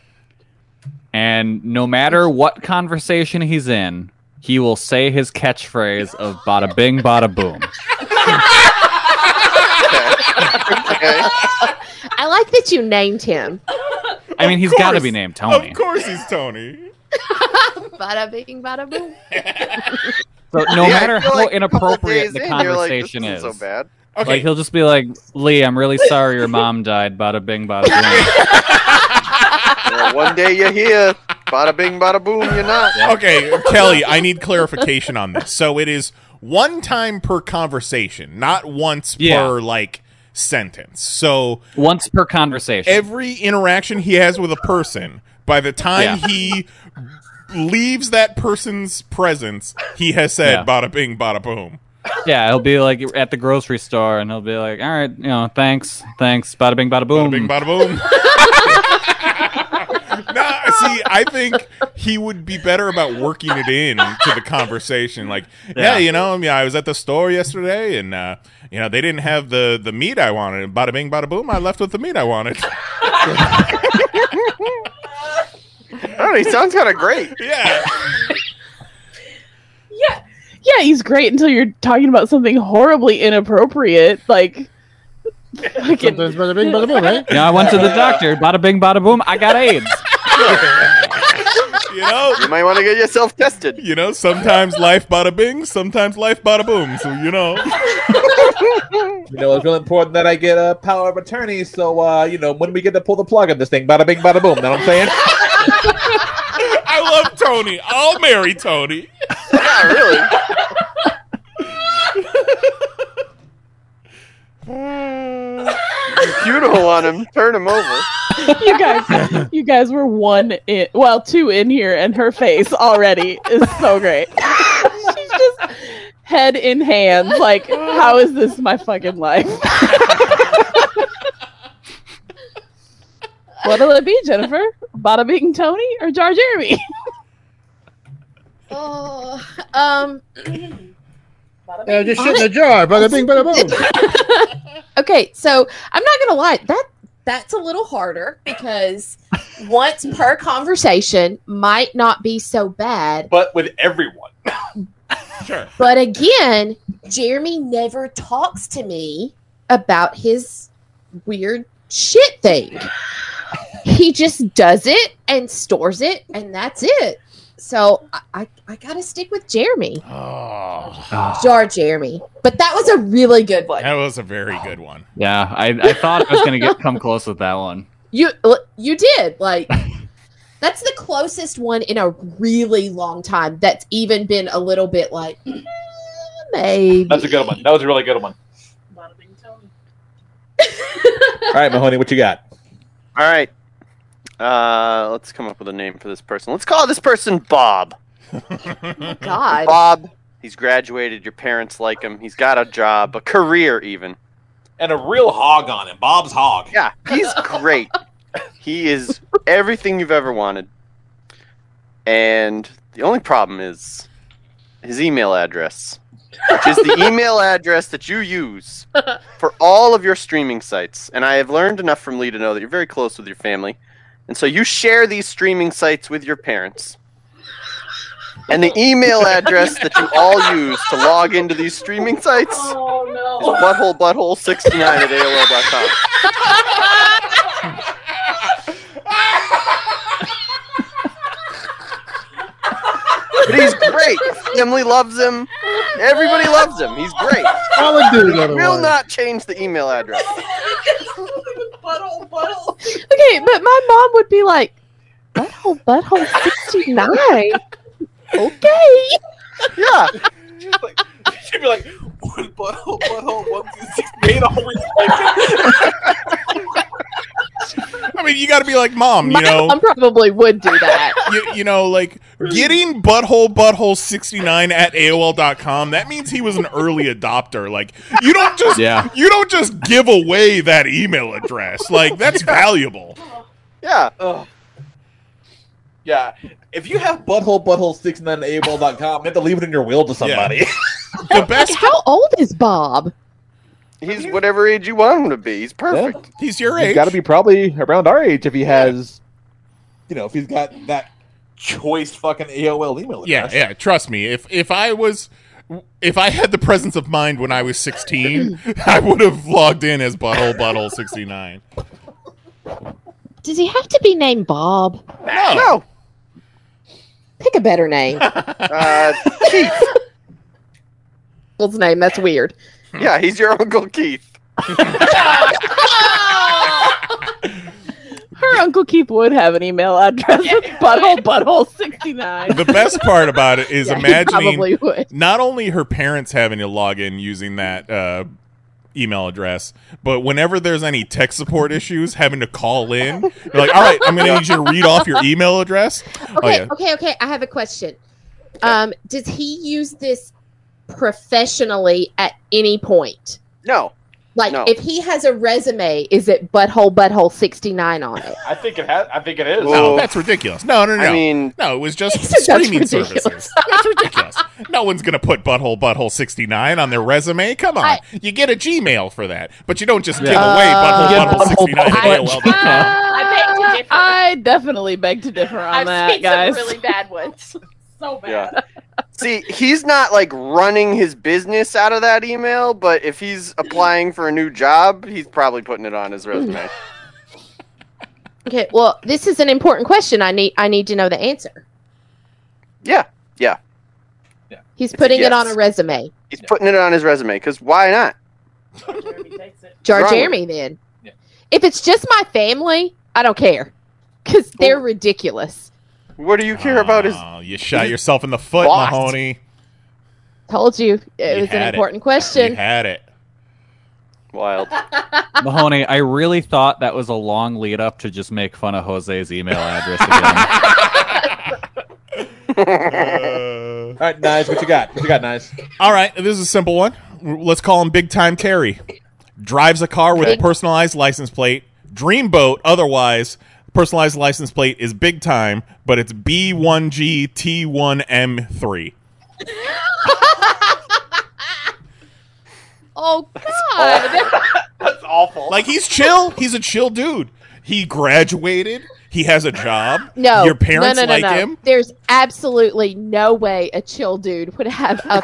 H: And no matter what conversation he's in, he will say his catchphrase of bada bing bada boom.
M: I like that you named him. <laughs>
H: I mean, he's got to be named Tony.
I: Of course he's Tony.
M: bada bing, bada boom.
H: So
R: <laughs>
M: Yeah,
H: no
M: I
H: matter
M: feel
H: how
M: like a couple
H: inappropriate
M: days
H: the
M: in,
G: you're like, this
H: conversation
G: isn't
H: is,
G: so bad.
H: like he'll just be like, "Lee, I'm really sorry your mom died." Bada bing,
E: <laughs>
H: bada boom.
G: Well, one day you're here, bada bing, bada boom. You're not.
I: Okay,
G: <laughs>
I: Kelly, I need clarification on this. So it is one time per conversation, not once per like sentence. So
H: once per conversation.
I: Every interaction he has with a person, by the time
H: Yeah.
I: he leaves that person's presence, he has said
H: Yeah.
I: bada bing bada boom.
H: yeah, he'll be like at the grocery store, and he'll be like, "All right, you know, thanks, thanks, bada bing, bada boom, bada bing,
I: bada boom." Uh, <laughs> See, I think he would be better about working it in to the conversation. Like, yeah,
H: Yeah.
I: you know, I, mean, I was at the store yesterday, and uh, you know, they didn't have the the meat I wanted. Bada bing, bada boom. I left with the meat I wanted.
G: Oh, he sounds kind of great.
I: <laughs> Yeah.
D: Yeah, he's great until you're talking about something horribly inappropriate,
Q: <laughs>
D: like fucking
F: bada bing, bada boom, right?
H: Yeah, I went to the doctor. Bada bing, bada boom. I
F: <laughs>
H: got AIDS.
I: you know,
G: you might want to get yourself tested.
I: You know, sometimes life bada bing, sometimes life bada boom. So you know,
E: You know, it's really important that I get a power of attorney. So, uh, you know, when we get to pull the plug on this thing, bada bing, bada boom. Know what I'm saying?
I: I love Tony. I'll marry Tony.
G: Yeah, really.
I: <laughs>
G: Beautiful on him. Turn him over.
D: <laughs> you guys, you guys were one in, well, two in here, and her face already is so great. <laughs> She's just head in hand, like, how is this my fucking life? <laughs> What'll it be, Jennifer? Bada Bing Tony or Jar Jeremy?
M: Oh, um.
F: Yeah, just shit in the jar. Bada bing, bada boom.
M: Okay, so I'm not gonna lie that that's a little harder because once per conversation might not be so bad.
S: but with everyone. sure.
M: But again, Jeremy never talks to me about his weird shit thing. He just does it and stores it, and that's it. So I, I, I gotta stick with Jeremy. Jar Jeremy. But that was a really good one.
I: That was a very good one.
H: Yeah, I, I thought I was gonna get come close with that one.
M: You you did like that's the closest one in a really long time that's even been a little bit like "Mm, maybe.
S: That's a good one. That was a really good one.
E: All right, Mahoney, what you got?
G: All right. Uh, let's come up with a name for this person. Let's call this person Bob. Oh,
M: God.
G: Bob. He's graduated. Your parents like him. He's got a job, a career, even.
S: And a real hog on him. Bob's hog.
G: Yeah, he's
S: <laughs>
G: great. he is everything you've ever wanted. And the only problem is his email address, which
S: <laughs>
G: is the email address that you use for all of your streaming sites. And I have learned enough from Lee to know that you're very close with your family. And so you share these streaming sites with your parents. And the email address that you all use to log into these streaming sites is butthole butthole 69 at AOL.com. But he's great. Emily loves him. Everybody loves him. He's great.
F: Solid dude,
G: Will
F: otherwise.
G: not change the email address.
D: Okay, but my mom would be like, butthole, butthole, sixty nine. Okay.
G: Yeah.
S: She'd be like, one butthole, butthole, one, two, six, eight, always like
I: I mean, you got to be like mom. You
D: My
I: know,
D: mom <laughs> probably would do that.
I: <laughs> you, you know, like getting butthole butthole 69 at AOL.com, that means he was an early adopter. Like you don't just
H: Yeah.
I: you don't just give away that email address. Like
D: <laughs>
I: that's valuable.
G: Yeah.
E: Yeah. If you have butthole butthole six nine able.com, you have to leave it in your will to somebody. <laughs>
I: The best
D: How old is Bob?
G: He's whatever age you want him to be. He's perfect.
I: He's your
E: He's
I: <laughs>
E: got to be probably around our age if he has, you know, if he's got that choice fucking AOL email
I: Yeah,
E: address.
I: yeah, trust me. If if I was if I had the presence of mind when I was
D: <clears throat>
I: 16, I would have logged in as butthole butthole 69.
T: Does he have to be named Bob?
I: No.
G: No.
T: Pick a better name.
G: Uh, Keith.
T: Uncle's name. That's weird.
G: Yeah, he's your Uncle Keith.
D: Her uncle Keith would have an email address. butthole, butthole, sixty nine.
I: The best part about it is
D: Yeah, he probably
I: imagining
D: would.
I: not only her parents having to log in using that uh, email address, but whenever there's any tech support issues, having to call in, you're like, all right, I'm going to need you to read off your email address. oh,
M: Okay,
I: yeah.
M: okay, okay. I have a question. Um, does he use this professionally at any point?
G: No.
M: Like,
G: No.
M: if he has a resume, is it butthole butthole sixty nine on it?
S: I think it has. I think it is.
I: No, that's ridiculous. No, no, no.
G: I mean-
I: no, it was just
M: That's
I: streaming
M: ridiculous.
I: services. That's ridiculous. No one's going to put butthole butthole 69 on their resume. Come on.
M: I-
I: you get a Gmail for that, but you don't just give
E: Yeah.
I: away
E: Uh,
I: butthole
E: Yeah,
I: butthole 69 at
E: butthole,
I: AOL.
M: I bet you
D: differ. I definitely beg to differ on
A: I've
D: that,
A: seen
D: guys.
A: some really
D: <laughs>
A: bad
I: <laughs>
A: ones.
D: so
G: Yeah. See, he's not like running his business out of that email, but if he's applying for a new job, he's probably putting it on his resume.
M: Okay, well, this is an important question. I need I need to know the answer.
G: Yeah, yeah.
M: He's
G: It's a
M: putting it
G: yes.
M: on a resume.
G: He's putting it on his resume because why not?
M: Jar
G: Wrong with-
M: Jeremy then. If it's just my family, I don't care cuz they're ridiculous.
G: What do you care about his
I: Oh, you shot yourself in the foot,
M: Lost.
G: <laughs>
I: Mahoney.
M: Told you it
I: You
M: was an
I: had it.
M: important
I: You
M: question.
I: had it.
G: Wild.
H: Mahoney, I really thought that was a long lead up to just make fun of Jose's email address again.
J: All right, Nice. What you got? What you got, Nice?
I: All right, this is a simple one. Let's call him Big Time Terry. Drives a car with a personalized license plate. Dreamboat, otherwise, personalized license plate is Big Time, but it's B1GT1M3.
M: Oh god.
G: That's awful.
I: Like he's chill. He's a chill dude. He graduated. He has a job.
M: No.
I: your parents
M: no, no, no,
I: like
M: no.
I: him.
M: There's absolutely no way a chill dude would have <laughs> a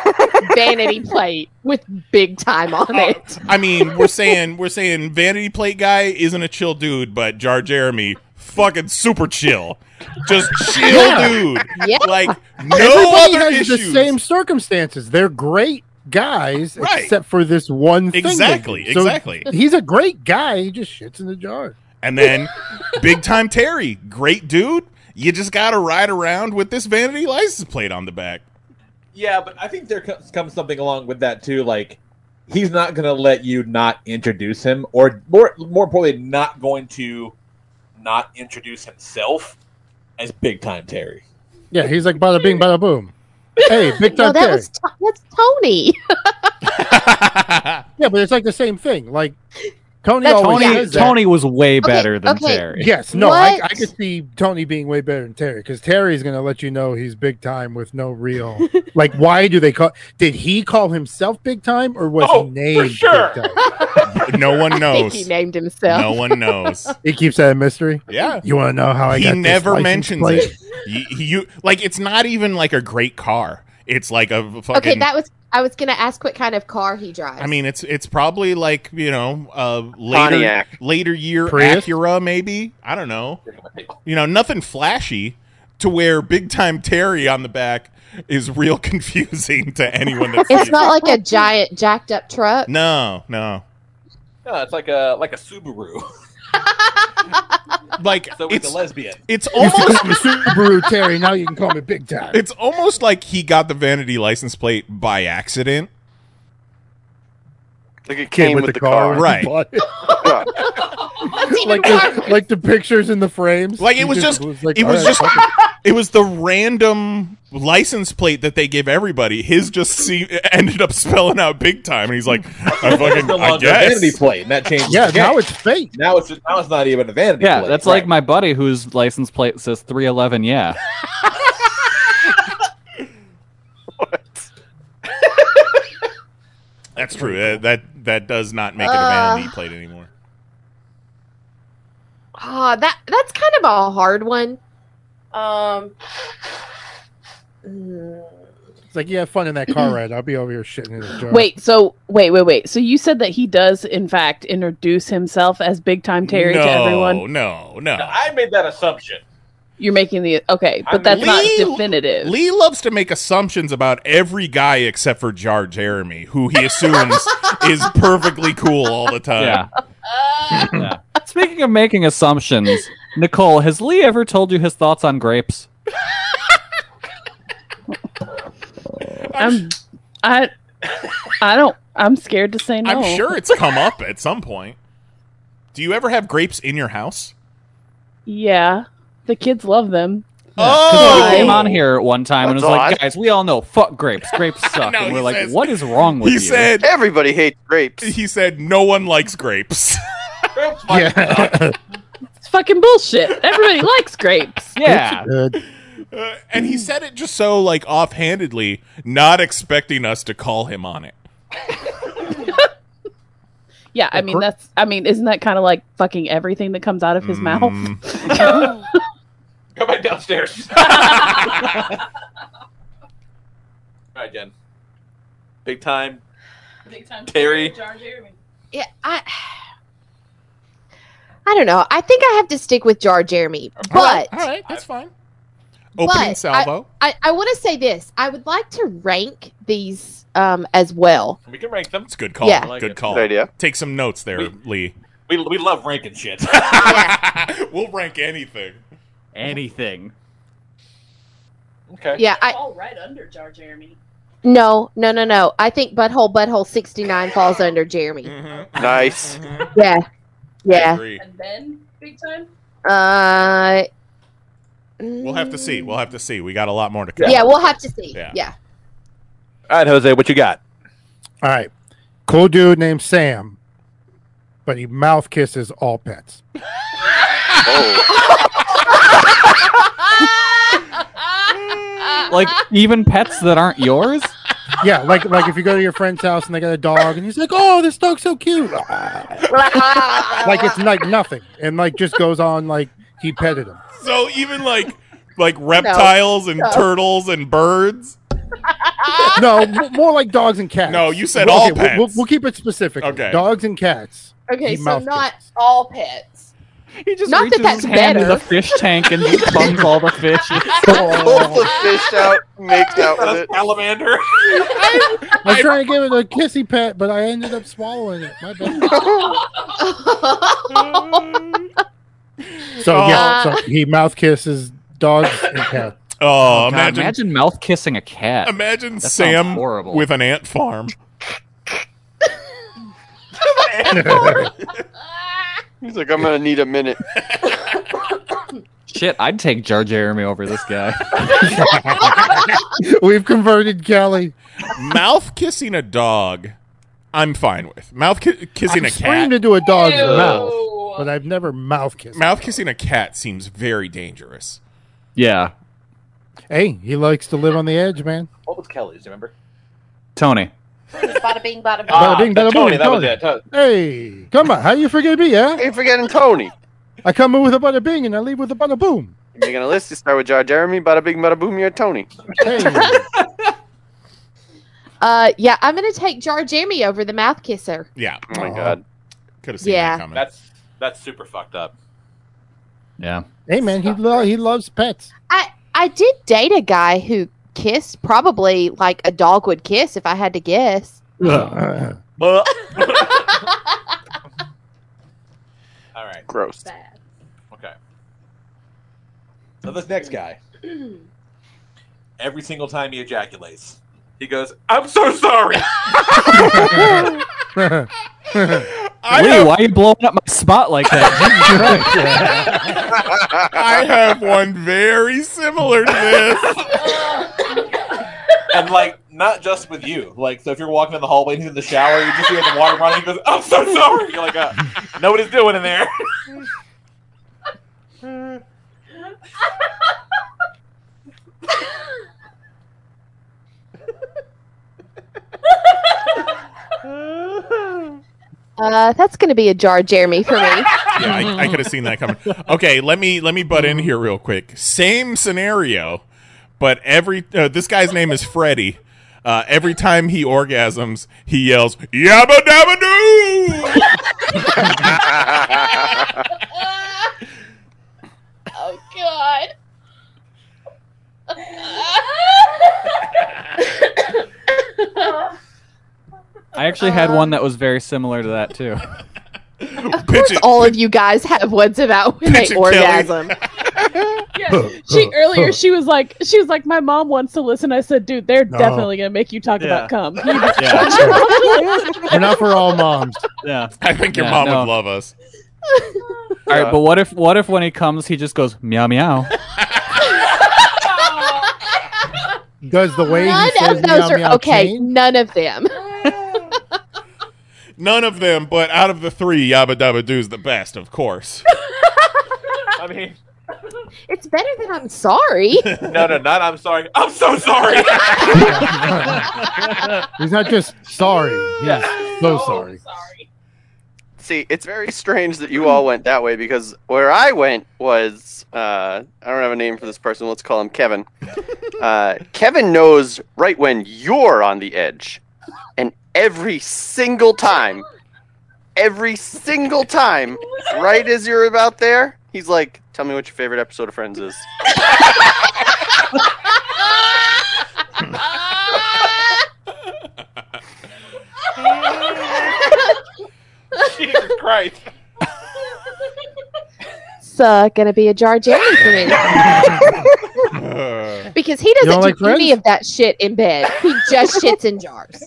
M: vanity plate with big time on it.
I: I mean, we're saying we're saying vanity plate guy isn't a chill dude, but Jar Jeremy fucking super chill, just chill
F: Yeah.
I: dude.
M: Yeah.
I: <laughs> Like no
F: Everybody
I: other
F: has
I: issues.
F: the same circumstances. They're great guys,
I: Right.
F: except for this one thing. they do.
I: Exactly,
F: So
I: exactly.
F: He's a great guy. He just shits in the jar.
I: And then big time Terry, great dude. You just gotta ride around with this vanity license plate on the back.
J: Yeah, but I think there comes, comes something along with that too. Like he's not going to let you not introduce him, or more more importantly, not going to not introduce himself as big time Terry.
F: Yeah, he's like bada bing,
M: <laughs>
F: bada boom. Hey, big
M: No,
F: time
M: that
F: Terry.
M: was To- that's Tony. <laughs>
F: Yeah, but it's like the same thing. Like <laughs> Tony
M: That's
F: always
M: Tony-
F: says that.
H: Tony was way better than
M: okay.
H: Terry.
F: Yes, no, I, I
M: What?
F: could see Tony being way better than Terry because Terry's going to let you know he's big time with no real.
M: <laughs>
F: like, why do they call? Did he call himself big time or was
G: Oh,
F: he
G: for
F: named
G: sure.
F: big time?
I: No one
M: <laughs> I think he
I: knows.
M: named himself.
I: No
M: <laughs>
I: one knows.
F: <laughs> He keeps that a mystery.
I: Yeah.
F: you want to know how I
I: he
F: got this
I: never
F: license
I: mentions
F: plate?
I: it. You, you like it's not even like a great car. It's like a fucking.
M: Okay, that was I was gonna ask what kind of car he drives.
I: I mean, it's it's probably like you know uh, later
G: Pontiac.
I: later year
G: Prius?
I: Acura maybe. I don't know. You know, nothing flashy to where big time Terry on the back is real <laughs> confusing to
M: <laughs>
I: anyone. That's
M: it's not like a giant jacked up truck.
I: no, no.
P: No, it's like a like a
H: <laughs>
P: Subaru.
I: Like
P: so with
I: it's
P: a lesbian.
I: It's
F: You
I: almost
F: call me Subaru Terry. Now you can call me big
I: <laughs>
F: time.
I: it's almost like he got the vanity license plate by accident.
G: Like it came, with, the car.
I: right?
F: like, the, like the pictures in the frames.
I: Like
F: He
I: it was just,
F: like,
I: it
F: all
I: was
F: right,
I: just
F: fuck
I: <laughs> it was the random license plate that they give everybody. His just see, <laughs> ended up spelling out big time, and he's like, I fucking I
J: vanity
I: guess.
J: plate, and that changes.
H: Yeah,
J: the game.
H: now
F: it's fake.
J: Now it's now it's not even a vanity.
H: Yeah,
J: plate.
H: that's like
P: <laughs>
H: my buddy whose license plate says 311.
M: <laughs>
H: Yeah.
I: That's true. That, that that does not make it a
M: Uh.
I: vanity plate anymore.
M: Ah, that that's kind of a hard one. Um,
F: It's like, yeah, have fun in that car ride. I'll be over here shitting in the jar.
D: Wait, so wait, wait, wait. So you said that he does in fact introduce himself as big time Terry
I: no,
D: to everyone.
I: no, no.
P: I made that assumption.
D: You're making the okay, but
I: I
D: that's
I: mean-
D: not
I: Lee-
H: <laughs>
D: definitive.
I: Lee loves to make assumptions about every guy except for Jar Jeremy, who he assumes is perfectly cool all the time.
H: Yeah. yeah. Speaking of making assumptions, Nicole, has Lee ever told you his thoughts on grapes?
D: I'm I I don't I'm scared to say no.
I: I'm sure it's come up at some point. Do you ever have grapes in your house?
D: Yeah. The kids love them.
H: 'Cause
I: Oh!
H: he came on here at one time and
G: That's
H: was like,
G: odd.
H: guys, we all know, fuck grapes.
M: <laughs>
H: Grapes suck. and we're like, what is wrong with
I: He
H: you?
I: said
G: everybody hates grapes.
I: He said no one likes grapes. <laughs>
H: <laughs>
F: yeah.
D: It's fucking bullshit. Everybody likes grapes.
H: Yeah.
I: Uh, and he said it just so like offhandedly, not expecting us to call him on it.
D: Yeah, I mean that's I mean, isn't that kind of like fucking everything that comes out of his mouth?
I: Mm.
D: <laughs>
P: Go back
H: <laughs>
P: downstairs. All right, Jen. Big time.
D: Big
P: time. Terry.
M: Yeah, I I don't know. I think I have to stick with Jar Jeremy. But
I: all right, that's fine. Opening
M: but
I: salvo.
M: I, I, I want to say this. I would like to rank these um, as well.
P: We can rank them. It's
I: Good call.
M: Yeah.
I: Good call.
G: Good idea.
I: Take some notes there, Lee. <laughs>
P: We, we love ranking
M: <laughs>
P: shit.
E: <laughs>
I: we'll rank anything.
H: Anything.
P: Okay.
M: Yeah, I-
U: fall right under Jar Jeremy.
M: No, no, no, no. I think Butthole Butthole 69 falls under Jeremy.
I: <laughs>
H: Mm-hmm.
G: Nice.
M: Yeah. Yeah.
U: And then big time.
M: Uh,
I: We'll have to see. We'll have to see. We got a lot more to
M: yeah.
I: come.
M: we'll have to see.
I: Yeah.
M: Yeah.
J: All right, Jose, what you
M: <laughs>
J: got?
F: All right. Cool dude named Sam, but he mouth kisses all pets.
H: Like even pets that aren't yours?
F: <laughs> Yeah, like like if you go to your friend's house and they got a dog and he's like, "Oh, this dog's so cute," like it's like nothing, and like just goes on like he petted him.
I: So even like like reptiles and
F: No.
I: turtles and birds.
F: No, m- more like dogs and cats.
I: No, you said
F: Okay,
I: all
F: we'll- we'll- We'll,
I: pets.
F: keep it specific.
I: Okay.
F: dogs and cats.
M: Okay,
F: he
M: so
F: mouth
M: not all pets.
H: He just
M: not that
H: reaches
M: that's
H: his hand
M: better.
H: in the fish
M: <laughs>
H: tank and just bums all
F: <laughs>
H: the fish.
G: Pulls the fish out, makes out with it.
P: Salamander.
F: I was trying to give it a kissy pet, but I ended up swallowing it. My bad. So
H: Oh.
M: Uh,
F: yeah, so he mouth kisses dogs and cats.
I: Oh,
H: God,
I: imagine-
H: imagine mouth kissing a cat.
I: Imagine
H: That sounds
I: Sam <laughs>
H: horrible.
I: with an ant farm.
G: <laughs> He's like, I'm gonna need
I: <laughs>
G: a minute.
H: Shit, I'd take Jar Jeremy over this
I: <laughs>
H: guy.
F: <laughs> We've converted Kelly.
I: Mouth kissing a dog, I'm fine with. Mouth ki- kissing
F: I'm
I: a
F: screamed
I: cat.
F: into a dog's mouth, but I've never mouth kissed.
I: Mouth kissing a cat seems very dangerous.
H: yeah,
F: Hey, he likes to live on the edge, man.
J: What was Kelly's? Remember?
H: Tony.
L: Bada bing, bada boom.
E: Ah,
F: Bada bing,
H: Uh,
F: bada boom, Hey, come on, how you forget me, huh?
G: Ain't forgetting Tony.
F: I come in with a bada bing and I leave with a bada boom. <laughs>
G: You're making a list. You start with Jar Jeremy, bada bing, bada boom. You're Tony.
M: Uh, yeah, I'm going to take Jar Jeremy over the mouth kisser.
I: Yeah.
G: Oh my god.
I: Could have
M: seen that Yeah. coming.
P: That's that's super fucked up. <laughs>
H: Yeah.
F: Hey, man, he lo- he loves pets.
M: I, I did date a guy who kissed probably like a dog would kiss if I had to guess.
P: All right.
G: Gross.
P: Okay.
J: So this next guy.
P: Every single time he ejaculates, he goes, "I'm so sorry."
M: <laughs>
E: <laughs>
H: Wait, why are you blowing up my spot like
F: <laughs>
H: that?
I: I have one very similar to this.
P: and like, not just with you. Like, so if you're walking in the hallway and he's in the shower, you just hear the water running. He goes,
E: "Oh,
P: "I'm so sorry." You're like, uh, "Know what he's doing in
E: <laughs>
P: there?"
M: Uh, that's going to be a Jar Jeremy for
H: <laughs>
M: me.
I: Yeah, I, I could have seen that coming. Okay, let me let me butt in here real quick. Same scenario, but every uh, this guy's name is Freddy. Uh, every time he orgasms, he yells "Yabba dabba doo!" <laughs>
M: oh <laughs> God.
H: I actually had one that was very similar to that too.
M: Of course, all of you guys have ones about when
H: Pitch
M: they
I: <laughs>
H: it, Kelly.
M: orgasm.
D: Yeah. She earlier she was like she was like my mom wants to listen. I said, dude, they're
F: No.
D: definitely gonna make you talk
F: Yeah.
I: <laughs>
D: about cum. <laughs>
F: Enough for all moms.
H: Yeah.
I: I think your
H: Yeah,
I: mom
H: no.
I: would
P: <laughs>
I: love us.
H: All right, but what if what if when he comes he just goes meow meow?
F: Does the way
M: None
F: he says
M: of those
F: meow,
M: are
F: meow
M: okay.
F: change?
M: None of them.
I: None of them, but out of the three, Yabba Dabba Doo's the best, of course.
P: I mean,
M: It's better than I'm
H: <laughs>
M: sorry.
P: no, no, not. I'm sorry. I'm so sorry.
F: He's not just sorry. He's so sorry.
G: see, it's very strange that you all went that way because where I went was uh, I don't have a name for this person. Let's call him Kevin. Uh, Kevin knows right when you're on the edge, and every single time, every single time, right as you're about there, he's like, "Tell me what your favorite episode of Friends is."
E: <laughs> Jesus Christ.
M: So gonna be a jar Jerry for
H: <laughs>
M: me.
I: Uh,
M: because he
H: You
M: doesn't
H: don't
M: do
H: like Friends?
M: any of that shit in bed. He
F: <laughs>
M: just shits in jars.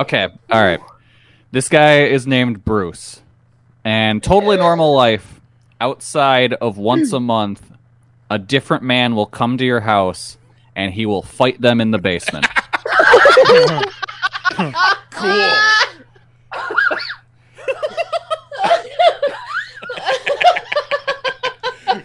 H: Okay, all right. This guy is named Bruce, and totally normal life. Outside of once a month, a different man will come to your house, and he will fight them in the basement.
E: Cool.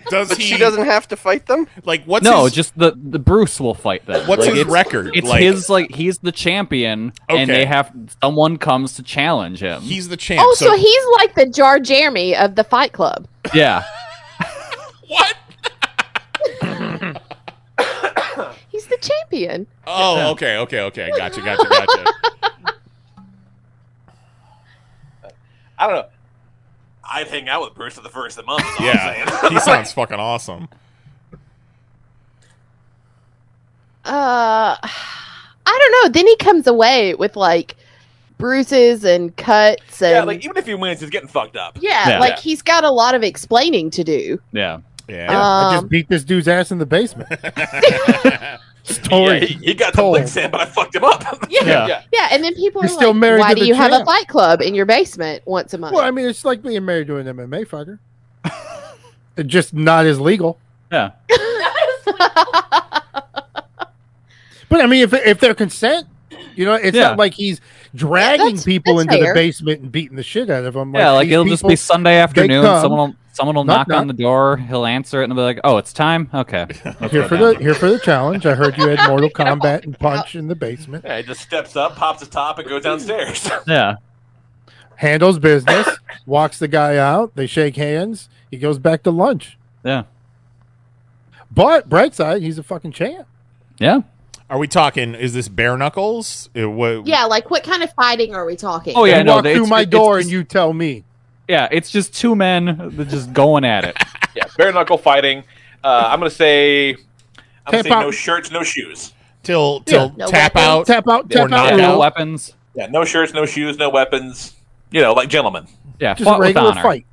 I: Does
G: but
I: he-
G: she doesn't have to fight them.
I: Like what's
H: no,
I: his-
H: just the, the Bruce will fight them.
I: <laughs> What's
H: Like,
I: his
H: it's-
I: record?
H: It's
I: Like-
H: his like he's the champion, and
I: Okay.
H: they have someone comes to challenge him.
I: He's the champ.
M: Oh, so, he's like the Jar Jeremy of the Fight Club.
I: <laughs>
H: yeah.
M: He's the champion.
I: Oh, okay, okay, okay. I Gotcha, gotcha, gotcha.
E: I don't know. I'd hang out with Bruce for the first of the month. is all I'm
I: yeah,
E: saying. <laughs>
I: he sounds fucking awesome.
M: Uh, I don't know. Then he comes away with like bruises and cuts and
E: yeah, like even if he wins, he's getting fucked up.
M: Yeah, like he's got a lot of explaining to do.
H: Yeah.
I: Yeah.
F: I
M: Um,
F: just beat this dude's ass in the
G: <laughs>
F: basement.
E: Yeah,
F: Story.
E: he, he got some
F: told.
E: licks in, but I fucked him up. <laughs>
F: Yeah.
M: Yeah, and then people
F: You're
M: are
F: still
M: like,
F: married
M: "Why
F: to
M: do
F: the
M: you have a
F: champ."
M: fight club in your basement once a month?"
F: Well, I mean, it's like being married to an MMA <laughs> fighter. It's just not as legal.
H: <laughs> Yeah.
F: but I mean, if if they're consent, you know, it's
H: Yeah.
F: not like he's dragging people
H: that's
F: into
H: fair.
F: the basement and beating the shit out of them.
H: yeah, like
F: these
H: it'll just
F: people,
H: be Sunday
F: they
H: afternoon.
F: come,
H: Someone will, someone will knock,
F: knock,
H: on the door. He'll answer it and be like, "Oh, it's time."
I: <laughs>
H: Okay, let's
F: here
H: go
F: for
H: down.
F: the here for the challenge. I heard you had Mortal Kombat
H: <laughs>
F: and punch in the basement.
E: Yeah, he just steps up, pops the top, and goes downstairs. <laughs>
H: Yeah.
F: Handles business, <coughs> walks the guy out. They shake hands. He goes back to lunch.
H: Yeah.
F: But bright side, he's a fucking champ.
H: Yeah.
I: Are we talking? Is this bare knuckles? It, what,
M: yeah, like what kind of fighting are we talking?
H: Oh, yeah,
F: You
H: no,
F: walk
H: they-
F: through
H: it's-
F: my
H: it's
F: door
H: just-
F: and you
I: <laughs>
F: tell Oh, me.
H: Yeah, it's just two men that just going at it.
E: yeah, bare knuckle fighting. Uh, I'm gonna say, I'm gonna
H: Tap
E: say
H: out.
E: no shirts, no shoes.
I: <laughs> Till till
E: No
I: tap
E: weapons.
I: out,
E: Tap out,
I: or
E: tap out
I: knock
E: rule.
I: out
H: weapons.
E: Yeah, no shirts, no shoes, no weapons. You know, like gentlemen.
H: Yeah,
F: Just a regular fight.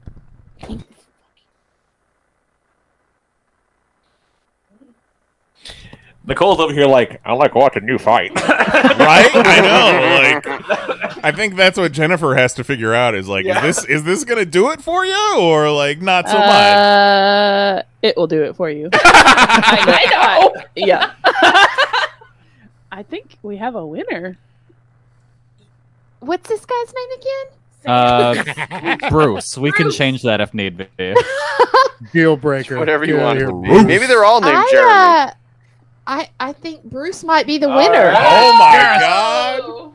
E: Nicole's over here like, I like watching you
H: <laughs>
E: fight.
I: right? I know. Like, I think that's what Jennifer has to figure out. Is like, is this is this gonna do it for you, or like not so much?
D: uh, it will do it for you. I know. Yeah. I think we have a winner.
M: What's this guy's name again?
F: <laughs>
H: <laughs> Uh, Bruce, we can change that if need be.
F: Deal breaker.
G: Whatever you
F: Get
G: want.
F: out of here.
G: Maybe they're all named
M: I,
G: Jeremy.
M: uh, I I think Bruce might be the winner.
E: Oh my
I: god!
H: Oh,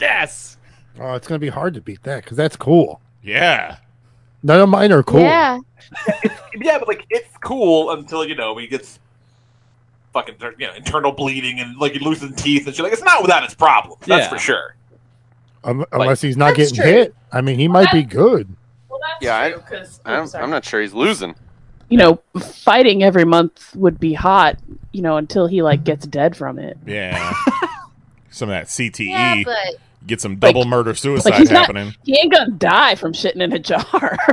E: Yes.
F: Oh, it's gonna be hard to beat that because that's cool.
I: Yeah.
F: None of mine are cool.
E: <laughs> yeah, but like it's cool until you know he gets fucking you know internal bleeding and like he loses teeth and shit. Like it's not without its problems. That's
I: Yeah.
E: for sure.
F: Un- Um, unless he's not
E: That's
F: getting
E: true.
F: hit. I mean, he might be good.
G: yeah, I, I'm, I'm not sure he's losing.
D: You know, fighting every month would be hot. You know, until he like gets dead from it.
I: <laughs>
D: <laughs>
I: Yeah. some of that CTE.
D: Yeah, but-
I: Get some double murder suicide
D: Like he's not.
I: happening.
D: He ain't gonna die from shitting in a jar.
M: <laughs>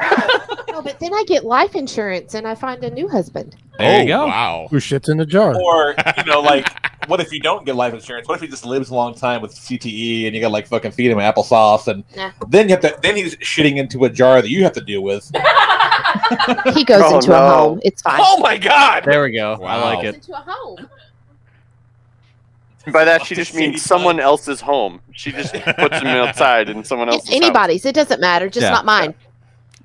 M: No, but then I get life insurance and I find a new husband.
H: There you
E: Oh,
H: go.
I: Wow.
F: Who shits in a jar?
E: Or you know, like what if you don't get life insurance? What if he just lives a long time with CTE and you got to like fucking feed him applesauce and
M: Nah.
E: then you have to then he's shitting into a jar that you have to deal with.
M: <laughs> He goes
E: Oh,
M: into
E: no.
M: a home. It's fine.
E: Oh my god!
H: There we go.
E: Wow.
H: I like it.
M: Into a
H: <laughs>
M: home.
G: And by that, she just means someone else's home. She just puts
E: <laughs>
G: him outside in someone else's
M: It's anybody's. It doesn't matter. Just
H: Yeah.
M: not mine.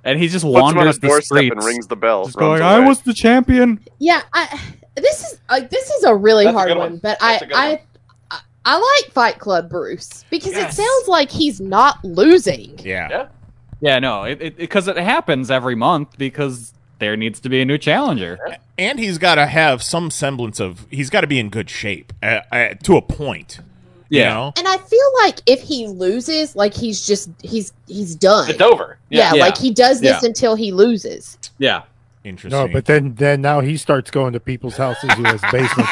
H: And he just
G: Puts him on
H: wanders
G: his
H: the
G: doorstep and
H: streets,
G: rings the bell,
H: just
G: runs
H: going, "I
G: away."
H: was the champion."
M: Yeah, I this is like this is a really
H: That's a
M: hard
H: good
M: one,
H: one.
M: but I,
H: a good
M: I I I like Fight Club Bruce because it sounds like he's not losing.
I: Yeah.
E: Yeah.
H: Yeah, no, because it, because it happens every month because there needs to be a new challenger.
I: and he's got to have some semblance of he's got to be in good shape uh, uh, to a point. You
H: Yeah.
I: know?
M: And I feel like if he loses, like he's just he's he's done.
I: It's over.
M: Yeah,
I: Yeah. Yeah.
M: like he does this
F: Yeah.
M: until he loses.
H: Yeah.
I: Interesting.
F: No, but then then now he starts going to people's houses who has basements.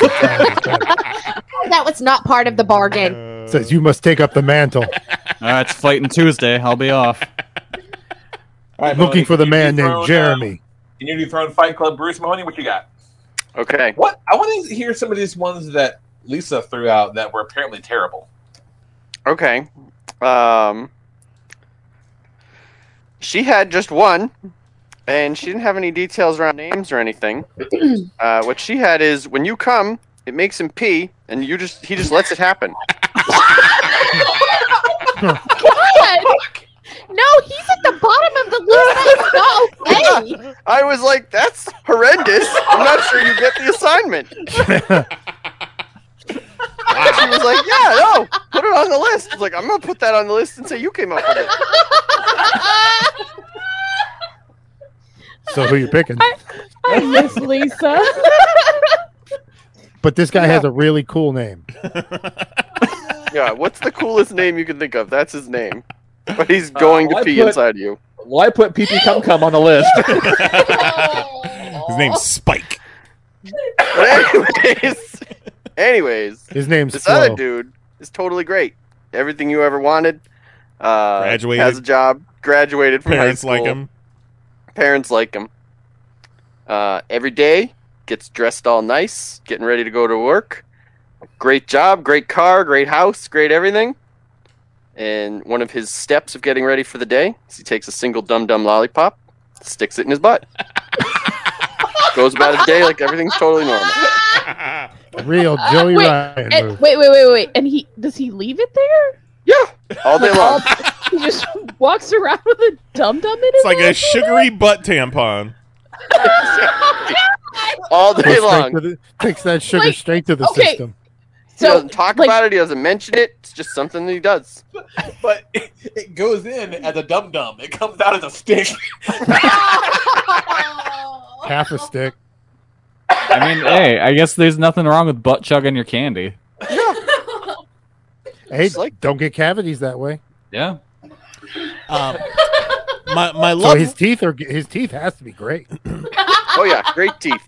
M: That was not part of the bargain.
F: says you must take up the mantle.
H: All right, uh, it's fighting Tuesday. I'll be off.
F: looking for the man
V: thrown,
F: named
V: uh,
F: Jeremy.
V: Can you dethrone Fight Club Bruce Mahoney? What you got?
G: Okay.
E: What I want to hear some of these ones
H: "Oh."
E: that Lisa threw out that were apparently terrible.
G: Okay. Um, she had just one, and she didn't have any details around names or anything. uh, what she had is when you come, it makes him pee, and you just he just lets it happen.
M: <laughs> God! No, he's at the bottom of the list. That's not okay.
G: I was like, that's horrendous. I'm not sure you get the assignment. She was like, yeah, no, put it on the list. I was like, I'm gonna put that on the list and say you came up with it.
F: So who you picking?
D: I miss Lisa.
F: But this guy has a really cool name.
G: Yeah, what's the coolest name you can think of? That's his name. But he's going
E: Uh,
G: to
E: I
G: pee
E: put- <laughs>
G: inside you.
E: Well, I put PP Cum Cum on the list.
I: <laughs> His name's Spike.
G: But anyways, anyways,
F: His name's
G: this other
F: Flo.
G: dude is totally great. Everything you ever wanted. Uh,
I: Graduated.
G: Has a job. Graduated from
I: Parents
G: high
I: like
G: school.
I: him.
G: Parents like him. Uh, every day gets dressed all nice, getting ready to go to work. Great job, great car, great house, great everything. And one of his steps of getting ready for the day is he takes a single dum dum lollipop, sticks it in
I: <laughs>
G: his butt. Goes about his day like everything's totally normal.
D: <laughs>
F: Real Joey
D: Uh, Wait,
F: Ryan
D: and-
F: move.
D: wait, wait, wait, wait. And he does he leave it there?
G: All day long.
D: He just walks around with a dum dum in his
I: It's like a
D: hand?
I: sugary butt tampon.
G: All
F: Goes
G: day
F: straight
G: long.
F: to the- takes that sugar
D: Wait,
F: straight to the
D: okay.
F: system.
G: He doesn't talk about it. He doesn't mention it. It's just something that he does.
E: but it, it goes in as a dum dum. It comes out as a stick.
F: Half a stick.
H: I mean, hey, I guess there's nothing wrong with butt chugging your candy.
F: Hey, don't get cavities that way.
H: Yeah.
D: <laughs>
I: Um, my my
F: So
I: love.
F: his teeth are his teeth has to be great.
G: <laughs> Oh yeah, great teeth.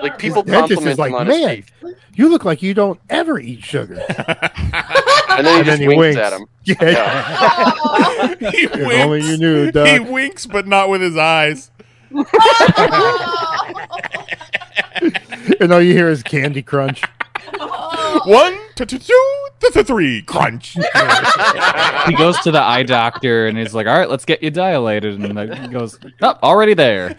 G: like <clears throat> people
F: Dentist
G: compliment
F: is like,
G: him on his
F: man,
G: teeth,
F: you look like you don't ever eat sugar.
G: <laughs> and then he just winks, at <laughs> him.
F: <laughs> Yeah.
D: <laughs>
I: he
F: If only
I: winks.
F: you knew, Doug.
G: uh,
I: He winks, but not with his eyes.
F: and all you hear is Candy
D: <laughs>
F: Crunch.
I: One, two, two, two, two, two, three, crunch.
H: He goes to the eye doctor and he's like, "All right, let's get you dilated." And then he goes, "Up, already there."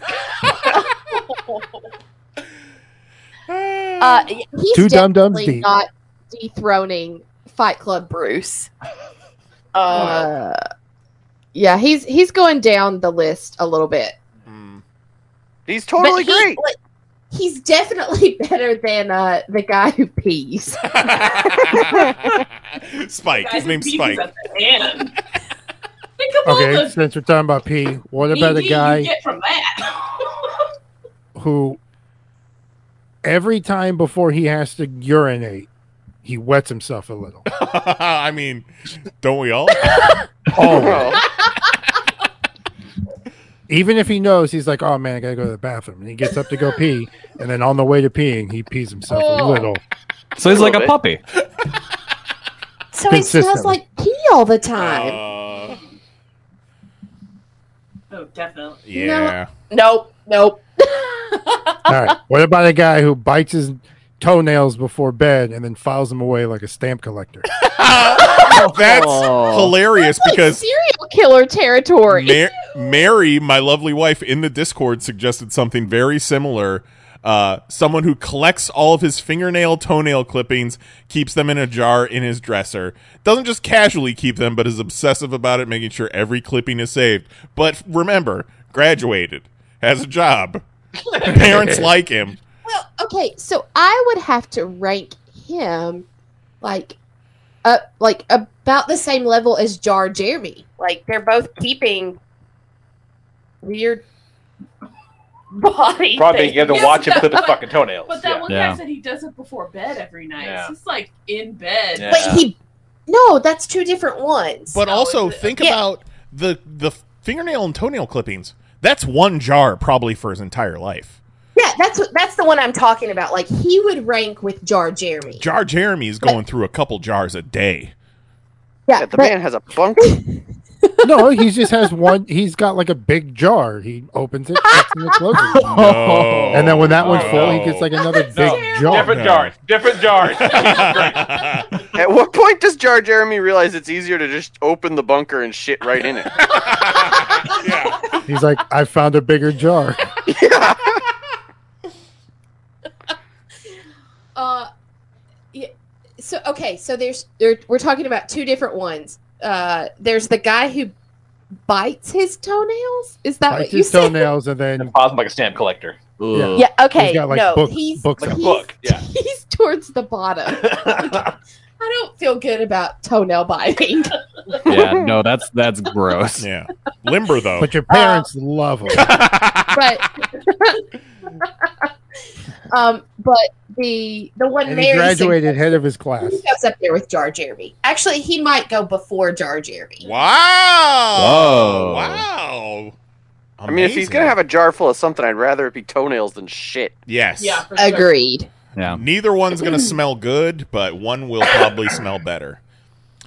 M: Uh, he's
H: Two dum dums
M: definitely
H: deep.
M: not dethroning Fight Club
I: <laughs>
M: Bruce. Uh, yeah, he's he's going down the list a little bit.
G: He's totally
M: But he- <laughs>
G: great.
M: like, he's definitely <laughs> better than uh, the guy who
I: <laughs>
M: pees.
I: Spike. His name's Spike. <laughs>
F: Okay, since we're talking about pee, what about a guy
W: get
U: <laughs>
W: from that?
F: who every time before he has to urinate, he wets himself a little.
I: <laughs> I mean, don't we all? <laughs> Oh,
F: Always. Even if he knows he's like, oh man, I gotta go to the bathroom, and he gets up to go pee, and then on the way to peeing, he pees himself a
M: Oh.
F: little.
H: So he's like a puppy.
M: so he smells
F: Consistent.
M: like pee all the time.
I: Uh,
W: oh, definitely.
F: Yeah.
M: Nope. Nope.
U: <laughs>
F: All right. What about a guy who bites his toenails before bed and then files them away like a stamp collector?
I: <laughs> That's hilarious because
M: serial killer territory.
I: Ma- Mary, my lovely wife in the Discord, suggested something very similar. Uh, someone who collects all of his fingernail toenail clippings, keeps them in a jar in his dresser. Doesn't just casually keep them, but is obsessive about it, making sure every clipping is saved. But remember, graduated, has a job, parents like him.
M: okay, so I would have to rank him like uh like above about the same level as Jar Jeremy. Like they're both keeping weird body.
P: Probably
M: things.
P: you have to watch him clip his fucking toenails.
U: But that one
P: Yeah.
U: guy said he does it before bed every night.
P: Yeah.
U: It's just like in bed.
I: Yeah. Wait,
U: <laughs>
I: he-
M: No, that's two different ones. uh,
I: But also think about the the fingernail and toenail clippings. That's one jar probably for his entire life.
M: Yeah, that's what that's the one I'm talking about. Like he would rank with Jar Jeremy.
I: Jar Jeremy's going through a couple jars a day.
M: Yeah,
F: the
M: man
G: has a bunk.
F: no, he just has one. He's got like a big jar. He opens it, checks it, and closes
H: <laughs>
F: it.
I: No.
F: and then when that one's full, he
I: No.
F: gets like another big jar.
G: Different
I: jars.
G: Different jars. At what point does Jar Jeremy realize it's easier to just open the bunker and shit right in it?
F: He's like, I found a bigger <laughs> jar.
M: Uh, yeah. So okay, so there's there, we're talking about two different ones. Uh, there's the guy who bites his toenails. Is that
F: Bites
M: what Uh, you
F: his
M: said?
F: toenails and then
P: pause like a stamp collector.
F: Yeah.
M: Yeah, okay,
F: He's got like
M: no,
F: book-
M: he's-
F: books
M: Like a
F: on it.
M: book, <laughs> He's towards the
F: <laughs>
M: bottom. I don't feel good about toenail
F: <laughs>
M: biting.
H: yeah, no, that's that's gross.
I: Yeah, limber though.
F: But your parents love him. <laughs>
M: but um, but the the one
F: and
M: Mary
F: he
M: suggested-
F: graduated head of his class.
M: He goes up there with Jar Jeremy. Actually, he might go before Jar Jeremy.
I: Wow.
G: Whoa.
I: Wow.
G: I mean, if he's
I: Amazing.
G: gonna have a jar full of something, I'd rather it be toenails than shit.
I: Yes.
G: Yeah, <laughs> for
M: sure. Agreed.
H: Yeah.
I: Neither one's going to smell good, but one will probably smell better.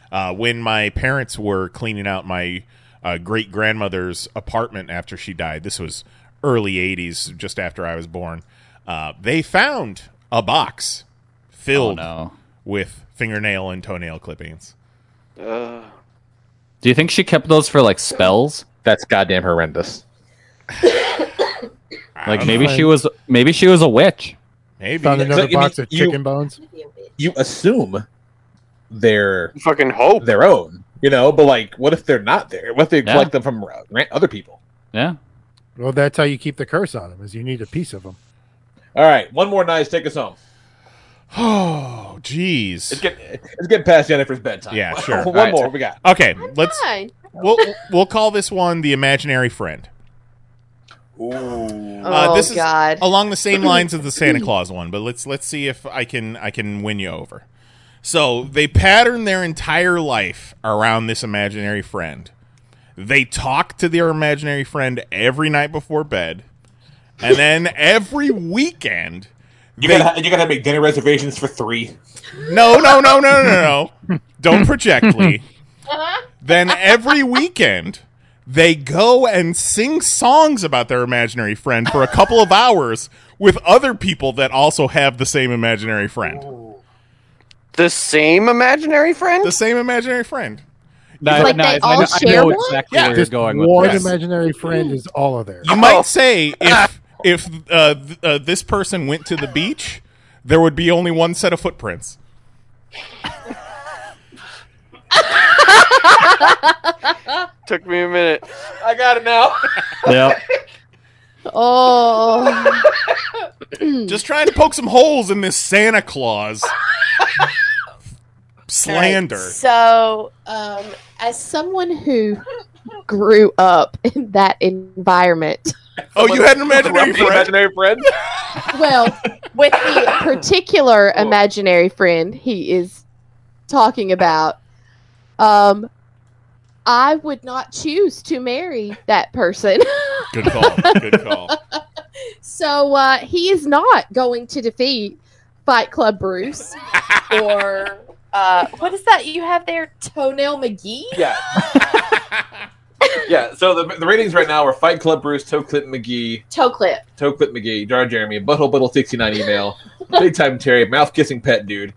I: Uh, when my parents were cleaning out my uh, great grandmother's apartment after she died, this was early 80s, just after I was born, uh, they found a box filled with fingernail and toenail clippings.
G: Uh,
H: Do you think she kept those for like spells?
J: That's goddamn horrendous.
H: like maybe she was maybe she was a witch.
I: Maybe
F: Found another
J: you-
F: box of
J: you-
F: chicken bones.
J: You assume they're
G: fucking hope
J: their own, you know. But like, what if they're not there? What if they
F: Yeah.
J: collect them from ra- ra- other people?
H: Yeah.
F: Well, that's how you keep the curse on him. Is you need a piece
I: <gasps>
F: of him.
J: All right, one more nice. Take us home.
I: Oh, jeez.
J: It's getting it's getting past Jennifer's bedtime. <laughs>
I: Yeah,
E: <laughs>
I: sure.
J: one
I: All right.
J: more. We got.
I: Okay, let's we'll we'll call this one the imaginary friend.
F: Oh,
I: Uh, this is along
F: <clears throat>
I: the same lines as
F: <laughs>
I: the Santa Claus one, but let's let's see if I can I can win you over. So they pattern their entire life around this imaginary friend. They talk to their imaginary friend every night before bed, and then every weekend.
P: You gotta you gotta make dinner reservations for three.
I: No, no, no, no, no,
P: <laughs>
I: no. Don't project, Lee. <laughs> then every weekend, they go and sing songs about their imaginary friend for a couple of hours with other people that also have the same imaginary friend.
G: The same imaginary friend?
I: The same imaginary friend.
H: No,
F: Like no, they I- all I know- I share know one?
H: exactly where you're
F: Just
H: going with
F: one
H: this.
F: imaginary friend is all of theirs.
I: You
G: Oh.
I: might
G: <laughs>
I: say if if uh, th- uh, this person went to the beach, there would be only one set of footprints.
G: Took me a minute.
P: I got it now.
J: <laughs>
H: Yep.
M: Oh.
I: Just trying to poke some holes in this
M: <laughs>
I: Santa Claus slander.
M: So, um, as someone who grew up in that environment,
I: Oh, you had an imaginary
P: friend. Imaginary friend.
M: well, with the particular imaginary friend he is talking about, um, I would not choose to marry that person. <laughs>
I: Good call. Good call.
M: So uh, he is not going to defeat Fight Club Bruce or uh, what is that you have there? Toenail McGee?
J: Yeah. Yeah. So the, the ratings right now are Fight Club Bruce, Toe Clip McGee,
M: Toe
I: <laughs>
M: clip.
J: Toe Clip McGee, Jar Jeremy, Butthole Buttle 69 email, Big Time Terry, Mouth Kissing Pet Dude,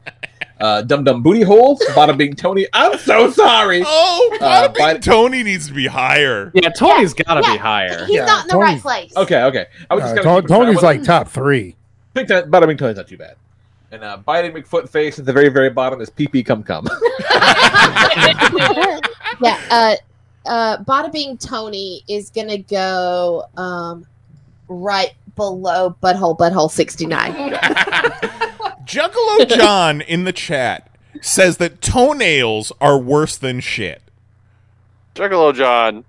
J: uh, Dum Dum Booty Hole, Bottom Being Tony. I'm so sorry.
I: Oh,
J: Uh,
I: I think Tony needs to be higher.
H: Yeah,
J: Tony's
H: gotta
J: be higher.
M: He's not in the right place.
J: Okay, okay. I was
F: Uh,
J: just gonna
F: Ton-
J: keep it
F: Tony's
J: separate.
F: like top three.
J: Big Time Bottom Being Tony's not too bad. And uh, Biting McFoot Face at the very, very bottom is Pee Pee Cum Cum. <laughs>
M: yeah. Uh, uh, Bada Bing Tony is going to go um, right below Butthole Butthole 69.
I: Juggalo John in the chat says that toenails are worse than shit.
G: Juggalo John.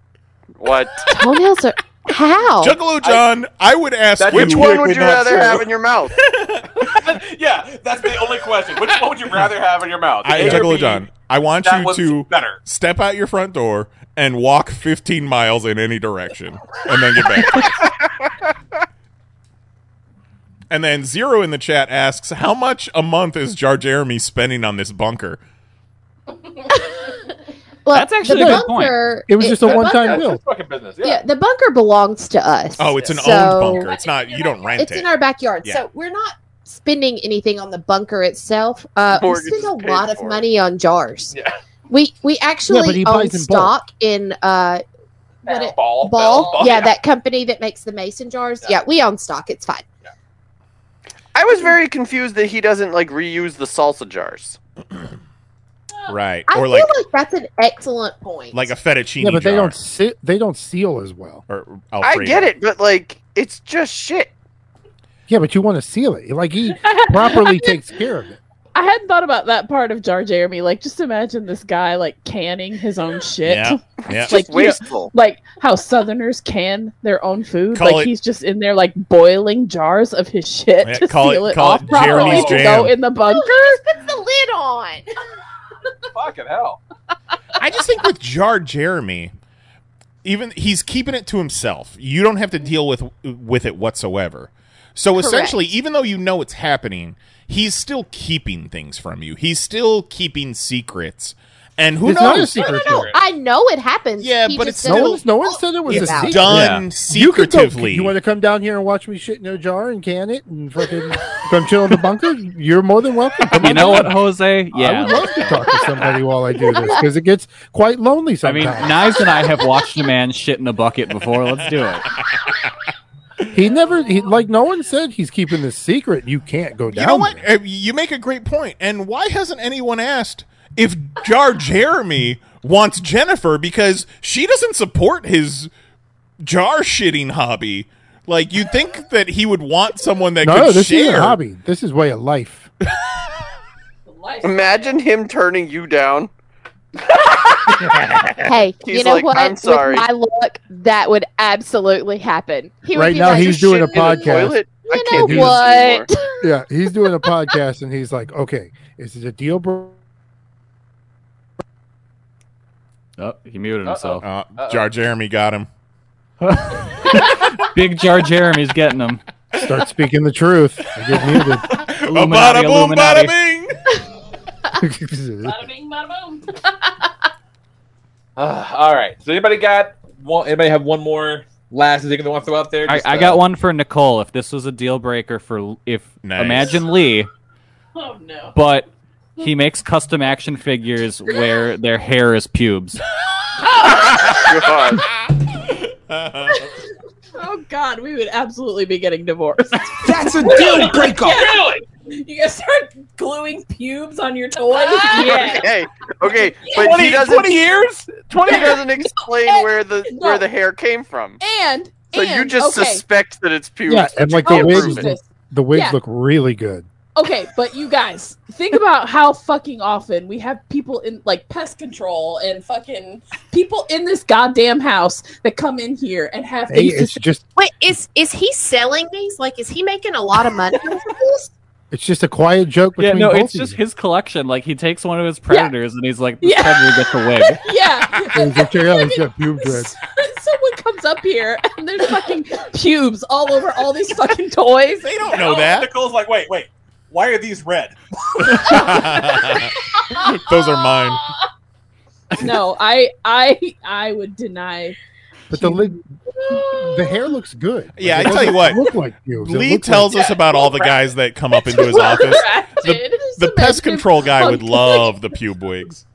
G: What?
M: Toenails are how?
I: Juggalo John, I, would ask
G: That-
I: you-
G: which one would you rather have in your mouth?
P: <laughs> yeah, that's the only question. Which one would you rather have in your mouth?
I: I,
P: A or
I: Juggalo
P: B?
I: John, I want
P: That
I: you
P: one's
I: to
P: better.
I: step out your front door and walk 15 miles in any direction and then get back.
P: <laughs>
I: and then Zero in the chat asks, How much a month is Jar Jeremy spending on this bunker?
M: Well,
H: That's actually
M: the
H: a good point.
M: bunker-
H: It was just a
M: the
H: one-time
M: bunker-
H: bill.
M: Yeah. the bunker belongs to us.
I: Oh, it's an
M: So-
I: owned bunker. It's not, you don't rent
M: It's
I: it.
M: in our backyard,
I: Yeah.
M: so we're not spending anything on the bunker itself. Uh, we
I: Mortgage
M: spend
I: is
M: a
I: paid
M: lot of
I: for.
M: money on jars. We we actually
L: he
M: own
L: buys in bulk.
M: stock in uh, what it,
P: ball,
M: ball?
G: Ball,
M: yeah,
G: yeah.
M: that company that makes the mason jars. Yeah, we own stock. It's fine.
G: I was very confused that he doesn't like reuse the salsa jars.
I: <clears throat> Right.
M: I
I: or
M: feel
I: like
M: like, that's an excellent point.
I: like a fettuccine
F: yeah, but they
I: jar.
F: don't se- they don't seal as well.
I: Or
G: I get it, but like it's just
M: <laughs>
G: shit.
F: Yeah, but you want to seal it. Like <laughs> he properly takes care of it.
D: I hadn't thought about that part of Jar Jeremy. Like, just imagine this guy like canning his own shit. <laughs>
I: Yeah, yeah.
D: It's like
I: Just
D: you know,
I: wasteful.
D: like how Southerners can their own food.
I: Call
D: like
I: it-
D: he's just in there like boiling jars of his shit
I: Yeah,
D: to
I: call
D: seal
I: it-
D: it,
I: call
D: off
I: it
D: properly
I: Jeremy's
D: to
I: jam.
D: go in
I: <laughs>
D: the bunker.
M: Put the lid on.
P: Fucking hell.
I: I just think with Jar Jeremy, even he's keeping it to himself. You don't have to deal with with it whatsoever. So
P: Correct.
I: essentially, even though you know it's happening, he's still keeping things from you. He's still keeping secrets. And who
F: It's
I: knows?
F: not a secret
M: No, I know it happens.
I: Yeah,
M: He
I: but
M: just
I: it's no
M: doesn't
I: one's-
F: No one said it was
I: It's
F: a secret.
I: done
F: You could go-
I: secretively.
F: You want to come down here and watch me shit in a jar and can it and fucking come chill in the bunker? You're more than welcome. Come
H: You
F: on
H: know what,
F: down.
H: Jose?
F: I
H: Yeah.
F: would love to talk to somebody while I do this because it gets quite lonely <laughs>
H: I mean,
F: sometimes.
H: Knives and I have watched a man shit in a bucket before. Let's do it.
F: he never he, like no one said he's keeping this secret. You can't go down.
I: You know what? Uh, You make a great point. And why hasn't anyone asked if Jar Jeremy wants Jennifer because she doesn't support his jar shitting hobby? Like you'd think that he would want someone that
F: no,
I: could
F: this
I: share.
F: isn't a hobby. This is way of life.
G: Imagine him turning you down.
M: <laughs> Hey,
G: <laughs> He's
M: you know
G: like,
M: what?
G: I'm sorry.
M: With
G: <laughs>
M: my luck, that would absolutely happen. He would
F: right
M: be
F: now,
M: like,
F: he's doing a
M: "Shit in the
F: podcast.
M: toilet. You
F: can't do
M: know what?
F: this yeah, he's doing a podcast and he's like, okay, is this a deal, bro?
H: Oh, he muted himself.
I: Uh, Jar Jeremy got him. <laughs>
H: Big Jar Jeremy's getting him.
F: Start speaking the truth. I get muted.
H: Illuminati, Illuminati. <laughs>
P: Bada
U: bing, bada
I: <laughs>
U: boom. <laughs>
J: Uh, all right. So anybody got? One, anybody have one more last thing they want to throw out there?
H: I,
J: Just,
H: I
J: uh,
H: got one for Nicole. If this was a deal breaker for if
I: Nice.
H: imagine Lee,
U: <laughs> Oh no.
H: but he makes custom action
U: <laughs>
H: figures where their hair is pubes.
D: <laughs> Oh God, we would absolutely be getting divorced.
K: That's a deal breaker.
D: Really? You guys start gluing pubes on your toys. Ah, <laughs> yeah.
G: Okay, okay, but
K: 20
G: he doesn't.
K: 20 years?
G: Twenty doesn't explain where the where the hair came from.
M: And
G: So you
M: and-
G: just
M: okay.
G: suspect that it's pubes.
F: Yeah, and like the
G: Can't prove
F: wigs,
G: it.
F: the wigs
D: Yeah.
F: look really good.
D: Okay, but you guys, think about how fucking often we have people in like pest control and fucking people in this goddamn house that come in here and have
F: Hey,
D: things to
F: it's just
M: Wait, is is he selling these? Like, is he making a lot of money? off of this?
F: it's just a quiet joke
H: Yeah,
F: between
H: no,
F: both
H: it's
F: of
H: just his collection. Like he takes one of his predators and he's like, "This
D: <laughs> Yeah.
H: predator gets a
U: <laughs>
H: wig."
D: <laughs> yeah.
F: you. It's like, yeah, he's got pube dreads.
D: <laughs> Someone comes up here and there's fucking pubes all over all these fucking toys. They
I: don't know that.
P: Nicole's like, wait, wait. Why are these red?
I: Those are mine.
D: No, I I I
I: <laughs>
D: would deny. <laughs>
F: But the lid, the hair looks good.
I: Yeah, I
F: Like, it
I: tell you
F: doesn't
I: what.
F: Look like pubes. It
I: Lee
F: looks
I: tells
F: like-
I: us about all the guys that come up into his office. The, the pest control guy would love the pube wigs.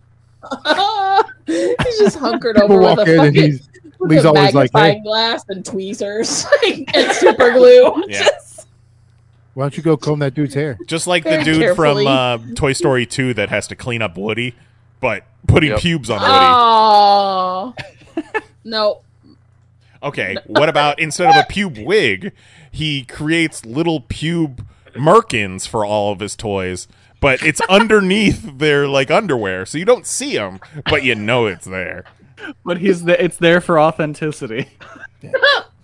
D: he's just hunkered
F: People
D: over
F: walk
D: with a
F: in and
D: fucking
F: he's-
D: with
F: Lee's
D: a
F: always like,
D: magnifying
F: "Hey."
D: glass and tweezers <laughs> like, and super glue.
I: Yeah.
F: Why don't you go comb that dude's
G: <laughs>
F: hair?
I: Just like the
D: Very
I: dude
D: carefully.
I: from uh, Toy Story 2 that has to clean up Woody, but putting pubes on Woody.
D: <laughs>
F: <laughs>
D: Oh no!
I: Okay, what about instead of a pube wig, he creates little pube merkins for all of his toys, but it's underneath their like underwear, so you don't see them, but you know it's there.
X: But he's the, it's there for
U: <laughs>
X: authenticity.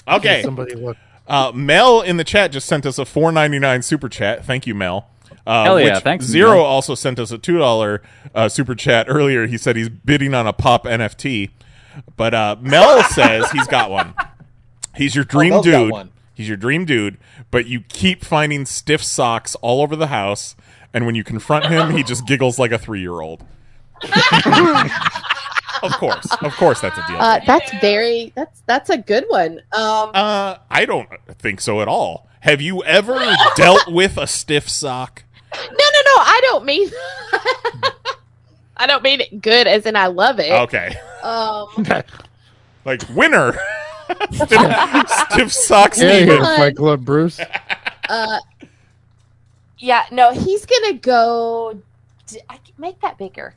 I: Okay.
F: Somebody look.
I: Uh, Mel in the chat just sent us a four ninety nine super chat. Thank you, Mel. Uh,
H: Hell yeah,
I: which
H: thanks,
I: Zero
H: Mel.
I: also sent us a two dollar uh, super chat earlier. He said he's bidding on a pop NFT, but uh,
H: <laughs>
I: Mel says he's got one. He's your dream
E: Oh, Mel's got
I: dude.
E: one.
I: He's your dream dude, but you keep finding stiff socks all over the house, and when you confront him, he just giggles like a three year
H: <laughs>
I: old. of course, of course, that's a deal.
M: Uh, that's very that's that's a good one. Um,
I: uh, I don't think so at all. Have you ever <laughs> dealt with a stiff sock?
M: no, no, no. I don't mean. <laughs> I don't mean it good as in I love it.
I: Okay.
M: Um,
I: <laughs> Like winner. <laughs> stiff, stiff socks.
F: Yeah, you
I: needed.
F: got a Fight Club, Bruce.
M: <laughs> uh, yeah, no, he's gonna go. d- I can make that bigger.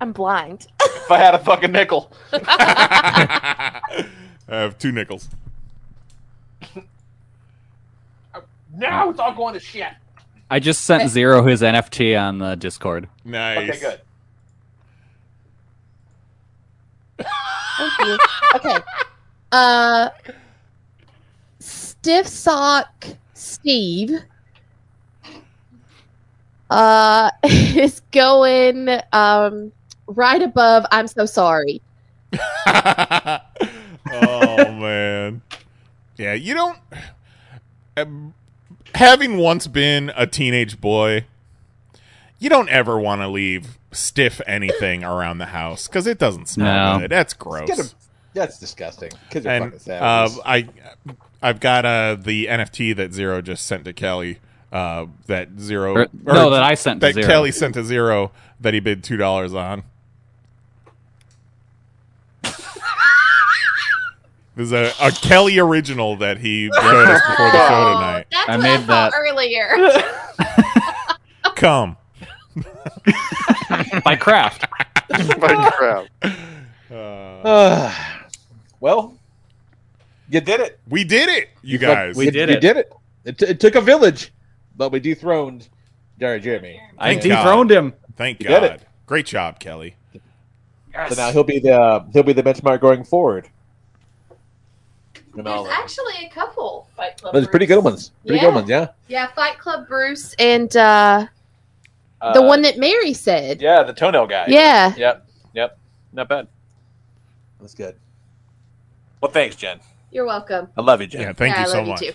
M: I'm blind. <laughs>
G: If I had a fucking nickel.
I: <laughs> I have two nickels.
G: Now it's all going to shit.
H: I just sent Zero his NFT on the Discord.
I: Nice.
G: Okay, good.
M: Thank you. Okay. Uh, stiff sock Steve. Uh, <laughs> is going um right above. I'm so sorry.
I: Oh man. Yeah, you don't. Um, having once been a teenage boy, you don't ever want to leave stiff anything around the house because it doesn't smell
E: No.
I: good. That's gross.
E: Get 'em- That's disgusting. Kids are
I: and
E: fucking
I: uh,
E: savages.
I: I, I've got uh, the NFT that Zero just sent to Kelly. Uh, that Zero,
H: Or- Er, no, that I sent to
I: that
H: Zero.
I: Kelly sent to Zero that he bid two dollars on. <laughs> There's a, a Kelly original that
M: <laughs>
I: he showed us before the show tonight.
M: Oh, That's what I thought earlier.
I: <laughs> Come
H: by
M: <laughs>
H: craft.
G: <laughs> By
I: <laughs>
G: crap.
I: Uh,
E: <sighs> well, you did it.
I: We did it, you guys. We did
E: you
I: it.
E: did it. It, t- it took a village, but we dethroned Jerry Jeremy.
I: I
E: So-
I: dethroned him. Thank
E: You
I: God.
E: did it.
I: Great job, Kelly.
E: uh, So now he'll be the he'll be the benchmark going forward. And all
M: There's
E: that.
M: actually a couple. Fight Club
E: Those are pretty good ones. Pretty
M: Yeah.
E: good ones. Yeah.
M: Yeah, Fight Club Bruce and uh, the
E: Uh,
M: one that Mary said.
E: Yeah, the toenail guy.
M: Yeah.
G: Yep. Yep. Not bad.
E: That's good.
G: Well, thanks, Jen.
M: You're welcome.
G: I love you, Jen.
M: Yeah, I love you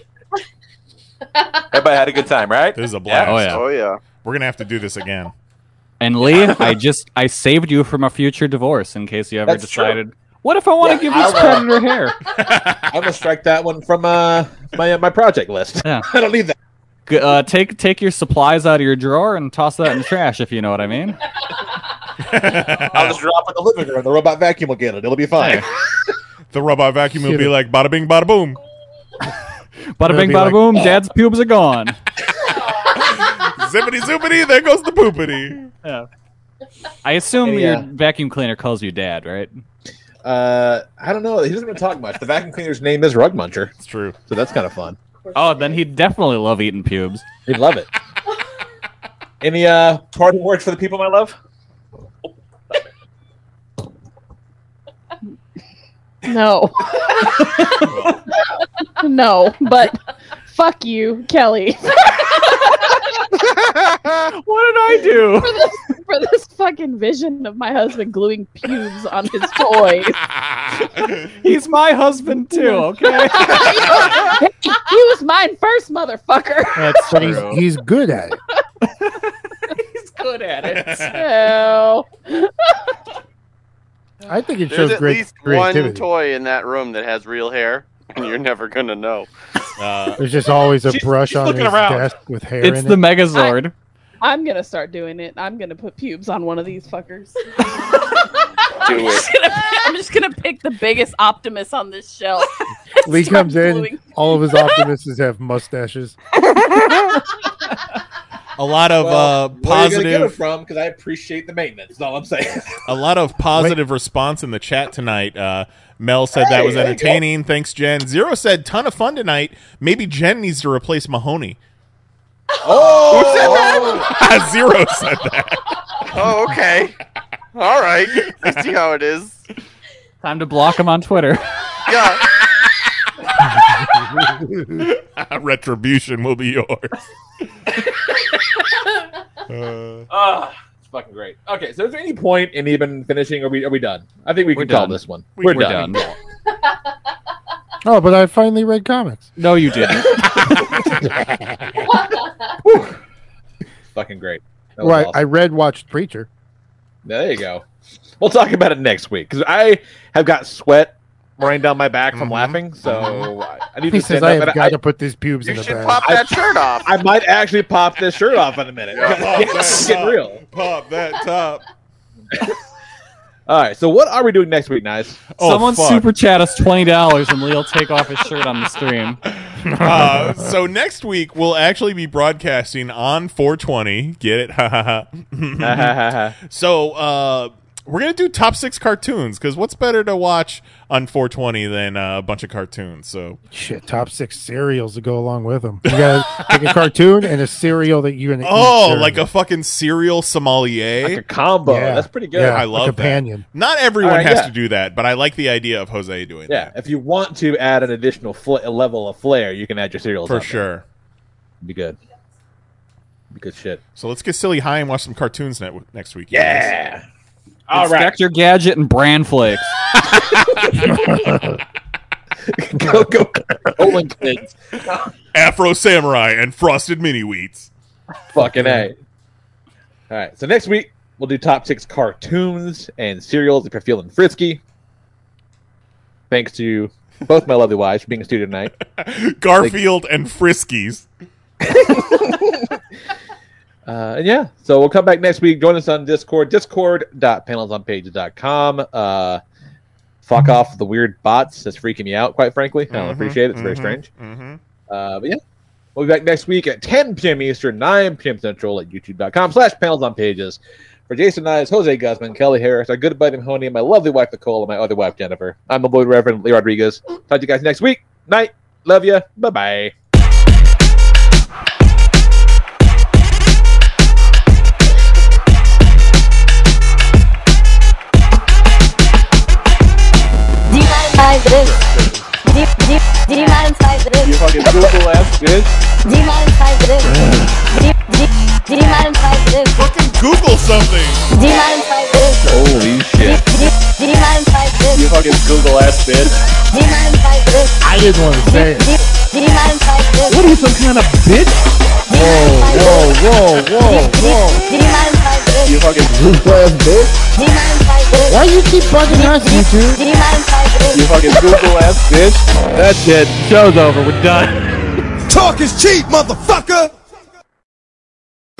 G: Everybody had a good time, right?
I: This is a blast.
H: Oh, yeah. Oh,
G: yeah.
I: We're gonna have to do this again. <laughs>
H: And Lee, I just I saved you from a future divorce in case you ever
E: That's true.
H: decided. What if I want to give this
E: <laughs>
H: predator hair?
E: I'm gonna strike that one from uh, my uh, my project list.
H: Yeah.
E: <laughs> I don't need that.
H: G- Uh, take take your supplies out of your drawer and toss that in the trash if you know what
E: <laughs>
H: I mean.
E: I'll just drop it in the living room. The robot vacuum will get it. It'll be fine.
I: The robot vacuum will be like bada bing, bada boom. <laughs>
H: Bada bing, bada boom. Dad's pubes are gone.
I: Zippity zoopity, there goes the poopity.
H: Yeah. I assume
E: Hey, uh,
H: your vacuum cleaner calls you dad, right?
E: Uh, I don't know. He doesn't really talk much. The vacuum cleaner's name is Rug Muncher. It's
I: true.
E: So that's kind of fun.
H: Oh, then he'd definitely love eating pubes.
E: He'd love it. Any uh parting words for the people, my love?
D: No. no, but fuck you, Kelly.
H: what did I do?
D: <laughs> For this, for this fucking vision of my husband gluing pubes on his toys.
X: He's my husband too. Okay.
D: <laughs> he was mine first, motherfucker.
X: That's
F: But he's, he's good at it.
D: He's good at it. So.
F: I think it
G: There's
F: shows
G: at
F: great
G: least one
F: creativity.
G: toy in that room that has real hair, and you're never gonna know.
F: There's just always a brush on
G: looking
F: his
G: around.
F: desk with hair
H: It's
F: in
H: the
F: it.
H: Megazord.
D: I'm gonna start doing it. I'm gonna put pubes on one of these
Y: <laughs>
D: fuckers.
G: Do it.
Y: just gonna- I'm just gonna pick the biggest optimist on this
D: <laughs>
Y: shelf.
G: <laughs>
F: Lee
Y: Start
F: comes in,
Y: gluing.
F: all of his optimists have mustaches.
I: A lot of
E: Well,
I: uh,
E: Where are you gonna get it
I: positive,
E: from? Because I appreciate the maintenance. Is all I'm <laughs> saying.
I: a lot of positive response in the chat tonight. Uh, Mel said that
E: Hey,
I: was
E: there you go.
I: entertaining. Thanks, Jen. Zero said ton of fun tonight. Maybe Jen needs to replace Mahoney.
E: Oh,
I: Who said that? <laughs> Zero said that.
G: Oh, okay. All right. I see how it is.
Z: Time to block him on
H: <laughs>
Z: Twitter.
G: Yeah.
I: <laughs> Retribution will be yours.
E: Uh, it's fucking great. Okay, so is there any point in even finishing? Are we are we done? I think we
Z: We're
E: can call
Z: done.
E: this one.
Z: We-
E: are
Z: we're
E: done.
Z: done.
F: Oh, but I finally read comics.
Z: No, you
F: <laughs>
Z: didn't.
E: fucking great. That was
F: Well,
E: awesome.
F: I, I read, watched Preacher.
E: There you go. We'll talk about it next week because I have got sweat running down my back
I: Mm-hmm.
E: from laughing. So I I need
F: He
E: to stand
F: says
E: up.
F: I have
E: and
F: got to put these pubes in the
E: <laughs>
F: bag.
E: that shirt off. I might actually pop this shirt off in a minute. <laughs> It's getting real.
I: Pop that top.
E: All right. So what are we doing next week, guys?
I: Oh,
Z: Someone
I: <laughs>
Z: super chat us twenty dollars and Lee'll take off his shirt on the stream.
I: <laughs> Uh, so next week we'll actually be broadcasting on 420. Get it? Ha, ha, Mm-hmm. ha. <laughs> so uh, we're gonna do top six cartoons because what's better to watch on 420 than uh, a bunch of cartoons? So
F: Shit, top six cereals to go along with them. You
E: <laughs>
F: got like a cartoon and a cereal that you're gonna eat.
I: oh,
F: during
I: like a fucking cereal sommelier, like a
E: combo.
F: Yeah. That's pretty good. Yeah,
I: I
F: a
I: love
F: companion.
I: That. Not everyone
E: All right,
I: has
E: yeah.
I: to do that, but I like the idea of Jose doing that.
E: Yeah. If you want to add an additional fl- level of flair, you can add your cereals
I: For
E: on there.
I: sure.
E: Be good. Be good shit.
I: So let's get silly high and watch some cartoons net- next week.
E: Yeah.
I: All right.
Z: Inspector Gadget and Bran Flakes.
E: <laughs> go go Owen kids.
I: Afro Samurai and Frosted Mini Wheats.
E: Fucking A. All right. So next week we'll do top six cartoons and cereals if you're feeling frisky. Thanks to both my lovely wives for being a studio tonight.
I: <laughs> Garfield and Friskies.
E: <laughs> Uh, and yeah, so we'll come back next week. Join us on Discord, discord.panelsonpages.com. Uh, fuck off the weird bots. That's freaking me out, quite frankly. I don't appreciate it. It's very strange.
I: Mm-hmm.
E: Uh, but yeah, we'll be back next week at 10 p.m. Eastern, 9 p.m. Central at youtube.com slash panels on pages. For Jason Nyes, Jose Guzman, Kelly Harris, our good buddy Mahoney, and my lovely wife Nicole, and my other wife Jennifer. I'm the Lord Reverend Lee Rodriguez. Talk to you guys next week. Night. Love you. Bye bye.
O: Demonetize this. De- de- demonetize this.
E: You fucking Google ass bitch.
O: Demonetize this. De- de- demonetize this. Fucking
I: Google something.
O: Demonetize this.
E: Holy shit.
O: De- demonetize this.
E: You fucking Google ass bitch.
O: Demonetize this.
F: I didn't want to say it.
O: Demonetize this.
E: What are you, some kind of bitch?
F: Whoa, whoa, whoa, whoa, whoa.
O: Demonetize this.
E: You fucking Google ass bitch.
O: Demonetize this.
F: Why you keep bugging us, YouTube?
O: Demonetize this.
E: You fucking Google ass bitch. That's it. Show's over. We're done. Talk is cheap, motherfucker.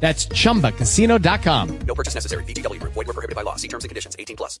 Q: That's chumbacasino.com.
H: No purchase necessary. VGW Group. Void where prohibited by law. See terms and conditions. 18 plus.